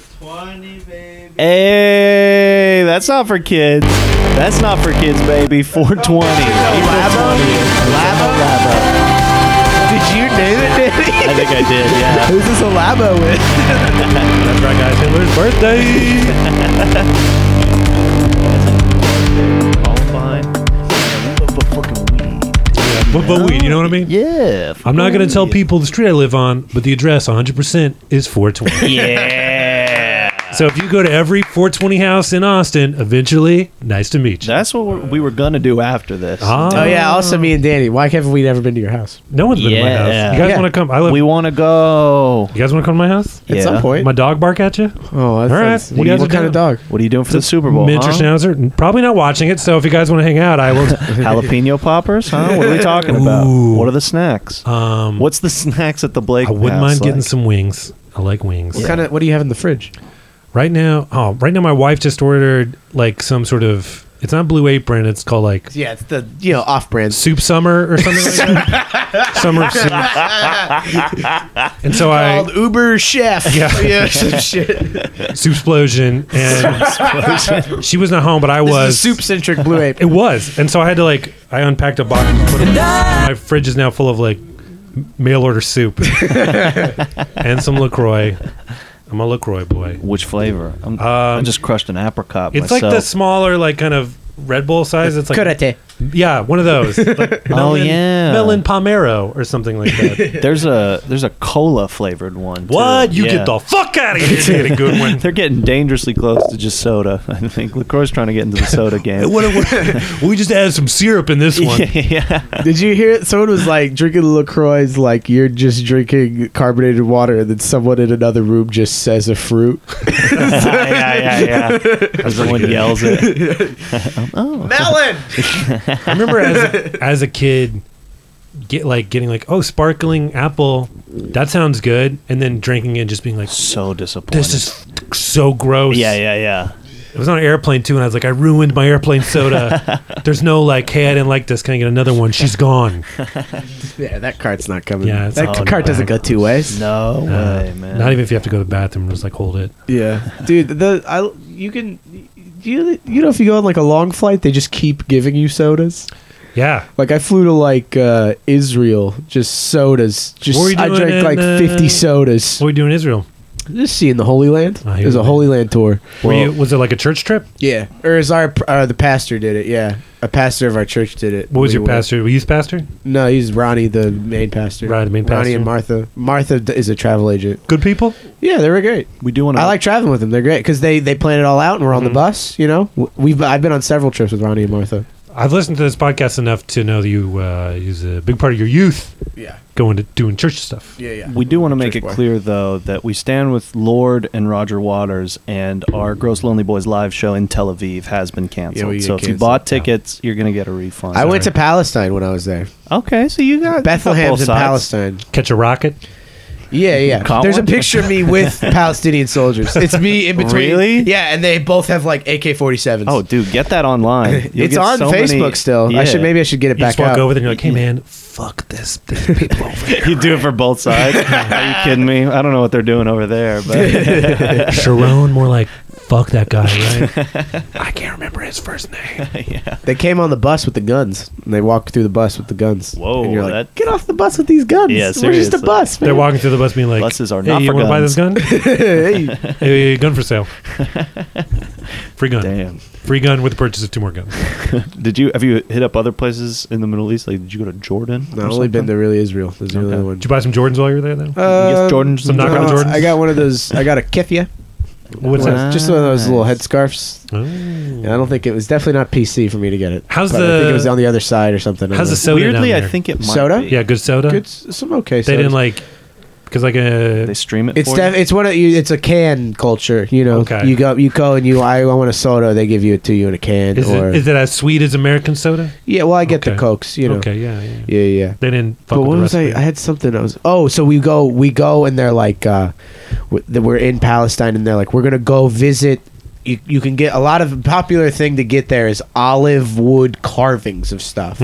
Speaker 2: Hey, that's not for kids. That's not for kids, baby. 420. April 20th. Labo, labo.
Speaker 4: Did you name it, Danny?
Speaker 2: I think I did. Yeah.
Speaker 4: Who's this a labo with?
Speaker 3: That's right, guys. Hitler's birthday.
Speaker 2: All fine. Yeah, we love fucking weed.
Speaker 3: But, but weed, you know what I mean?
Speaker 2: Yeah.
Speaker 3: I'm not going to tell people the street I live on, but the address 100% is 420.
Speaker 2: Yeah.
Speaker 3: So if you go to every 420 house in Austin, eventually, nice to meet you.
Speaker 2: That's what we're, we were gonna do after this.
Speaker 3: Ah.
Speaker 4: Oh yeah. Also, me and Danny. Why haven't we never been to your house?
Speaker 3: No one's been to my house. You guys want to come? I live. We
Speaker 2: want to go.
Speaker 3: You guys want to come to my house
Speaker 4: At some Yeah. point.
Speaker 3: My dog bark at you.
Speaker 4: Oh,
Speaker 3: all right.
Speaker 4: sounds- what do you- what kind of dog?
Speaker 2: What are you doing for the Super Bowl?
Speaker 3: Minter
Speaker 2: huh?
Speaker 3: Schnauzer. Probably not watching it. So if you guys want to hang out, I will.
Speaker 2: Jalapeno poppers, huh? What are we talking about? What are the snacks?
Speaker 3: Um,
Speaker 2: What's the snacks at the Blake?
Speaker 3: I wouldn't
Speaker 2: house
Speaker 3: mind getting
Speaker 2: like?
Speaker 3: some wings. I like wings.
Speaker 4: What kind of? What do you have in the fridge?
Speaker 3: Right now, oh, right now my wife just ordered like some sort of. It's not Blue Apron. It's called like
Speaker 4: Yeah, it's the you know off-brand
Speaker 3: Soup Summer or something like that. summer of Soup. And so I
Speaker 4: called Uber Chef.
Speaker 3: Yeah.
Speaker 4: yeah some shit.
Speaker 3: Soup Explosion, and
Speaker 4: Soupsplosion.
Speaker 3: she was not home, but I
Speaker 4: This is
Speaker 3: was.
Speaker 4: soup centric Blue Apron.
Speaker 3: It was, and so I had to like I unpacked a box. And put it my fridge is now full of like mail order soup and some Lacroix. I'm a Lacroix boy.
Speaker 2: Which flavor? I'm, I just crushed an apricot.
Speaker 3: Um, It's
Speaker 2: myself.
Speaker 3: like the smaller, like kind of Red Bull size. It's like Yeah, one of those. Like
Speaker 2: Oh, yeah.
Speaker 3: melon Palmero or something like that.
Speaker 2: there's a there's a cola flavored one. too.
Speaker 3: What? You
Speaker 2: Yeah.
Speaker 3: get the fuck out of here! You get a good one.
Speaker 2: They're getting dangerously close to just soda. I think Lacroix's trying to get into the soda game.
Speaker 3: What- what- we just added some syrup in this one.
Speaker 2: yeah.
Speaker 4: Did you hear? it? Someone was like drinking Lacroix, like you're just drinking carbonated water, and then someone in another room just says a fruit.
Speaker 2: yeah, yeah, yeah. Someone yells it. oh.
Speaker 4: Melon.
Speaker 3: I remember as as a kid, get like getting like oh sparkling apple, that sounds good, and then drinking it and just being like
Speaker 2: so disappointed.
Speaker 3: This is so gross.
Speaker 2: Yeah, yeah, yeah.
Speaker 3: It was on an airplane too, and I was like, I ruined my airplane soda. There's no like, hey, I didn't like this. Can I get another one? She's gone.
Speaker 4: yeah, that card's not coming.
Speaker 3: Yeah, it's
Speaker 4: that
Speaker 3: all
Speaker 4: card doesn't go
Speaker 3: back.
Speaker 4: two ways.
Speaker 2: No
Speaker 3: Uh,
Speaker 2: way, man.
Speaker 3: Not even if you have to go to the bathroom, just like hold it.
Speaker 4: Yeah, dude. The I you can you you know if you go on like a long flight, they just keep giving you sodas.
Speaker 3: Yeah.
Speaker 4: Like I flew to like uh, Israel, just sodas. Just
Speaker 3: What were you
Speaker 4: I
Speaker 3: doing
Speaker 4: drank
Speaker 3: in,
Speaker 4: like
Speaker 3: uh,
Speaker 4: fifty sodas.
Speaker 3: What are you doing in Israel?
Speaker 4: Just seeing the Holy Land.
Speaker 3: I
Speaker 4: It
Speaker 3: hear
Speaker 4: was a
Speaker 3: you.
Speaker 4: Holy Land tour.
Speaker 3: Were you, was it like a church trip?
Speaker 4: Yeah, or as our uh, the pastor did it. Yeah, a pastor of our church did it.
Speaker 3: What was
Speaker 4: We
Speaker 3: your
Speaker 4: went-
Speaker 3: pastor? Were you youth pastor?
Speaker 4: No, he's Ronnie, the main pastor.
Speaker 3: Ronnie, the main
Speaker 4: Ronnie
Speaker 3: pastor.
Speaker 4: and Martha. Martha d- is a travel agent.
Speaker 3: Good people.
Speaker 4: Yeah, they were great.
Speaker 2: We do want
Speaker 4: I
Speaker 2: to.
Speaker 4: like traveling with them. They're great because they they plan it all out, and we're on
Speaker 3: Mm-hmm.
Speaker 4: the bus. You know, W- we've I've been on several trips with Ronnie and Martha.
Speaker 3: I've listened to this podcast enough to know that you uh, use a big part of your youth.
Speaker 4: Yeah.
Speaker 3: Going to doing church stuff.
Speaker 4: Yeah, yeah.
Speaker 2: We do want to make it
Speaker 4: Church boy.
Speaker 2: clear, though, that we stand with Lord and Roger Waters, and our Gross Lonely Boys live show in Tel Aviv has been canceled.
Speaker 4: we
Speaker 2: so
Speaker 4: get
Speaker 2: if you
Speaker 4: canceled.
Speaker 2: bought tickets, you're going to get a refund.
Speaker 4: I went to Palestine when I was there.
Speaker 2: Okay, so you got
Speaker 4: Bethlehem's in
Speaker 2: sides.
Speaker 4: Palestine.
Speaker 3: Catch a rocket.
Speaker 4: Yeah, yeah.
Speaker 2: Caught
Speaker 4: There's
Speaker 2: one?
Speaker 4: a picture of me with Palestinian soldiers. It's me in between.
Speaker 2: Really?
Speaker 4: Yeah, and they both have like AK-47s.
Speaker 2: Oh, dude, get that online. You'll
Speaker 4: it's
Speaker 2: get
Speaker 4: on
Speaker 2: so many-
Speaker 4: Facebook still. I should
Speaker 2: Yeah.
Speaker 4: maybe I should get it
Speaker 3: You
Speaker 4: back
Speaker 3: just walk
Speaker 4: out.
Speaker 3: over there and you're like, hey man, fuck this. There's people over there.
Speaker 2: You do it for both sides. Are you kidding me? I don't know what they're doing over there, but
Speaker 3: Sharon, more like, fuck that guy, right? I can't remember his first name.
Speaker 2: yeah.
Speaker 4: They came on the bus with the guns. And they walked through the bus with the guns.
Speaker 2: Whoa,
Speaker 4: And you're like,
Speaker 2: that-
Speaker 4: get off the bus with these guns.
Speaker 2: Yeah,
Speaker 4: We're just a
Speaker 2: seriously.
Speaker 4: bus.
Speaker 3: They're
Speaker 4: man."
Speaker 3: walking through the bus being like,
Speaker 2: Buses are
Speaker 3: "Hey,
Speaker 2: not
Speaker 3: you
Speaker 2: for
Speaker 3: wanna buy this gun?
Speaker 4: Hey.
Speaker 3: hey, gun for sale. Free gun.
Speaker 2: Damn.
Speaker 3: Free gun with the purchase of two more guns.
Speaker 2: Did you have you hit up other places in the Middle East? Like, did you go to Jordan?
Speaker 4: No, I've only been to really Israel. There's the only
Speaker 2: Okay.
Speaker 4: one.
Speaker 3: Did you buy some Jordans while you were there, though?
Speaker 4: Um,
Speaker 2: Jordan's
Speaker 3: Some knockout
Speaker 4: no,
Speaker 3: Jordans?
Speaker 4: I got one of those. I got a keffiyeh.
Speaker 3: What's
Speaker 4: One-
Speaker 3: that?
Speaker 4: Just one of those little headscarves.
Speaker 3: Oh.
Speaker 4: And I don't think it was definitely not PC for me to get it.
Speaker 3: How's
Speaker 4: But I think
Speaker 3: the-
Speaker 4: it was on the other side or something. I
Speaker 3: How's the
Speaker 4: don't
Speaker 3: soda?
Speaker 2: Weirdly,
Speaker 3: down
Speaker 2: I
Speaker 3: there?
Speaker 2: think it might
Speaker 4: Soda?
Speaker 2: Be.
Speaker 3: Yeah, good soda.
Speaker 4: know. good, some okay.
Speaker 3: They didn't like because like
Speaker 2: they
Speaker 3: a
Speaker 2: stream it.
Speaker 4: It's
Speaker 2: for
Speaker 4: def-
Speaker 2: you?
Speaker 4: it's one of you. It's a can culture. You know,
Speaker 3: Okay.
Speaker 4: you go you go and you I, I want a soda. They give you it to you in a can.
Speaker 3: is
Speaker 4: or
Speaker 3: it, is it as sweet as American soda?
Speaker 4: yeah, well I get
Speaker 3: Okay.
Speaker 4: the cokes. You know,
Speaker 3: Okay, yeah, yeah.
Speaker 4: yeah, yeah.
Speaker 3: They didn't. Fuck
Speaker 4: but
Speaker 3: with
Speaker 4: what
Speaker 3: the
Speaker 4: was I?
Speaker 3: recipe.
Speaker 4: I had something. I was oh, so we go we go and they're like, uh, w- that we're in Palestine and they're like, we're gonna go visit. You, you can get a lot of popular thing to get there is olive wood carvings of stuff.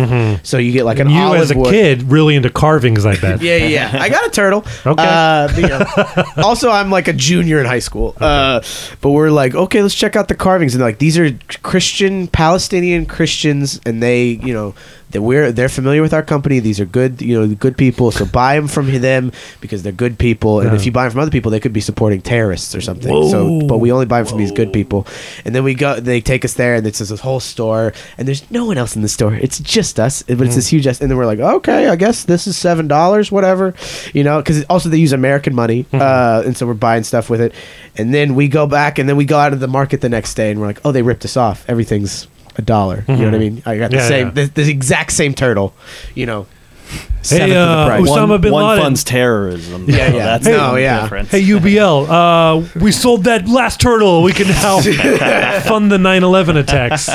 Speaker 4: So you get like an
Speaker 3: Mm-hmm. And you
Speaker 4: olive
Speaker 3: as a
Speaker 4: wood.
Speaker 3: kid really into carvings, I bet.
Speaker 4: Yeah, yeah, yeah. I got a turtle.
Speaker 3: Okay.
Speaker 4: Uh, but, you know, also, I'm like a junior in high school. Uh, but we're like, okay, let's check out the carvings. And they're like, these are Christian, Palestinian Christians, and they, you know, that we're they're familiar with our company. These are good, you know, good people. So buy them from them because they're good people. And
Speaker 12: Yeah.
Speaker 4: if you buy them from other people, they could be supporting terrorists or something. So,
Speaker 12: Whoa.
Speaker 4: but we only buy them from these good people. And then we go, they take us there, and it's just this whole store, and there's no one else in the store. It's just us, but it's this huge. ass- And then we're like, okay, I guess this is seven dollars, whatever, you know, because also they use American money, uh, and so we're buying stuff with it. And then we go back, and then we go out of the market the next day, and we're like, oh, they ripped us off. Everything's a dollar. You know what I
Speaker 12: Mhm.
Speaker 4: mean? I got the
Speaker 12: Yeah,
Speaker 4: same,
Speaker 12: yeah.
Speaker 4: the, the exact same turtle, you know.
Speaker 3: Hey,
Speaker 4: seventh of the
Speaker 3: uh,
Speaker 4: price.
Speaker 3: Osama
Speaker 2: One-
Speaker 3: bin
Speaker 2: one
Speaker 3: Laden.
Speaker 2: funds terrorism.
Speaker 4: Yeah,
Speaker 2: So
Speaker 4: yeah.
Speaker 2: That's
Speaker 4: Hey, Oh,
Speaker 2: the
Speaker 4: yeah.
Speaker 2: difference.
Speaker 3: Hey UBL, uh, we sold that last turtle. We can now fund the 9/11 attacks.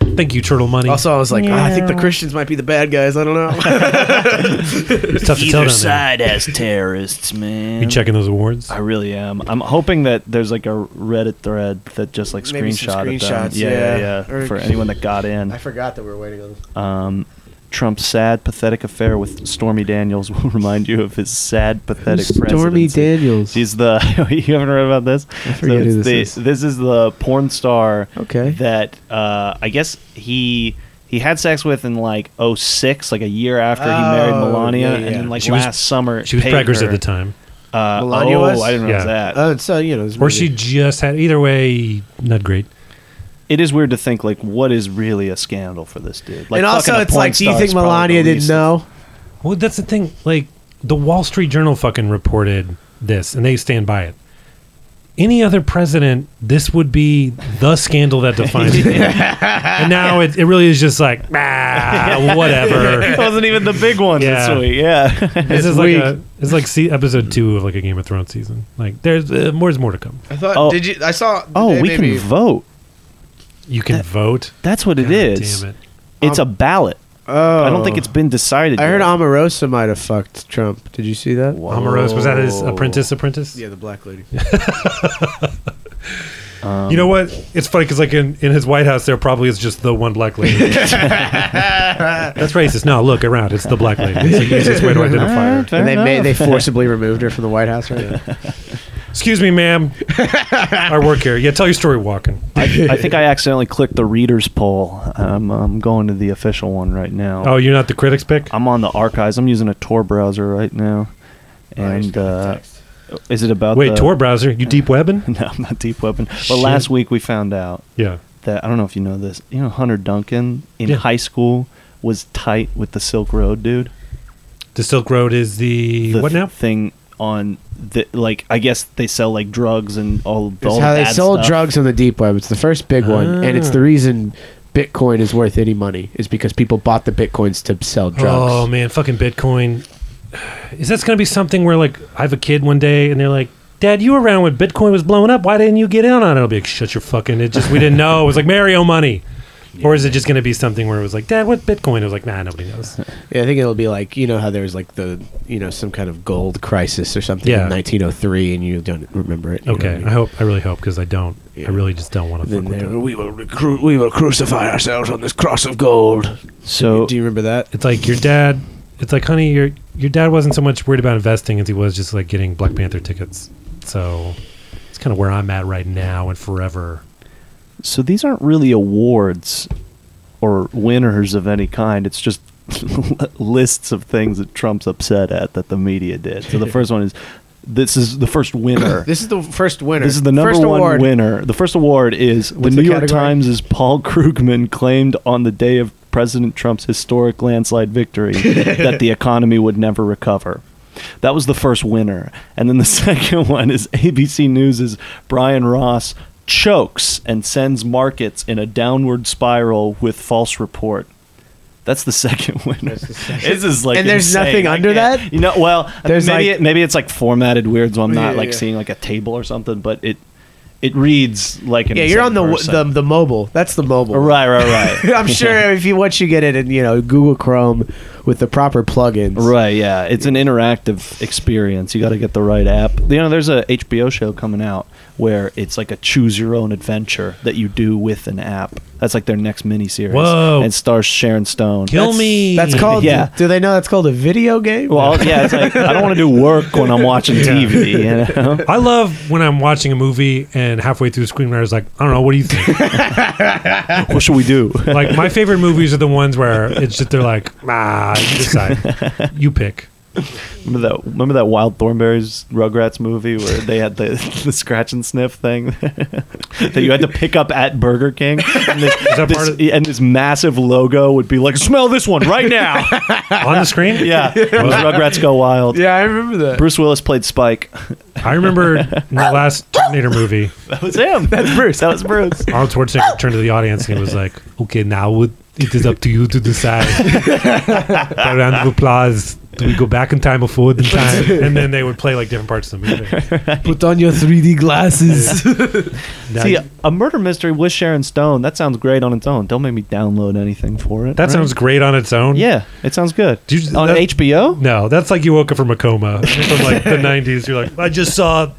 Speaker 3: Thank you, turtle money.
Speaker 4: Also, I was like, "Ah, I think the
Speaker 3: Yeah.
Speaker 4: Christians might be the bad guys. I don't know.
Speaker 3: It's tough to tell
Speaker 2: Either
Speaker 3: down there.
Speaker 2: side has terrorists, man.
Speaker 3: You checking those awards?
Speaker 2: I really am. I'm hoping that there's like a Reddit thread that just like
Speaker 4: Maybe some
Speaker 2: screenshot of them.
Speaker 4: screenshots,
Speaker 2: Yeah,
Speaker 4: yeah.
Speaker 2: yeah,
Speaker 4: Or-
Speaker 2: yeah. For anyone that got in.
Speaker 4: I forgot that we were waiting on.
Speaker 2: Um, Trump's sad, pathetic affair with Stormy Daniels will remind you of his sad, pathetic.
Speaker 4: Who's Stormy
Speaker 2: presidency.
Speaker 4: Daniels?
Speaker 2: She's the. you haven't read about this? I
Speaker 4: forget who this is.
Speaker 2: This is the porn star.
Speaker 4: Okay.
Speaker 2: That uh, I guess he. He had sex with in like 06, like a year after he married
Speaker 4: Oh,
Speaker 2: Melania,
Speaker 4: yeah, yeah.
Speaker 2: and then like
Speaker 3: She was-
Speaker 2: last summer
Speaker 3: she was
Speaker 2: paid
Speaker 3: preggers
Speaker 2: her.
Speaker 3: at the time.
Speaker 2: Uh,
Speaker 4: Melania
Speaker 2: oh,
Speaker 4: was?
Speaker 2: I didn't realize
Speaker 3: Yeah.
Speaker 2: that.
Speaker 4: Uh, so you know,
Speaker 3: Or she just had. Either way, not great.
Speaker 2: It is weird to think like what is really a scandal for this dude. Like,
Speaker 4: and also,
Speaker 2: fucking a
Speaker 4: it's
Speaker 2: porn
Speaker 4: like, do you
Speaker 2: star
Speaker 4: think
Speaker 2: is probably the
Speaker 4: Melania didn't
Speaker 2: least-
Speaker 4: know?
Speaker 3: Well, that's the thing. Like the Wall Street Journal fucking reported this, and they stand by it. Any other president, this would be the scandal that defines it. And now it, it really is just like, ah,
Speaker 2: it
Speaker 3: whatever.
Speaker 2: wasn't even the big one
Speaker 3: Yeah.
Speaker 2: this week. Yeah,
Speaker 3: This is like a, it's like se- episode two of like a Game of Thrones season. Like there's uh, more's more to come.
Speaker 4: I thought.
Speaker 2: Oh.
Speaker 4: Did you? I saw.
Speaker 2: oh,
Speaker 4: today
Speaker 2: we
Speaker 4: maybe-
Speaker 2: can vote.
Speaker 3: You can vote.
Speaker 2: That's what it
Speaker 3: God
Speaker 2: is.
Speaker 3: damn it.
Speaker 2: It's a ballot.
Speaker 4: Oh,
Speaker 2: Um, I don't think it's been decided.
Speaker 4: I heard
Speaker 2: yet.
Speaker 4: Omarosa might have fucked Trump. Did you see that?
Speaker 3: Omarosa was that
Speaker 4: Oh.
Speaker 3: his apprentice? Apprentice?
Speaker 4: the black lady.
Speaker 2: Um,
Speaker 3: You know what? It's funny because like in, in his White House, there probably is just the one black lady. That's racist. No, look around. It's the black lady. It's the easiest way to identify her.
Speaker 4: and they made, they forcibly removed her from the White House, right?
Speaker 3: Excuse me, ma'am. I work here. Yeah, tell your story walking.
Speaker 2: I, I think I accidentally clicked the readers poll. I'm, I'm going to the official one right now.
Speaker 3: Oh, you're not the critics pick?
Speaker 2: I'm on the archives. I'm using a Tor browser right now,
Speaker 4: Oh,
Speaker 2: and uh, is it about
Speaker 3: Wait,
Speaker 2: the-
Speaker 3: Tor browser? You deep webbing?
Speaker 2: No, I'm not deep weapon. But
Speaker 3: Shit.
Speaker 2: last week we found out
Speaker 3: Yeah.
Speaker 2: that I don't know if you know this. You know Hunter Duncan in
Speaker 3: Yeah.
Speaker 2: high school was tight with the Silk Road dude.
Speaker 3: The Silk Road is the,
Speaker 2: The
Speaker 3: what now?
Speaker 2: thing on the like I guess they sell like drugs and all.
Speaker 4: It's
Speaker 2: all
Speaker 4: how
Speaker 2: the
Speaker 4: they
Speaker 2: bad
Speaker 4: sold
Speaker 2: stuff.
Speaker 4: drugs on the deep web. It's the first big one, and it's
Speaker 3: Ah.
Speaker 4: the reason Bitcoin is worth any money is because people bought the bitcoins to sell drugs.
Speaker 3: Oh man, fucking Bitcoin. Is this gonna be something where like I have a kid one day and they're like, Dad, you were around when Bitcoin was blowing up. Why didn't you get in on it? I'll be like, shut your fucking it just we didn't know. It was like Mario money. Or is it just gonna be something where it was like, Dad, what Bitcoin? It was like, nah, nobody knows.
Speaker 4: Yeah, I think it'll be like you know how there was like the you know some kind of gold crisis or something
Speaker 3: Yeah.
Speaker 4: in 1903, and you don't remember it. you know what I
Speaker 3: Okay.
Speaker 4: mean?
Speaker 3: I hope I really hope because I don't. I really just don't want to
Speaker 4: Then
Speaker 3: fuck with
Speaker 4: they
Speaker 3: that.
Speaker 4: were, we will recru- we will crucify ourselves on this cross of gold.
Speaker 2: So
Speaker 4: Do you remember that?
Speaker 3: It's like your dad it's like, honey, your your dad wasn't so much worried about investing as he was just like getting Black Panther tickets. So it's kind of where I'm at right now and forever.
Speaker 2: So these aren't really awards or winners of any kind. It's just lists of things that Trump's upset at that the media did. So the first one is this is the first winner.
Speaker 4: This is the first winner.
Speaker 2: This is the number
Speaker 4: first
Speaker 2: one
Speaker 4: award.
Speaker 2: winner. The first award is
Speaker 4: What's
Speaker 2: the New
Speaker 4: the
Speaker 2: York
Speaker 4: category?
Speaker 2: Times' Paul Krugman claimed on the day of President Trump's historic landslide victory that the economy would never recover. That was the first winner. And then the second one is ABC News' Brian Ross chokes and sends markets in a downward spiral with false report. That's the second winner. This is like
Speaker 4: And there's
Speaker 2: insane.
Speaker 4: nothing
Speaker 2: I
Speaker 4: under
Speaker 2: can't-
Speaker 4: that?
Speaker 2: You know, well,
Speaker 4: There's
Speaker 2: maybe
Speaker 4: like-
Speaker 2: it, maybe it's like formatted weird, so I'm not
Speaker 4: Yeah,
Speaker 2: like
Speaker 4: yeah.
Speaker 2: seeing like a table or something, but it it reads like an
Speaker 4: Yeah, you're on the, w-
Speaker 2: insane
Speaker 4: the the mobile. That's the mobile.
Speaker 2: person. right, right, right,
Speaker 4: I'm sure if you once you get it in you know Google Chrome with the proper plugins.
Speaker 2: right. Yeah, it's an interactive experience. You got to get the right app. You know, there's a HBO show coming out where it's like a choose your own adventure that you do with an app. That's like their next miniseries.
Speaker 11: Whoa.
Speaker 2: And it stars Sharon Stone. That's-
Speaker 11: That's called.
Speaker 2: Yeah.
Speaker 11: Do they know that's called a video game?
Speaker 2: Well, yeah. It's like I don't want to do work when I'm watching TV. You know?
Speaker 3: I love when I'm watching a movie and halfway through the screenwriter's like, I don't know, what do you think?
Speaker 2: what should we do?
Speaker 3: like my favorite movies are the ones where it's just they're like, ah, you decide, you pick.
Speaker 2: Remember that? Remember that Wild Thornberries Rugrats movie where they had the, the scratch and sniff thing that you had to pick up at Burger King, and this, this- and this massive logo would be like, "Smell this one right now
Speaker 3: on the screen."
Speaker 2: Yeah, it was Rugrats Go Wild.
Speaker 11: Yeah, I remember that.
Speaker 2: Bruce Willis played Spike.
Speaker 3: I remember in the last Terminator movie.
Speaker 2: That was him. That's Bruce. That was Bruce.
Speaker 3: Arnold Schwarzenegger turned to the audience and he was like, "Okay, now it it is up to you to decide." a round of applause. Do we go back in time or forward in time? And then they would play like different parts of the movie.
Speaker 11: Put on your 3D glasses.
Speaker 2: See, a murder mystery with Sharon Stone. That sounds great on its own. Don't make me download anything for it.
Speaker 3: That sounds great on its own.
Speaker 2: uh, Yeah, it sounds good.
Speaker 3: on
Speaker 2: HBO?
Speaker 3: No, that's like you woke up from a coma from like the '90s. You're like, I just saw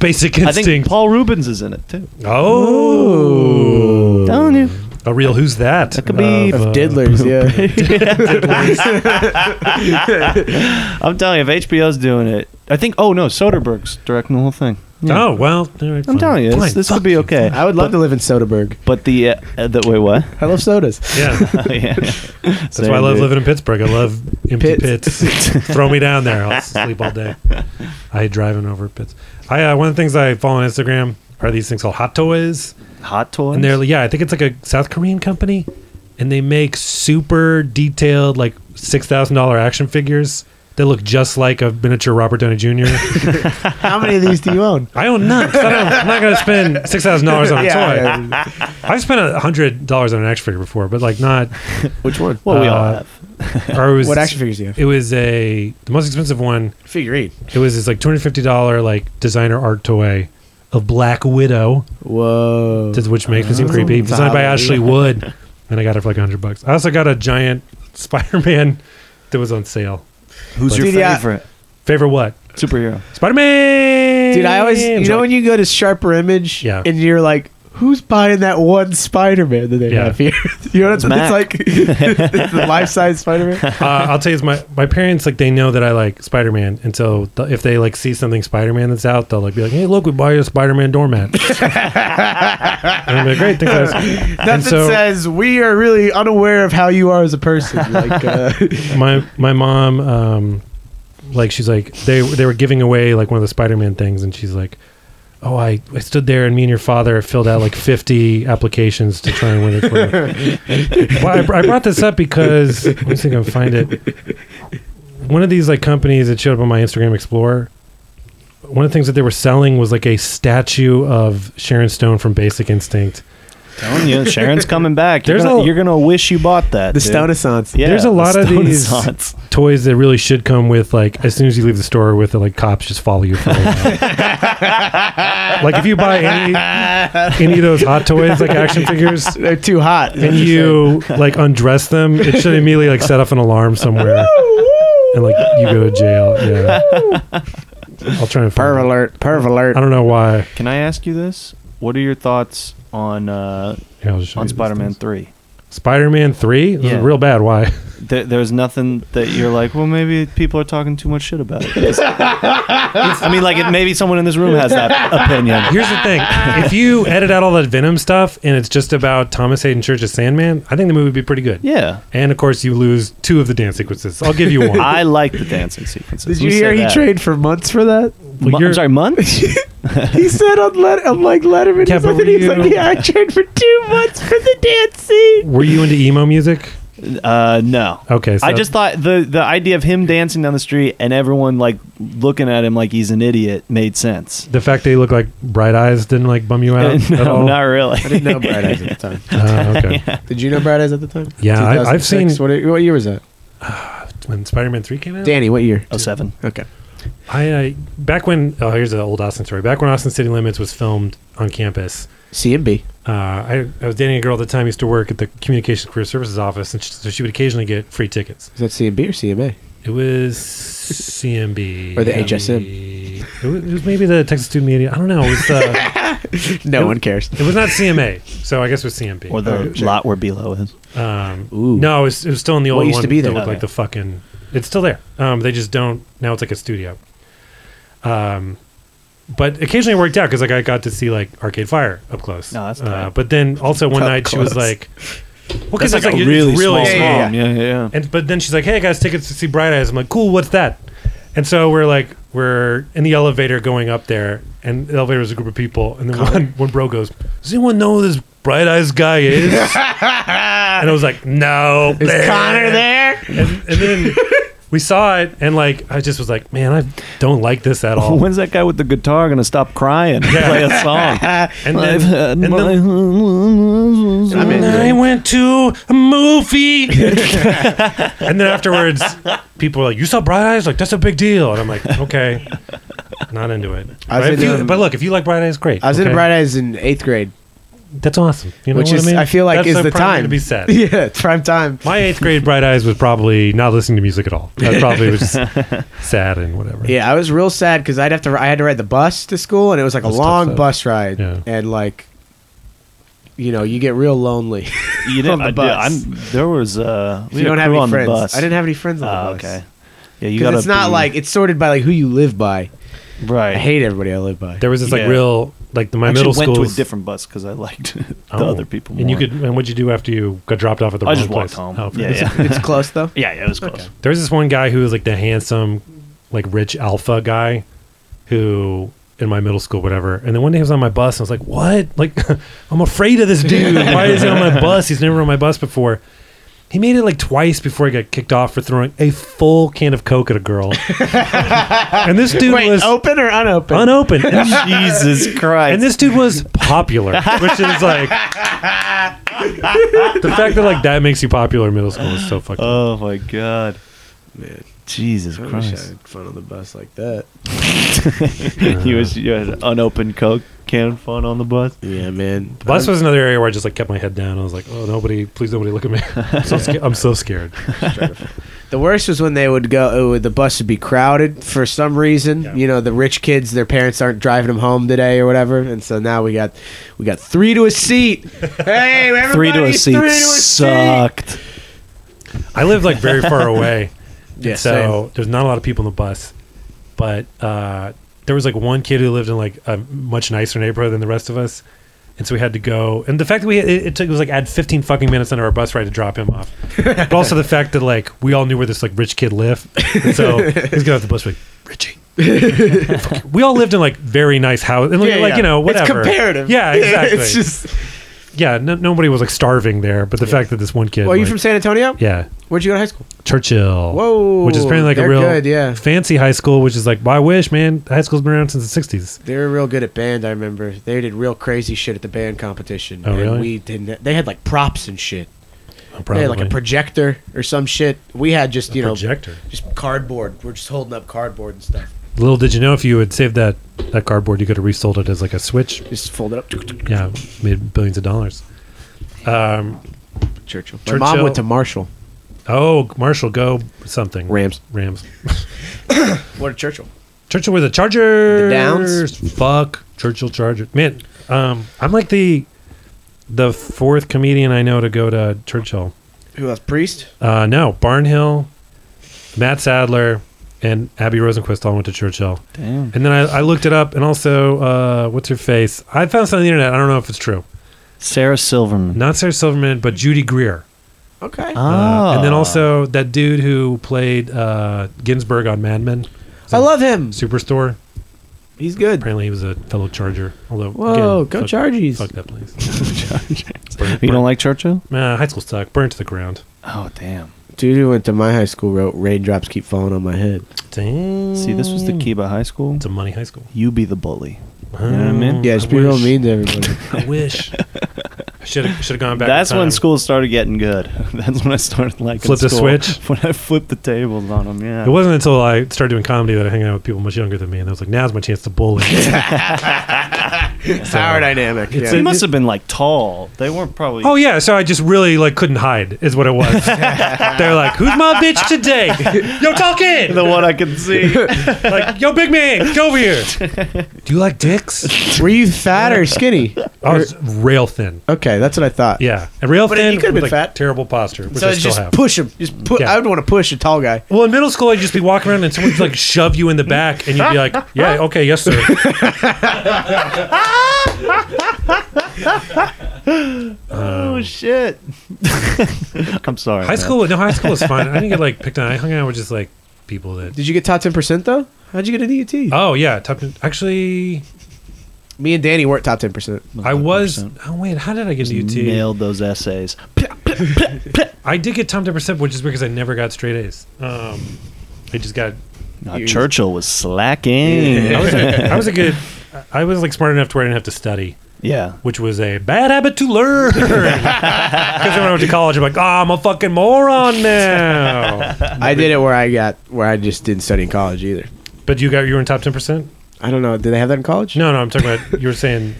Speaker 3: Basic
Speaker 2: I think
Speaker 3: Instinct.
Speaker 2: Paul Rubens is in it too.
Speaker 3: Oh,
Speaker 2: Telling you.
Speaker 3: a real who's that? uh, That
Speaker 2: could be- Of
Speaker 11: Diddlers, yeah.
Speaker 2: I'm telling you, if HBO's doing it, I think. Oh no, Soderbergh's directing the whole thing. Yeah.
Speaker 3: Oh well, all right,
Speaker 2: I'm
Speaker 3: fine.
Speaker 2: telling you,
Speaker 3: Fine,
Speaker 2: this, this would be okay.
Speaker 11: I would love to live in Soderbergh.
Speaker 2: But the uh, uh, the wait, what? Oh,
Speaker 11: I love sodas.
Speaker 3: Yeah. That's why I love living in Pittsburgh. I love empty pits. Throw me down there. I'll sleep all day. I hate driving over pits. I uh, one of the things I follow on Instagram are these things called hot toys.
Speaker 2: Hot toys.
Speaker 3: And they're yeah, I think it's like a South Korean company, and they make super detailed like six thousand dollar action figures. that look just like a miniature Robert Downey Jr.
Speaker 11: How many of these do you own?
Speaker 3: I own none. 'cause I don't, I'm not going to spend six thousand dollars on a
Speaker 11: Yeah,
Speaker 3: toy.
Speaker 11: yeah.
Speaker 3: I've spent a hundred dollars on an action figure before, but like not
Speaker 11: which one?
Speaker 3: Well,
Speaker 11: Well, we
Speaker 3: we all
Speaker 2: Uh,
Speaker 11: all
Speaker 3: have. Or it was,
Speaker 11: What action figures do you have?
Speaker 3: It was a the most expensive one.
Speaker 11: Figure eight.
Speaker 3: It was this like two hundred fifty dollar like designer art toy of Black Widow.
Speaker 11: Whoa!
Speaker 3: Which makes me seem creepy. Designed by
Speaker 11: Valerie.
Speaker 3: Ashley Wood, and I got it for like hundred bucks. I also got a giant Spider Man that was on sale.
Speaker 2: Who's
Speaker 3: But-
Speaker 2: your Dude, yeah. favorite?
Speaker 3: Favorite what?
Speaker 2: Superhero.
Speaker 3: Spider Man.
Speaker 11: Dude, I always, you know, when you go to Sharper Image
Speaker 3: Yeah.
Speaker 11: and you're like, who's buying that one Spider Man that they
Speaker 3: Yeah.
Speaker 11: have here? you know what it's,
Speaker 3: Mac.
Speaker 11: it's like? it's the life size Spider Man.
Speaker 3: uh, I'll tell you, it's my my parents like they know that I like Spider Man, and so th- if they like see something Spider Man that's out, they'll like be like, "Hey, look, we bought you a Spider Man doormat." and I'm like, "Great, thanks." guys."
Speaker 11: Nothing
Speaker 3: And so
Speaker 11: says we are really unaware of how you are as a person. Like, uh,
Speaker 3: my my mom, um, like she's like they they were giving away like one of the Spider Man things, and she's like. Oh, I, I stood there and me and your father filled out like 50 applications to try and win it. For well, I, br- I brought this up because let me see if I can find it. one of these like companies that showed up on my Instagram Explorer, one of the things that they were selling was like a statue of Sharon Stone from Basic Instinct.
Speaker 2: Telling you, Sharon's coming back. You're
Speaker 3: There's
Speaker 2: gonna,
Speaker 3: a-
Speaker 2: you're gonna wish you bought that.
Speaker 3: The
Speaker 2: dude.
Speaker 11: Stonaissance.
Speaker 2: Yeah,
Speaker 3: There's a
Speaker 2: the
Speaker 3: lot of these
Speaker 2: Stonaissance.
Speaker 3: toys that really should come with like as soon as you leave the store with it, like cops just follow you for a while. like if you buy any any of those hot toys, like action figures,
Speaker 11: they're too hot.
Speaker 3: and you like undress them, it should immediately like set off an alarm somewhere. And like you go to jail. Yeah. I'll try and
Speaker 11: perv alert, perv alert.
Speaker 3: I don't know why.
Speaker 2: Can I ask you this? What are your thoughts on uh,
Speaker 3: Yeah, I'll just show
Speaker 2: on
Speaker 3: you these
Speaker 2: Spider-Man
Speaker 3: things.
Speaker 2: Three?
Speaker 3: Spider-Man Three, This is
Speaker 2: Yeah.
Speaker 3: real bad. Why?
Speaker 2: There, there's nothing that you're like. Well, maybe people are talking too much shit about it. It's- I mean, like it, maybe someone in this room has that opinion.
Speaker 3: Here's the thing: if you edit out all that Venom stuff and it's just about Thomas Hayden Church's Sandman, I think the movie would be pretty good.
Speaker 2: Yeah.
Speaker 3: And of course, you lose two of the dance sequences. I'll give you one.
Speaker 2: I like the dancing sequences.
Speaker 11: Did you hear he trained for months for that?
Speaker 3: Well,
Speaker 2: Mo- I'm
Speaker 3: you're-
Speaker 2: sorry, months.
Speaker 11: he said on Let, on like Letterman,
Speaker 3: Yeah,
Speaker 11: he's,
Speaker 3: but
Speaker 11: like,
Speaker 3: were
Speaker 11: he's
Speaker 3: you-
Speaker 11: like, yeah, I trained for two months for the dance scene.
Speaker 3: Were you into emo music?
Speaker 2: Uh, no.
Speaker 3: Okay. So
Speaker 2: I just thought the the idea of him dancing down the street and everyone like looking at him like he's an idiot made sense.
Speaker 3: the fact that you look like Bright Eyes didn't like bum you out at
Speaker 2: no,
Speaker 3: all.
Speaker 2: not really.
Speaker 11: I didn't know Bright Eyes at the time.
Speaker 3: Oh, okay.
Speaker 11: Did you know Bright Eyes at the time?
Speaker 3: Yeah, I, I've
Speaker 11: 2006?
Speaker 3: seen
Speaker 11: What, what year was that?
Speaker 3: when Spider-Man Three came out.
Speaker 11: Danny, what year?
Speaker 2: Oh seven.
Speaker 11: Okay.
Speaker 3: I, I back when oh here's an old Austin story. Back when Austin City Limits was filmed on campus,
Speaker 11: CMB.
Speaker 3: uh, I, I was dating a girl at the time who used to work at the Communications Career Services office, and sh so she would occasionally get free tickets.
Speaker 11: Is that CMB or CMA?
Speaker 3: It was CMB
Speaker 11: Or the HSM.
Speaker 3: E, It was, it was maybe the Texas Student Media. I don't know. It was, uh,
Speaker 4: No
Speaker 3: it-
Speaker 4: one cares.
Speaker 3: It was not CMA, so I guess it was CMP.
Speaker 2: Or the lot where below is.
Speaker 3: Um, No, it was, it was still in the
Speaker 2: What
Speaker 3: old
Speaker 2: used
Speaker 3: one
Speaker 2: to be
Speaker 3: that
Speaker 2: there?
Speaker 3: looked like the fucking. It's still there. Um, they just don't. Now it's like a studio. Um, but occasionally it worked out because like I got to see like Arcade Fire up close. No, that's uh, But then also one
Speaker 2: Up
Speaker 3: night she was
Speaker 2: close.
Speaker 3: like, "Well, because
Speaker 2: That's like
Speaker 3: it's
Speaker 11: Oh,
Speaker 3: like,
Speaker 2: a
Speaker 3: it's
Speaker 2: really
Speaker 3: really small,
Speaker 2: small room. Yeah, yeah, yeah.
Speaker 3: And but then she's like, "Hey guys, tickets to see Bright Eyes." I'm like, "Cool, what's that?" And so we're like, we're in the elevator going up there, and the elevator was a group of people, and then one, one bro goes, "Does anyone know who this Bright Eyes guy is?" and I was like, "No,
Speaker 13: Is Connor there?
Speaker 3: And, and then we saw it, and like I just was like, "Man, I don't like this at all."
Speaker 2: When's that guy with the guitar gonna stop crying and
Speaker 3: Oh. Yeah.
Speaker 2: play a song?
Speaker 3: And
Speaker 2: I've
Speaker 3: then-
Speaker 2: had
Speaker 3: and then-
Speaker 2: my-
Speaker 3: And I went to a movie. and then afterwards, people were like, "You saw Bright Eyes? Like that's a big deal." And I'm like, "Okay, not into it."
Speaker 4: I was
Speaker 3: But, if
Speaker 4: into
Speaker 3: you-
Speaker 4: it.
Speaker 3: but look, if you like Bright Eyes, great.
Speaker 4: I was um, in
Speaker 3: okay?
Speaker 4: Bright Eyes in eighth grade.
Speaker 3: That's awesome. You know
Speaker 4: Which
Speaker 3: what
Speaker 4: is,
Speaker 3: I
Speaker 4: I,
Speaker 3: mean?
Speaker 4: feel like,
Speaker 3: That's
Speaker 4: is
Speaker 3: so
Speaker 4: the
Speaker 3: prime
Speaker 4: time
Speaker 3: to be sad.
Speaker 4: Yeah, it's prime time.
Speaker 3: My eighth grade Bright Eyes was probably not listening to music at all. I probably was just sad and whatever.
Speaker 4: Yeah, I was real sad because I'd have to. I had to ride the bus to school, and it was like a long bus ride, and like, you know, you get real lonely.
Speaker 2: You
Speaker 4: on
Speaker 2: didn't.
Speaker 4: the
Speaker 2: I,
Speaker 4: bus.
Speaker 2: did- I'm, there was. Uh, we had
Speaker 4: you
Speaker 2: a
Speaker 4: don't have
Speaker 2: crew
Speaker 4: any
Speaker 2: on
Speaker 4: friends.
Speaker 2: The bus.
Speaker 4: I didn't have any friends on the
Speaker 2: Ah,
Speaker 4: bus.
Speaker 2: Okay. Yeah, you
Speaker 4: 'Cause
Speaker 2: gotta.
Speaker 4: it's not
Speaker 2: be-
Speaker 4: like it's sorted by like who you live by.
Speaker 2: Right.
Speaker 4: I hate everybody I live by.
Speaker 3: There was this like
Speaker 2: Yeah.
Speaker 3: real like the, my
Speaker 2: I actually
Speaker 3: middle
Speaker 2: went
Speaker 3: school.
Speaker 2: to a different bus because I liked the
Speaker 3: Oh.
Speaker 2: other people. More.
Speaker 3: And you could. And what'd you do after you got dropped off at the
Speaker 2: I
Speaker 3: wrong
Speaker 2: just walked
Speaker 3: place?
Speaker 2: home.
Speaker 3: Oh, okay.
Speaker 2: Yeah, yeah. It's
Speaker 4: close though.
Speaker 2: Yeah, yeah, it was close.
Speaker 3: There's this one guy who was like the handsome, like rich alpha guy who in my middle school, whatever. And then one day he was on my bus and I was like, What? Like I'm afraid of this dude. Why is he on my bus? He's never on my bus before. He made it like twice before he got kicked off for throwing a full can of Coke at a girl. and this dude
Speaker 4: Wait,
Speaker 3: was
Speaker 4: open or unopened?
Speaker 3: unopened.
Speaker 2: Jesus Christ.
Speaker 3: And this dude was popular, which is like the fact that like that makes you popular in middle school is so fucking
Speaker 2: Oh my god. Jesus
Speaker 4: I wish I
Speaker 2: Christ.
Speaker 4: had fun on the bus like that.
Speaker 2: you was you had an unopened Coke can fun on the bus.
Speaker 4: Yeah, man.
Speaker 3: Bus was another area where I just like kept my head down. I was like, oh, nobody, please nobody look at me. I'm so, sca- I'm so scared.
Speaker 4: The worst was when they would go. It would, the bus would be crowded for some reason. You know, the rich kids, their parents aren't driving them home today or whatever, and so now we got we got three to a seat. Hey, everybody,
Speaker 2: Three to a seat
Speaker 4: three to a
Speaker 2: sucked.
Speaker 3: I live like very far away.
Speaker 4: Yeah,
Speaker 3: And so there's not a lot of people in the bus. But uh, there was like one kid who lived in like a much nicer neighborhood than the rest of us. And so we had to go. And the fact that we, it, it took, it was like add 15 fucking minutes under our bus ride to drop him off. but also the fact that like we all knew where this like rich kid lived. And so he's going off the bus like, Richie. we all lived in like very nice house. And like,
Speaker 4: Yeah,
Speaker 3: like,
Speaker 4: yeah.
Speaker 3: you know,
Speaker 4: It's
Speaker 3: whatever.
Speaker 4: comparative.
Speaker 3: Yeah,
Speaker 4: Yeah,
Speaker 3: exactly.
Speaker 4: it's just-
Speaker 3: yeah, no, nobody was like starving there. But the fact that this one kid.
Speaker 4: Well, are you
Speaker 3: like-
Speaker 4: from San Antonio?
Speaker 3: Yeah.
Speaker 4: Where'd you go to high school?
Speaker 3: Churchill.
Speaker 4: Whoa,
Speaker 3: Which is apparently like a
Speaker 4: they're
Speaker 3: real
Speaker 4: good, yeah.
Speaker 3: fancy high school, which is like, well, I wish, man. High school's been around since the 60s.
Speaker 4: They were real good at band. I remember they did real crazy shit at the band competition.
Speaker 3: Oh,
Speaker 4: and
Speaker 3: really?
Speaker 4: We didn't. They had like props and shit. They had like a
Speaker 3: probably.
Speaker 4: projector or some shit. We had just you know
Speaker 3: projector,
Speaker 4: just cardboard. We're just holding up cardboard and stuff.
Speaker 3: Little did you know if you had saved that, that cardboard, you could have resold it as like a switch.
Speaker 4: Just fold it up.
Speaker 3: Yeah, made billions of dollars. Um,
Speaker 4: Churchill. My mom went to Marshall.
Speaker 3: Oh, Marshall, go something.
Speaker 4: Rams.
Speaker 3: Rams.
Speaker 4: What a Churchill.
Speaker 3: Churchill with the Chargers.
Speaker 4: The Downs?
Speaker 3: Fuck Churchill Chargers. Man, um, I'm like the the fourth comedian I know to go to Churchill.
Speaker 4: Who else? Priest.
Speaker 3: Uh, no, Barnhill, Matt Sadler, and Abby Rosenquist all went to Churchill.
Speaker 2: Damn.
Speaker 3: And then I, I looked it up, and also, uh, what's her face? I found something on the internet. I don't know if it's true.
Speaker 2: Sarah Silverman.
Speaker 3: Not Sarah Silverman, but Judy Greer.
Speaker 4: Okay.
Speaker 2: Ah.
Speaker 3: Uh, and then
Speaker 2: Oh.
Speaker 3: also that dude who played uh, Ginsburg on Mad Men.
Speaker 4: I love him.
Speaker 3: Superstore.
Speaker 4: He's good.
Speaker 3: Apparently, he was a fellow Charger. Although,
Speaker 4: Whoa,
Speaker 3: again,
Speaker 4: go
Speaker 3: fuck-
Speaker 4: Chargies.
Speaker 3: Fuck that place.
Speaker 2: You don't like Churchill?
Speaker 3: Uh, high school sucked. Burned to the ground.
Speaker 2: Oh damn.
Speaker 4: Dude who went to my high school wrote raindrops keep falling on my head.
Speaker 3: Damn.
Speaker 2: See, this was
Speaker 3: Mm.
Speaker 2: the key by high school. It's
Speaker 3: a money high school.
Speaker 2: You be the bully. You know what I
Speaker 3: Hmm.
Speaker 2: mean?
Speaker 4: Yeah, just be real mean to everybody.
Speaker 3: I wish. I should have should have gone back. in
Speaker 2: That's
Speaker 3: time.
Speaker 2: when school started getting good. That's when I started like
Speaker 3: Flip the switch?
Speaker 2: When I flipped the tables on them, yeah.
Speaker 3: It wasn't until I started doing comedy that I hung out with people much younger than me, and I was like, "Now's my chance to bully."
Speaker 4: Power dynamic.
Speaker 2: It's- He must have been like tall. They weren't probably.
Speaker 3: Oh yeah, so I just really like couldn't hide is what it was. They're like, "Who's my bitch today? Yo, talk in."
Speaker 2: The one I can see.
Speaker 3: like, "Yo, big man, get over here." Do you like dicks?
Speaker 4: Were you fat or skinny?
Speaker 3: I was rail thin.
Speaker 4: Okay, that's what I thought.
Speaker 3: Yeah, and real
Speaker 4: But
Speaker 3: thin.
Speaker 4: you could have
Speaker 3: with,
Speaker 4: been
Speaker 3: like,
Speaker 4: fat.
Speaker 3: Terrible posture, which
Speaker 4: so
Speaker 3: I
Speaker 4: it's
Speaker 3: still
Speaker 4: just
Speaker 3: have.
Speaker 4: push him. Just pu-
Speaker 3: Yeah.
Speaker 4: I would want to push a tall guy.
Speaker 3: Well, in middle school, I'd just be walking around and someone would like shove you in the back, and you'd be like, "Yeah, okay, yes, sir."
Speaker 2: oh shit! I'm sorry.
Speaker 3: High school, no, high school was fun. I didn't get like picked on. I hung out with just like people that.
Speaker 4: Did you get top ten percent though? How'd you get E a DUT?
Speaker 3: Oh yeah, top actually.
Speaker 4: Me and Danny weren't top ten percent.
Speaker 3: I was. Oh wait, how did I get
Speaker 2: Just
Speaker 3: DUT?
Speaker 2: nailed those essays.
Speaker 3: I did get top ten percent, which is weird because I never got straight A's. Um, I just got.
Speaker 2: Now, Uh, Churchill was slacking.
Speaker 3: I was, a, I was a good. I was like smart enough to where I didn't have to study.
Speaker 2: Yeah.
Speaker 3: which was a bad habit to learn. Because when I went to college, I'm like, oh, I'm a fucking moron now.
Speaker 4: I did it where I got where I just didn't study in college either.
Speaker 3: But you got you were in top ten percent.
Speaker 4: I don't know. Did they have that in college?
Speaker 3: No, no, I'm talking about. You were saying,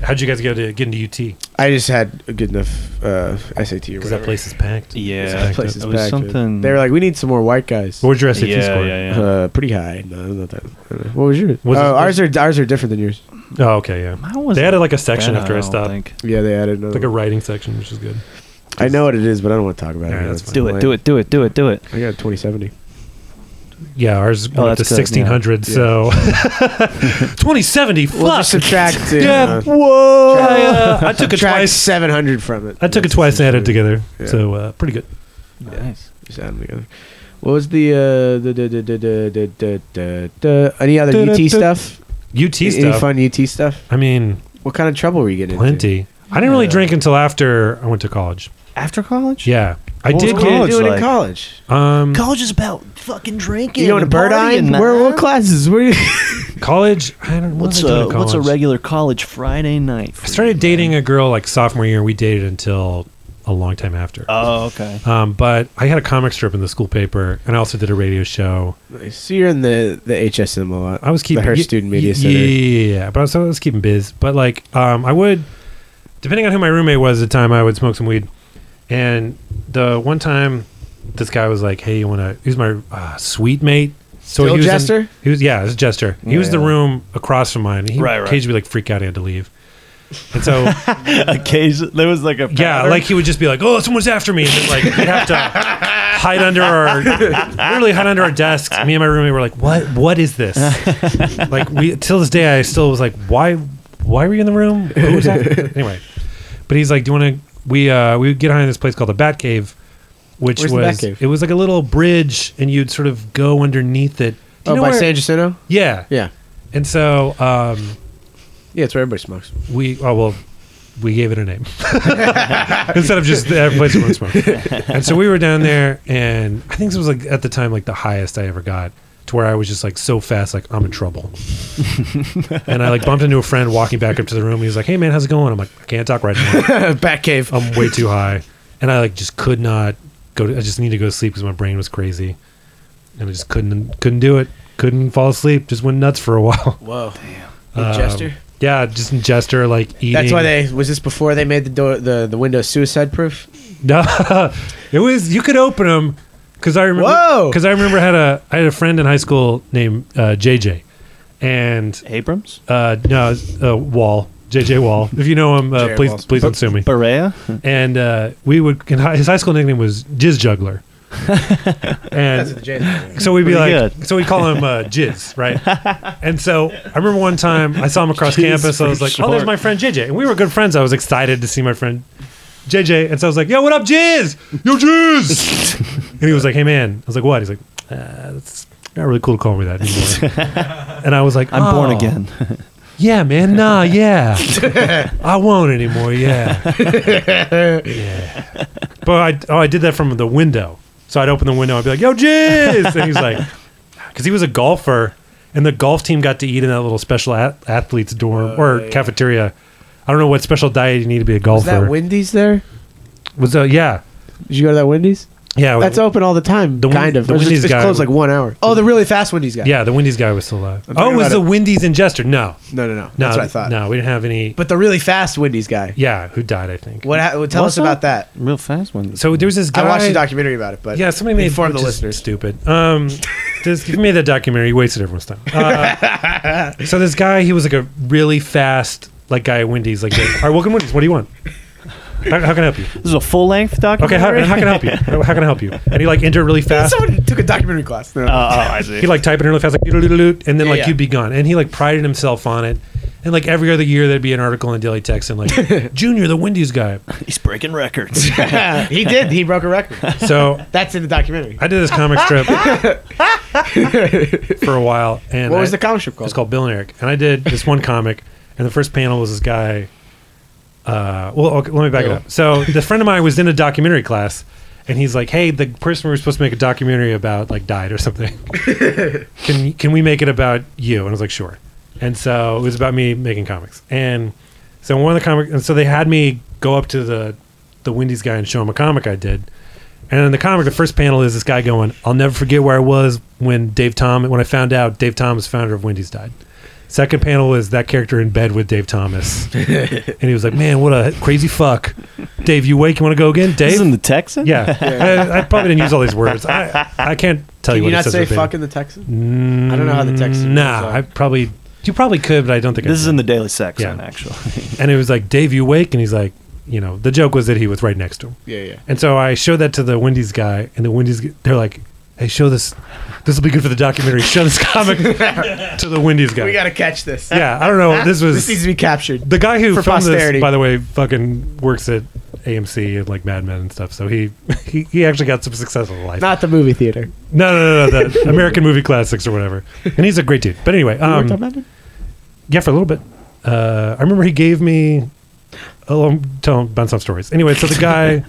Speaker 3: how'd you guys get to get into UT?
Speaker 4: I just had a good enough uh, SAT or
Speaker 3: Because that
Speaker 4: whatever.
Speaker 3: place is packed.
Speaker 2: Yeah,
Speaker 4: That place is
Speaker 2: it was
Speaker 4: packed, man.
Speaker 2: something.
Speaker 4: They were like, we need some more white guys.
Speaker 3: What was your SAT
Speaker 2: Yeah,
Speaker 3: score?
Speaker 2: yeah, yeah.
Speaker 4: Uh, pretty high. No, not that. I don't know. What was yours?
Speaker 3: Was it-
Speaker 4: oh, ours are ours are different than yours.
Speaker 3: Oh, okay, yeah.
Speaker 2: Mine was
Speaker 3: They added like a section
Speaker 2: better,
Speaker 3: after I
Speaker 2: don't
Speaker 3: stopped,
Speaker 2: think.
Speaker 4: Yeah, they added another.
Speaker 3: like a writing section, which is good.
Speaker 4: I know what it is, but I don't want to talk about
Speaker 3: Yeah,
Speaker 4: it.
Speaker 3: that's fine.
Speaker 2: Do it, do it, do it, do it, do it.
Speaker 4: I got twenty seventy.
Speaker 3: Yeah, ours went up to
Speaker 2: that's good, yeah.
Speaker 3: 1600. So 2070. Fuck.
Speaker 4: Well, just subtract. it,
Speaker 3: yeah.
Speaker 4: uh,
Speaker 3: whoa. I, uh, I took it
Speaker 4: subtract
Speaker 3: twice.
Speaker 4: seven hundred from it.
Speaker 3: I took it
Speaker 4: That's
Speaker 3: twice and added it
Speaker 4: essentially-
Speaker 3: together.
Speaker 4: Yeah.
Speaker 3: So uh, pretty good.
Speaker 2: Nice.
Speaker 4: Just add them together. What was the uh, the, the, the, the, the, the, the, the any other UT stuff?
Speaker 3: UT
Speaker 4: Any
Speaker 3: stuff.
Speaker 4: fun UT stuff?
Speaker 3: I mean,
Speaker 4: What kind of trouble were you getting? into?
Speaker 3: plenty. I didn't really drink until after I went to college.
Speaker 2: After college?
Speaker 3: Yeah. I
Speaker 2: What was
Speaker 3: did
Speaker 4: What were
Speaker 3: get
Speaker 4: you doing
Speaker 2: like-
Speaker 4: in college?
Speaker 3: um,
Speaker 2: College is about fucking drinking.
Speaker 4: You going to
Speaker 2: and
Speaker 4: Bird Eye?
Speaker 2: partying,
Speaker 4: Where
Speaker 2: man.
Speaker 4: what classes? Where you?
Speaker 3: college. I don't.
Speaker 2: What's
Speaker 3: What's what
Speaker 2: a
Speaker 3: did I do in
Speaker 2: what's a
Speaker 3: college?
Speaker 2: regular college Friday night?
Speaker 3: I started dating a girl like sophomore year. and We dated until a long time after.
Speaker 2: Oh, okay.
Speaker 3: Um, but I had a comic strip in the school paper, and I also did a radio show.
Speaker 4: so you're in the the HSM a lot.
Speaker 3: I was keeping
Speaker 4: uh, the Hearst
Speaker 3: Ye-
Speaker 4: Student
Speaker 3: ye-
Speaker 4: Media
Speaker 3: yeah,
Speaker 4: Center.
Speaker 3: Yeah, yeah, yeah. But I was, I was keeping biz. But like, um, I would, depending on who my roommate was at the time, I would smoke some weed. And the one time, this guy was like, "Hey, you want to?" He was my uh, sweet mate. So
Speaker 4: Still
Speaker 3: he was in-
Speaker 4: Jester?
Speaker 3: he was yeah, it was Jester. He was in the
Speaker 2: Yeah.
Speaker 3: room across from mine. He
Speaker 2: Right, right.
Speaker 3: occasionally would, like freak out. He had to leave. And so
Speaker 2: Occasion there was like a
Speaker 3: yeah,
Speaker 2: pattern.
Speaker 3: like he would just be like, "Oh, someone's after me," and then like we'd have to hide under our literally hide under our desks. Me and my roommate were like, "What? What is this?" like we till this day, I still was like, "Why? Why were you in the room?" Who was that? anyway, but he's like, "Do you want to?" We uh we would get behind this place called the Bat Cave, which
Speaker 4: Where's the
Speaker 3: was
Speaker 4: Bat Cave?
Speaker 3: it was like a little bridge, and you'd sort of go underneath it. Do you
Speaker 4: Oh,
Speaker 3: know
Speaker 4: by
Speaker 3: where-
Speaker 4: San Jacinto.
Speaker 3: Yeah,
Speaker 4: Yeah,
Speaker 3: and so um
Speaker 4: yeah. It's where everybody smokes.
Speaker 3: we oh well we gave it a name instead of just the place we smoke. And so we were down there, and I think this was like at the time like the highest I ever got to where I was just like so fast, like I'm in trouble. and I like bumped into a friend walking back up to the room. He was like, "Hey man, how's it going?" I'm like, "I can't talk right now.
Speaker 4: Bat cave.
Speaker 3: I'm way too high." And I like just could not go. To, I just need to go to sleep because my brain was crazy, and I just couldn't couldn't do it. Couldn't fall asleep. Just went nuts for a while.
Speaker 4: Whoa.
Speaker 3: Um,
Speaker 4: Jester.
Speaker 3: Yeah, just in Jester, like eating.
Speaker 4: That's why they was this before they made the door the the window suicide proof.
Speaker 3: No, it was you could open them because I remember
Speaker 4: Whoa!
Speaker 3: because I remember I had a I had a friend in high school named uh, JJ, and
Speaker 2: Abrams,
Speaker 3: uh, no uh, Wall JJ Wall. If you know him, uh,
Speaker 4: Jerry
Speaker 3: please
Speaker 4: Wall's-
Speaker 3: please don't sue me.
Speaker 2: Berea.
Speaker 3: And uh, we would in high, his high school nickname was Jizz Juggler, and so we'd be
Speaker 2: Pretty
Speaker 3: like,
Speaker 2: good.
Speaker 3: so we call him uh, Jizz, right? And so I remember one time I saw him across
Speaker 2: Jizz
Speaker 3: campus. I
Speaker 2: for
Speaker 3: was like, oh,
Speaker 2: short.
Speaker 3: there's my friend JJ. And we were good friends. I was excited to see my friend JJ. And so I was like, yo, what up, Jizz? Yo, Jizz. and he was like, hey, man. I was like, what? He's like, uh, that's not really cool to call me that anymore. and I was like,
Speaker 2: I'm born
Speaker 3: "Oh,
Speaker 2: again.
Speaker 3: Yeah, man. Nah, yeah. I won't anymore. Yeah. yeah. But I, oh, I did that from the window. So I'd open the window. I'd be like, yo, Jizz. And he's like, because he was a golfer, and the golf team got to eat in that little special a- athlete's dorm or cafeteria. I don't know what special diet you need to be a golfer.
Speaker 4: Was that Wendy's there?
Speaker 3: Was, uh, yeah.
Speaker 4: Did you go to that Wendy's?
Speaker 3: Yeah,
Speaker 11: that's open all the time.
Speaker 3: Win-
Speaker 11: kind of.
Speaker 3: the
Speaker 11: It's-
Speaker 3: Wendy's
Speaker 11: it's
Speaker 3: guy-
Speaker 11: closed like one hour. Oh, the really fast Wendy's guy.
Speaker 3: Yeah, the Wendy's guy was still alive.
Speaker 11: I'm
Speaker 3: Oh,
Speaker 11: talking
Speaker 3: it was
Speaker 11: about
Speaker 3: the
Speaker 11: it.
Speaker 3: Wendy's ingester? No,
Speaker 11: No, no, no.
Speaker 3: no,
Speaker 11: That's what I thought.
Speaker 3: No, we didn't have any.
Speaker 11: But the really fast Wendy's guy.
Speaker 3: Yeah, who died? I think.
Speaker 11: What? Ha- well, tell
Speaker 3: What's
Speaker 11: us about
Speaker 3: that?
Speaker 11: that.
Speaker 2: Real fast one.
Speaker 3: So there was this guy.
Speaker 11: I watched a documentary about it, but
Speaker 3: yeah, somebody made
Speaker 11: inform the
Speaker 3: which is
Speaker 11: listeners.
Speaker 3: Stupid. Um, this you made that documentary. You wasted everyone's time. Uh, so this guy, he was like a really fast like guy at Wendy's. Like, all right, welcome to Wendy's. What do you want? How, how can I help you?
Speaker 2: This is a full length
Speaker 3: Okay,
Speaker 2: documentary.
Speaker 3: how, how can I help you? How can I help you? And he like entered really fast.
Speaker 11: Someone took a documentary class. No.
Speaker 2: Oh,
Speaker 3: Uh, He like type it in really fast, like doot-a-doot-a-doot, and then
Speaker 11: Yeah,
Speaker 3: like
Speaker 11: yeah.
Speaker 3: you'd be gone. And he like prided himself on it. And like every other year, there'd be an article in Daily Texan like Junior, the Wendy's guy.
Speaker 2: He's breaking records.
Speaker 11: he did. He broke a record.
Speaker 3: So
Speaker 11: That's in the documentary.
Speaker 3: I did this comic strip for a while, and
Speaker 11: What was
Speaker 3: I-
Speaker 11: the comic strip called?
Speaker 3: It's called Bill and Eric, and I did this one comic, and the first panel was this guy. Uh, well, okay, let me back
Speaker 4: Bill.
Speaker 3: it up. So this friend of mine was in a documentary class, and he's like, "Hey, the person we were supposed to make a documentary about like died or something. can can we make it about you?" And I was like, "Sure." And so it was about me making comics, and so one of the comic, and so they had me go up to the the Wendy's guy and show him a comic I did. And in the comic, the first panel is this guy going, "I'll never forget where I was when Dave Tom when I found out Dave Thomas, founder of Wendy's, died." Second panel is that character in bed with Dave Thomas, and he was like, "Man, what a crazy fuck, Dave! You wake? You want to go again, Dave?"
Speaker 2: This is in the Texan.
Speaker 3: yeah, I, I probably didn't use all these words. I I can't tell
Speaker 11: Can
Speaker 3: you.
Speaker 11: you
Speaker 3: what
Speaker 11: not
Speaker 3: it says
Speaker 11: say
Speaker 3: verbatim.
Speaker 11: fuck in the Texan? I don't know how the Texan.
Speaker 3: Nah, I probably you probably could, but I don't think
Speaker 2: This is
Speaker 3: I
Speaker 2: in the Daily Sex
Speaker 3: Yeah.
Speaker 2: one, actually.
Speaker 3: did. And it was like, "Dave, you wake?" And he's like, "You know, the joke was that he was right next to him."
Speaker 11: Yeah, yeah.
Speaker 3: And so I showed that to the Wendy's guy, and the Wendy's g- they're like, "Hey, show this. This will be good for the documentary. Show this comic to the Wendy's guy."
Speaker 11: We gotta catch this.
Speaker 3: yeah, I don't know. This was
Speaker 11: this needs to be captured.
Speaker 3: the guy who
Speaker 11: for
Speaker 3: filmed
Speaker 11: posterity.
Speaker 3: this, by the way, fucking works at AMC and like Mad Men and stuff. So he he, he actually got some success in life.
Speaker 11: Not the movie theater.
Speaker 3: No, no, no, no, the American Movie Classics or whatever. And he's a great dude. But anyway,
Speaker 11: You worked
Speaker 3: um,
Speaker 11: on Mad Men?
Speaker 3: yeah, for a little bit. Uh, I remember he gave me. Oh, I'm telling bounce off stories. Anyway, so the guy,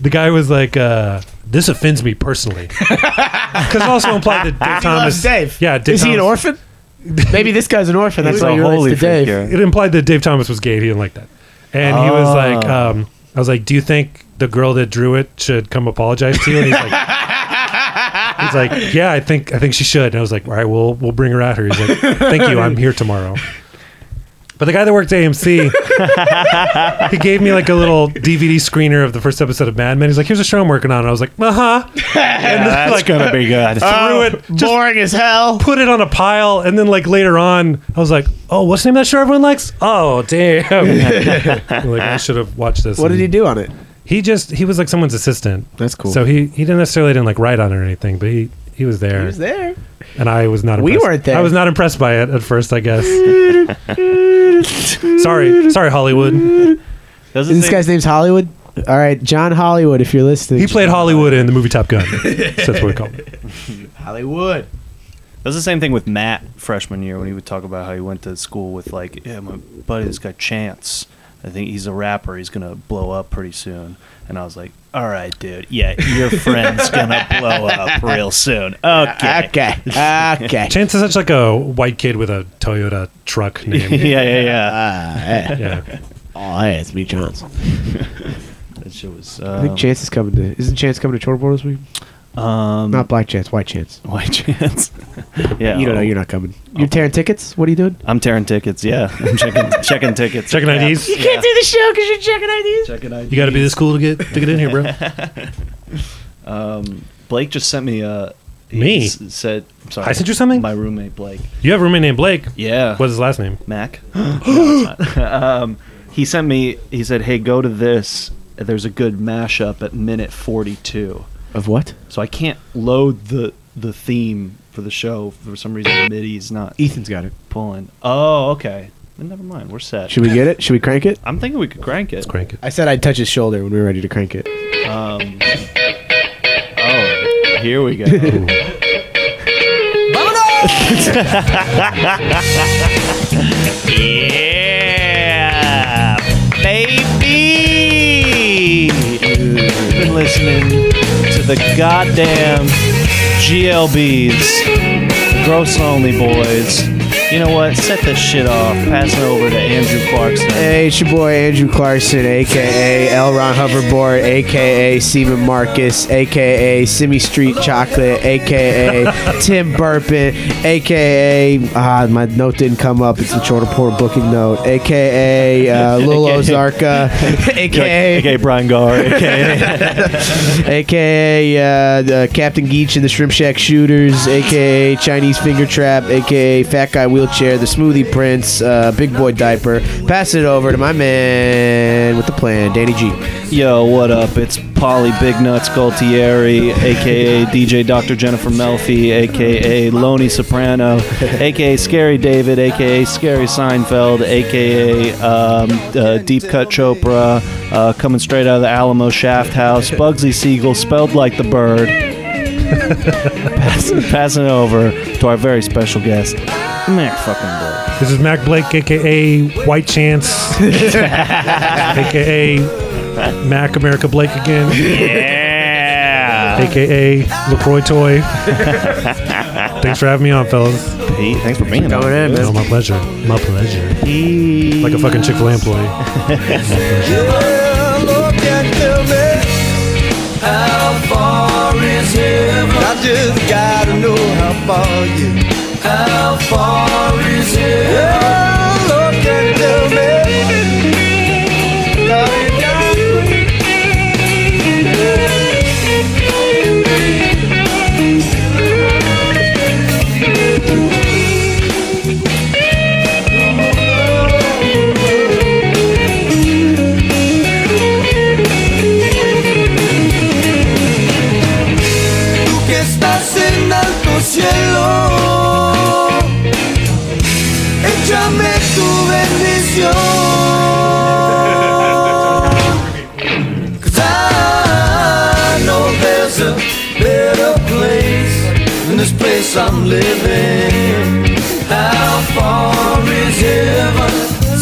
Speaker 3: the guy was like, uh, "This offends me personally," because also implied that Dave
Speaker 11: He loves
Speaker 3: Thomas.
Speaker 11: Dave.
Speaker 3: Yeah, Dave
Speaker 11: is he an
Speaker 3: Thomas-
Speaker 11: orphan? Maybe this guy's an orphan. That's
Speaker 3: He's
Speaker 11: why
Speaker 3: a
Speaker 11: he relates
Speaker 3: holy
Speaker 11: to Dave.
Speaker 3: It implied that Dave Thomas was gay. He didn't like that, and he was like,
Speaker 11: Oh.
Speaker 3: um, "I was like, do you think the girl that drew it should come apologize to you?" And he's like. He's like, yeah, I think I think she should. And I was like, all right, we'll we'll bring her out here. He's like, thank you, I'm here tomorrow. But the guy that worked at AMC, he gave me like a little DVD screener of the first episode of Mad Men. He's like, here's a show I'm working on. And I was like, uh huh.
Speaker 2: Yeah, that's gonna be good.
Speaker 3: Threw it,
Speaker 11: boring as hell.
Speaker 3: Put it on a pile, and then like later on, I was like, oh, what's the name of that show everyone likes? Oh, damn. I'm like I should have watched this.
Speaker 11: What did he do on it?
Speaker 3: He just he was like someone's assistant.
Speaker 11: That's cool.
Speaker 3: So he he didn't necessarily didn't like write on it or anything, but he he was there.
Speaker 11: He was there.
Speaker 3: And I was not.
Speaker 11: We
Speaker 3: Impressed.
Speaker 11: weren't there.
Speaker 3: I was not impressed by it at first. I guess. sorry, sorry, Hollywood.
Speaker 2: Doesn't
Speaker 11: This guy's name's Hollywood. All right, John Hollywood. If you're listening,
Speaker 3: He played Hollywood in the movie Top Gun. so that's what we call it.
Speaker 11: Hollywood.
Speaker 2: That was the same thing with Matt freshman year when he would talk about how he went to school with like, yeah, my buddy this guy Chance. I think he's a rapper. He's gonna blow up pretty soon. And I was like, all right, dude. Yeah, your friend's gonna blow up real soon. Okay.
Speaker 11: Okay. Okay.
Speaker 3: Chance is such like a white kid with a Toyota truck
Speaker 2: yeah,
Speaker 3: name.
Speaker 2: yeah, yeah.
Speaker 3: yeah.
Speaker 11: Oh, hey, it's me, Johnson.
Speaker 2: That shit was.
Speaker 11: I think
Speaker 2: Um,
Speaker 11: Chance is coming to. Isn't Chance coming to Chortle this week?
Speaker 2: um,
Speaker 11: Not Black Chance, White Chance.
Speaker 2: Why Chance? yeah.
Speaker 11: You don't know. You're not coming. You're tearing tickets. What are you doing?
Speaker 2: I'm tearing tickets. Yeah, I'm checking checking tickets.
Speaker 3: Checking
Speaker 2: Yeah.
Speaker 3: IDs.
Speaker 11: You can't do the show because you're checking IDs.
Speaker 2: Checking IDs.
Speaker 3: You got to be this cool to get to get in here, bro.
Speaker 2: Um, Blake just sent me a. he
Speaker 3: Me?
Speaker 2: s- said. I'm sorry.
Speaker 3: I sent you something?
Speaker 2: My roommate Blake.
Speaker 3: You have a roommate named Blake.
Speaker 2: Yeah.
Speaker 3: What's his last name?
Speaker 2: Mac? No, it's not. um, he sent me. He said, "Hey, go to this. There's a good mashup at minute 42."
Speaker 11: Of what?
Speaker 2: So I can't load the the theme for the show for some reason. The MIDI's not
Speaker 11: Ethan's got it.
Speaker 2: pulling. Oh, okay. Then never mind. We're set.
Speaker 11: Should we get it? Should we crank it?
Speaker 2: I'm thinking we could crank it.
Speaker 3: Crank it.
Speaker 11: I said I'd touch his shoulder when we were ready to crank it.
Speaker 2: Um, oh, here we go. Yeah, baby. You've been listening to the goddamn GLBs, Gross Lonely Boys, You know what? Set this shit off. Pass it over to Andrew Clarkson.
Speaker 4: Hey, it's your boy Andrew Clarkson, aka L. Ron Hoverboard, aka Seaman Marcus, aka Simi Street Chocolate, aka Tim Burpin, aka ah, my note didn't come up. It's the short report booking note, aka uh, Lil
Speaker 2: AKA.
Speaker 4: Ozarka, aka
Speaker 2: AKA Brian Gar,
Speaker 4: aka uh, the Captain Geach and the Shrimp Shack Shooters, aka Chinese Finger Trap, aka Fat Guy Wheelchair, the Smoothie Prince, uh, Big Boy Diaper. Pass it over to my man with the plan, Danny G.
Speaker 2: Yo, what up? It's Polly Big Nuts Galtieri, aka DJ Dr. Jennifer Melfi, aka Loney Soprano, aka Scary David, aka Scary Seinfeld, aka um, uh, Deep Cut Chopra, uh, coming straight out of the Alamo Shaft House, Bugsy Siegel, spelled like the bird. passing, passing it over to our very special guest, Mac fucking Bird.
Speaker 3: This is Mac Blake, aka White Chance, aka Mac America Blake again,
Speaker 2: Yeah.
Speaker 3: aka Lacroix Toy. thanks for having me on, fellas.
Speaker 2: Hey, thanks for being
Speaker 3: coming
Speaker 2: on.
Speaker 3: in, man. Oh, my pleasure. My pleasure. Like a fucking Chick Fil A employee. My pleasure.
Speaker 10: How far is heaven? I just gotta know how far you. How far is heaven? Oh, look and tell me. Love you,
Speaker 14: Tú que estás en alto cielo, échame tu bendición.
Speaker 10: 'Cause I know there's a better place than this place I'm living. How far is heaven?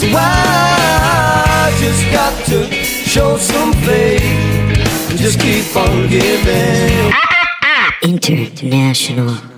Speaker 10: So I just got to show some faith and just keep on giving.
Speaker 11: International.